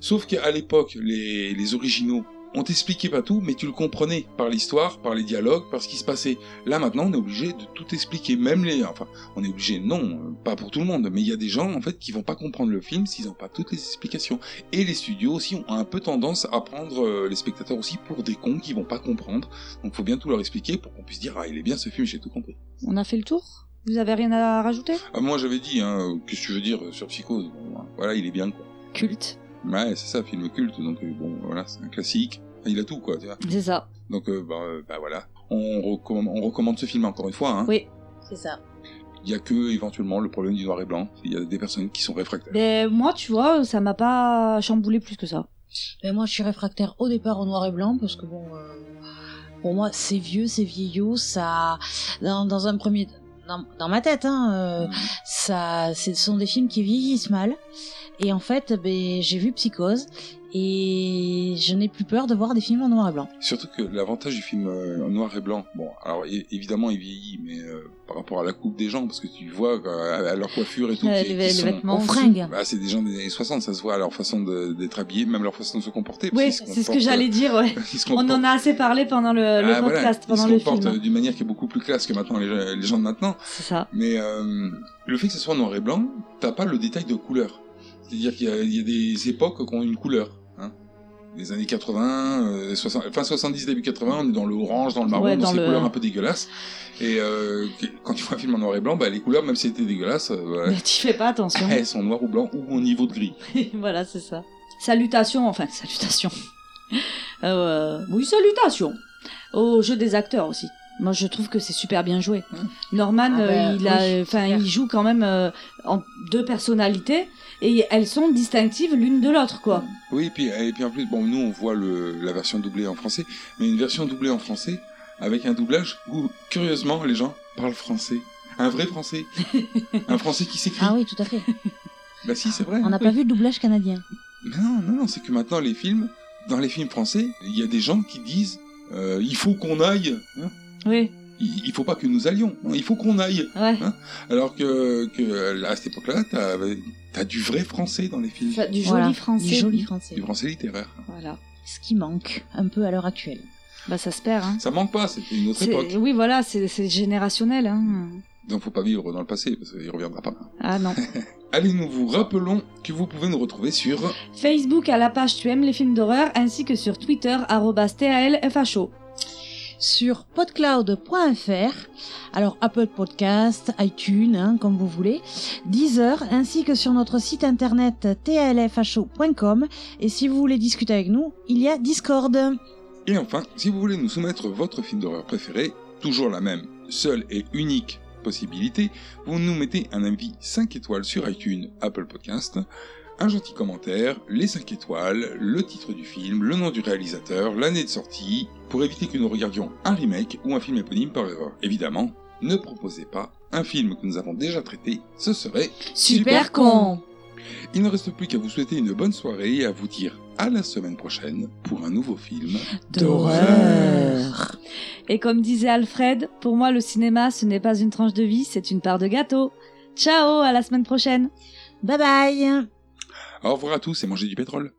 [SPEAKER 9] Sauf qu'à l'époque, les, les originaux, on t'expliquait pas tout, mais tu le comprenais par l'histoire, par les dialogues, par ce qui se passait. Là maintenant, on est obligé de tout expliquer, même les, enfin, on est obligé, non, euh, pas pour tout le monde, mais il y a des gens en fait qui vont pas comprendre le film s'ils n'ont pas toutes les explications. Et les studios aussi ont un peu tendance à prendre euh, les spectateurs aussi pour des cons qui vont pas comprendre. Donc faut bien tout leur expliquer pour qu'on puisse dire ah il est bien ce film, j'ai tout compris.
[SPEAKER 10] On a fait le tour Vous avez rien à rajouter
[SPEAKER 9] Ah, moi j'avais dit, hein, qu'est-ce que tu veux dire euh, sur Psychose Bon, hein, Voilà, il est bien quoi.
[SPEAKER 10] Culte.
[SPEAKER 9] Ouais, c'est ça, film culte, donc euh, bon, voilà, c'est un classique. Il a tout quoi, tu vois.
[SPEAKER 10] C'est ça.
[SPEAKER 9] Donc euh, bah, euh, bah, voilà, on recommande, on recommande ce film encore une fois. Hein.
[SPEAKER 10] Oui.
[SPEAKER 4] C'est ça.
[SPEAKER 9] Il y a que éventuellement le problème du noir et blanc. Il y a des personnes qui sont réfractaires.
[SPEAKER 10] Mais Ben, moi, tu vois, ça m'a pas chamboulé plus que ça.
[SPEAKER 4] Mais Ben, moi, je suis réfractaire au départ au noir et blanc parce que bon, euh, pour moi, c'est vieux, c'est vieillot, ça, dans, dans un premier, dans, dans ma tête, hein, euh, ça, ce sont des films qui vieillissent mal. Et en fait, ben, j'ai vu Psychose et je n'ai plus peur de voir des films en noir et blanc.
[SPEAKER 9] Surtout que l'avantage du film euh, en noir et blanc, bon, alors é- évidemment il vieillit, mais euh, par rapport à la coupe des gens, parce que tu vois euh, à leur coiffure et tout,
[SPEAKER 10] Euh,
[SPEAKER 9] qui-
[SPEAKER 10] les-
[SPEAKER 9] qui
[SPEAKER 10] les
[SPEAKER 9] sont-
[SPEAKER 10] vêtements Aux aussi. fringues.
[SPEAKER 9] Bah, c'est des gens des années 60, ça se voit à leur façon de- d'être habillés, même leur façon de se comporter. parce
[SPEAKER 10] Oui,
[SPEAKER 9] qu'ils se
[SPEAKER 10] c'est ce que
[SPEAKER 9] comportent,
[SPEAKER 10] j'allais
[SPEAKER 9] euh,
[SPEAKER 10] dire, ouais.
[SPEAKER 9] ils se
[SPEAKER 10] On
[SPEAKER 9] comportent-
[SPEAKER 10] en a assez parlé pendant le, euh, le
[SPEAKER 9] Ah, voilà,
[SPEAKER 10] podcast, pendant
[SPEAKER 9] ils se
[SPEAKER 10] le
[SPEAKER 9] comportent euh,
[SPEAKER 10] film.
[SPEAKER 9] d'une manière qui est beaucoup plus classe que maintenant les, gens- les gens de maintenant.
[SPEAKER 10] C'est ça.
[SPEAKER 9] Mais euh, le fait que ce soit en noir et blanc, t'as pas le détail de couleur. C'est-à-dire qu'il y, a- il y a des époques qui ont une couleur. hein. les années 80, euh, 60 fin 70, début 80, on est dans le orange, dans le marron,
[SPEAKER 10] Ouais,
[SPEAKER 9] dans,
[SPEAKER 10] dans
[SPEAKER 9] ces
[SPEAKER 10] le-
[SPEAKER 9] couleurs un peu dégueulasses. Et euh, que- quand tu vois un film en noir et blanc, bah, les couleurs, même si elles étaient dégueulasses, euh, voilà,
[SPEAKER 10] Mais tu fais pas attention.
[SPEAKER 9] elles sont noires ou blancs ou au niveau de gris.
[SPEAKER 10] voilà, c'est ça. Salutations, enfin, salutations. Euh, oui, salutations. Au jeu des acteurs aussi. Moi, je trouve que c'est super bien joué. Norman,
[SPEAKER 4] Ah
[SPEAKER 10] euh,
[SPEAKER 4] bah,
[SPEAKER 10] il a,
[SPEAKER 4] oui,
[SPEAKER 10] enfin, il joue quand même euh, en deux personnalités et elles sont distinctives l'une de l'autre,
[SPEAKER 4] Mm.
[SPEAKER 10] quoi.
[SPEAKER 9] Oui, et puis, et puis en plus, bon, nous, on voit le, la version doublée en français, mais une version doublée en français avec un doublage où, curieusement, les gens parlent français. Un vrai français. un français qui s'écrit.
[SPEAKER 4] Ah oui, tout à fait.
[SPEAKER 9] Bah si, c'est vrai.
[SPEAKER 4] On n'a pas vu le doublage canadien.
[SPEAKER 9] Mais non, non, non, c'est que maintenant, les films, dans les films français, il y a des gens qui disent euh, il faut qu'on aille. hein.
[SPEAKER 10] Oui.
[SPEAKER 9] Il il faut pas que nous allions, Non, il faut qu'on aille. hein. Alors que, que à cette époque-là, t'as as du vrai français dans les films.
[SPEAKER 10] Enfin, du joli
[SPEAKER 4] Voilà,
[SPEAKER 10] français.
[SPEAKER 4] Du joli français.
[SPEAKER 9] Du français littéraire.
[SPEAKER 10] Voilà.
[SPEAKER 4] Ce qui manque un peu à l'heure actuelle.
[SPEAKER 10] Bah, ça se perd, hein.
[SPEAKER 9] Ça manque pas, c'était une autre
[SPEAKER 10] C'est-
[SPEAKER 9] époque.
[SPEAKER 10] Oui, voilà, c'est c'est générationnel, hein.
[SPEAKER 9] Donc faut pas vivre dans le passé, parce qu'il reviendra pas.
[SPEAKER 10] Ah non.
[SPEAKER 9] Allez, nous vous rappelons que vous pouvez nous retrouver sur...
[SPEAKER 10] Facebook à la page Tu aimes les films d'horreur ainsi que sur Twitter arrobas TALFHO.
[SPEAKER 4] Sur podcloud.fr, alors Apple Podcast, iTunes, hein, comme vous voulez, Deezer, ainsi que sur notre site internet tlfho.com. Et si vous voulez discuter avec nous, il y a Discord.
[SPEAKER 9] Et enfin, si vous voulez nous soumettre votre film d'horreur préféré, toujours la même, seule et unique possibilité, vous nous mettez un avis 5 étoiles sur iTunes, Apple Podcast, un gentil commentaire, les 5 étoiles, le titre du film, le nom du réalisateur, l'année de sortie, pour éviter que nous regardions un remake ou un film éponyme par erreur. Évidemment, ne proposez pas un film que nous avons déjà traité, ce serait
[SPEAKER 10] Super con
[SPEAKER 9] Il ne reste plus qu'à vous souhaiter une bonne soirée et à vous dire à la semaine prochaine pour un nouveau film
[SPEAKER 10] D'horreur. Et comme disait Alfred, pour moi le cinéma ce n'est pas une tranche de vie, c'est une part de gâteau. Ciao, à la semaine prochaine.
[SPEAKER 4] Bye bye.
[SPEAKER 9] Au revoir à tous et mangez du pétrole.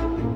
[SPEAKER 6] Thank you.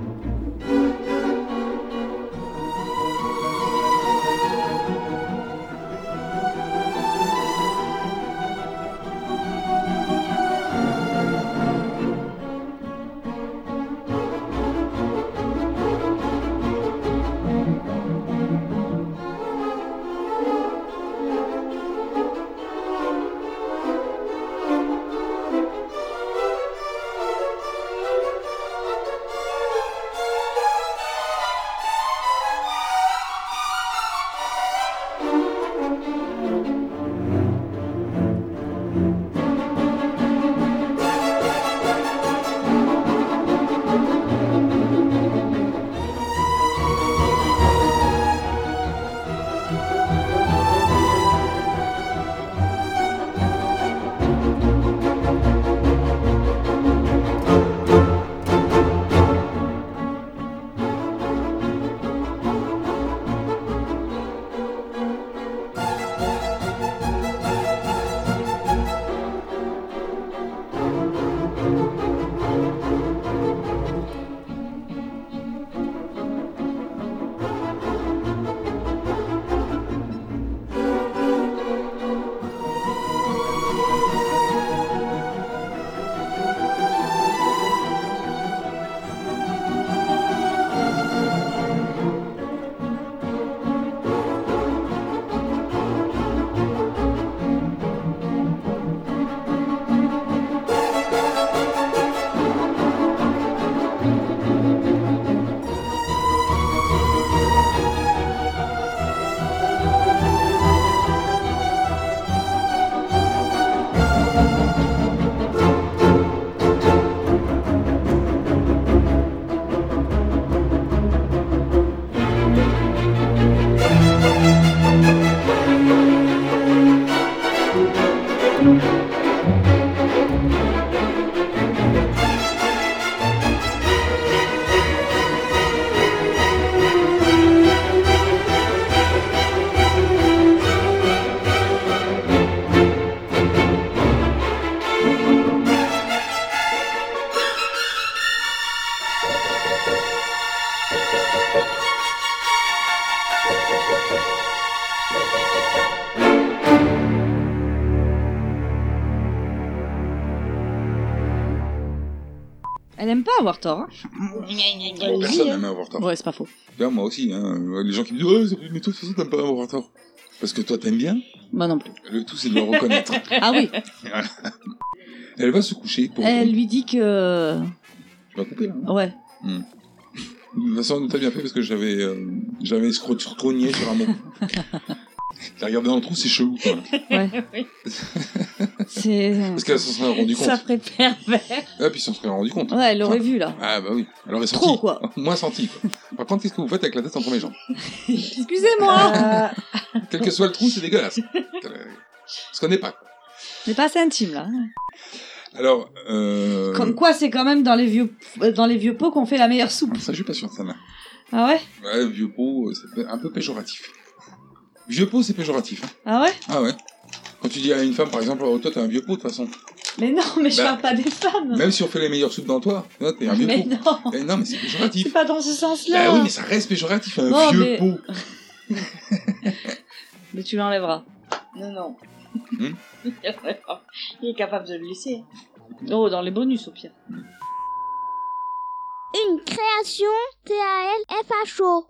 [SPEAKER 10] avoir tort. hein.
[SPEAKER 9] Personne n'aime avoir tort.
[SPEAKER 10] Ouais, c'est pas faux.
[SPEAKER 9] D'ailleurs, moi aussi, hein, les gens qui me disent Ouais, mais toi, de toute façon, t'aimes pas avoir tort. Parce que toi, t'aimes bien.
[SPEAKER 10] Moi non plus.
[SPEAKER 9] Le tout, c'est de le reconnaître.
[SPEAKER 10] Ah oui.
[SPEAKER 9] Voilà. Elle va se coucher pour.
[SPEAKER 10] Elle lui dit que.
[SPEAKER 9] Tu vas couper là. hein
[SPEAKER 10] Ouais.
[SPEAKER 9] Hmm. De toute façon, t'as bien fait parce que j'avais euh, j'avais scro- scrogné sur un mot. T'as regardé dans le trou, c'est chelou. Quoi.
[SPEAKER 10] Ouais. C'est.
[SPEAKER 9] Parce qu'elle s'en serait rendue compte.
[SPEAKER 10] Ça ferait pervers.
[SPEAKER 9] Ah, puis ils s'en seraient rendu compte.
[SPEAKER 10] Ouais, elle l'aurait vu là.
[SPEAKER 9] Ah bah oui, elle aurait senti.
[SPEAKER 10] Trop, quoi.
[SPEAKER 9] Moins senti quoi. Par contre, qu'est-ce que vous faites avec la tête entre mes jambes
[SPEAKER 4] Euh,
[SPEAKER 10] Excusez-moi.
[SPEAKER 9] Quel que soit le trou, c'est dégueulasse. Parce qu'on n'est pas. quoi.
[SPEAKER 10] Mais pas assez intime là.
[SPEAKER 9] Alors, euh...
[SPEAKER 10] Comme quoi, c'est quand même dans les vieux euh, dans les vieux pots qu'on fait la meilleure soupe.
[SPEAKER 9] Ça, je suis pas sûr de ça là.
[SPEAKER 10] Ah ouais.
[SPEAKER 9] Ouais, vieux pot, euh, c'est un peu péjoratif. Vieux pot, c'est péjoratif. hein.
[SPEAKER 10] Ah ouais.
[SPEAKER 9] Ah ouais. Quand tu dis à une femme, par exemple, oh, toi, t'es un vieux pot de toute façon.
[SPEAKER 10] Mais non, mais je
[SPEAKER 9] Bah,
[SPEAKER 10] parle pas des femmes.
[SPEAKER 9] Même si on fait les meilleures soupes dans toi, toi, t'es un vieux
[SPEAKER 10] Mais
[SPEAKER 9] pot.
[SPEAKER 10] non.
[SPEAKER 9] Eh non, mais c'est péjoratif.
[SPEAKER 10] C'est pas dans ce sens-là.
[SPEAKER 9] Bah oui, mais ça reste péjoratif, un
[SPEAKER 10] Non,
[SPEAKER 9] vieux
[SPEAKER 10] mais-
[SPEAKER 9] pot.
[SPEAKER 10] Mais tu l'enlèveras. Non, non.
[SPEAKER 9] Hmm
[SPEAKER 10] Il est capable de le laisser. Oh, dans les bonus au pire.
[SPEAKER 19] Une création T-A-L-F-H-O.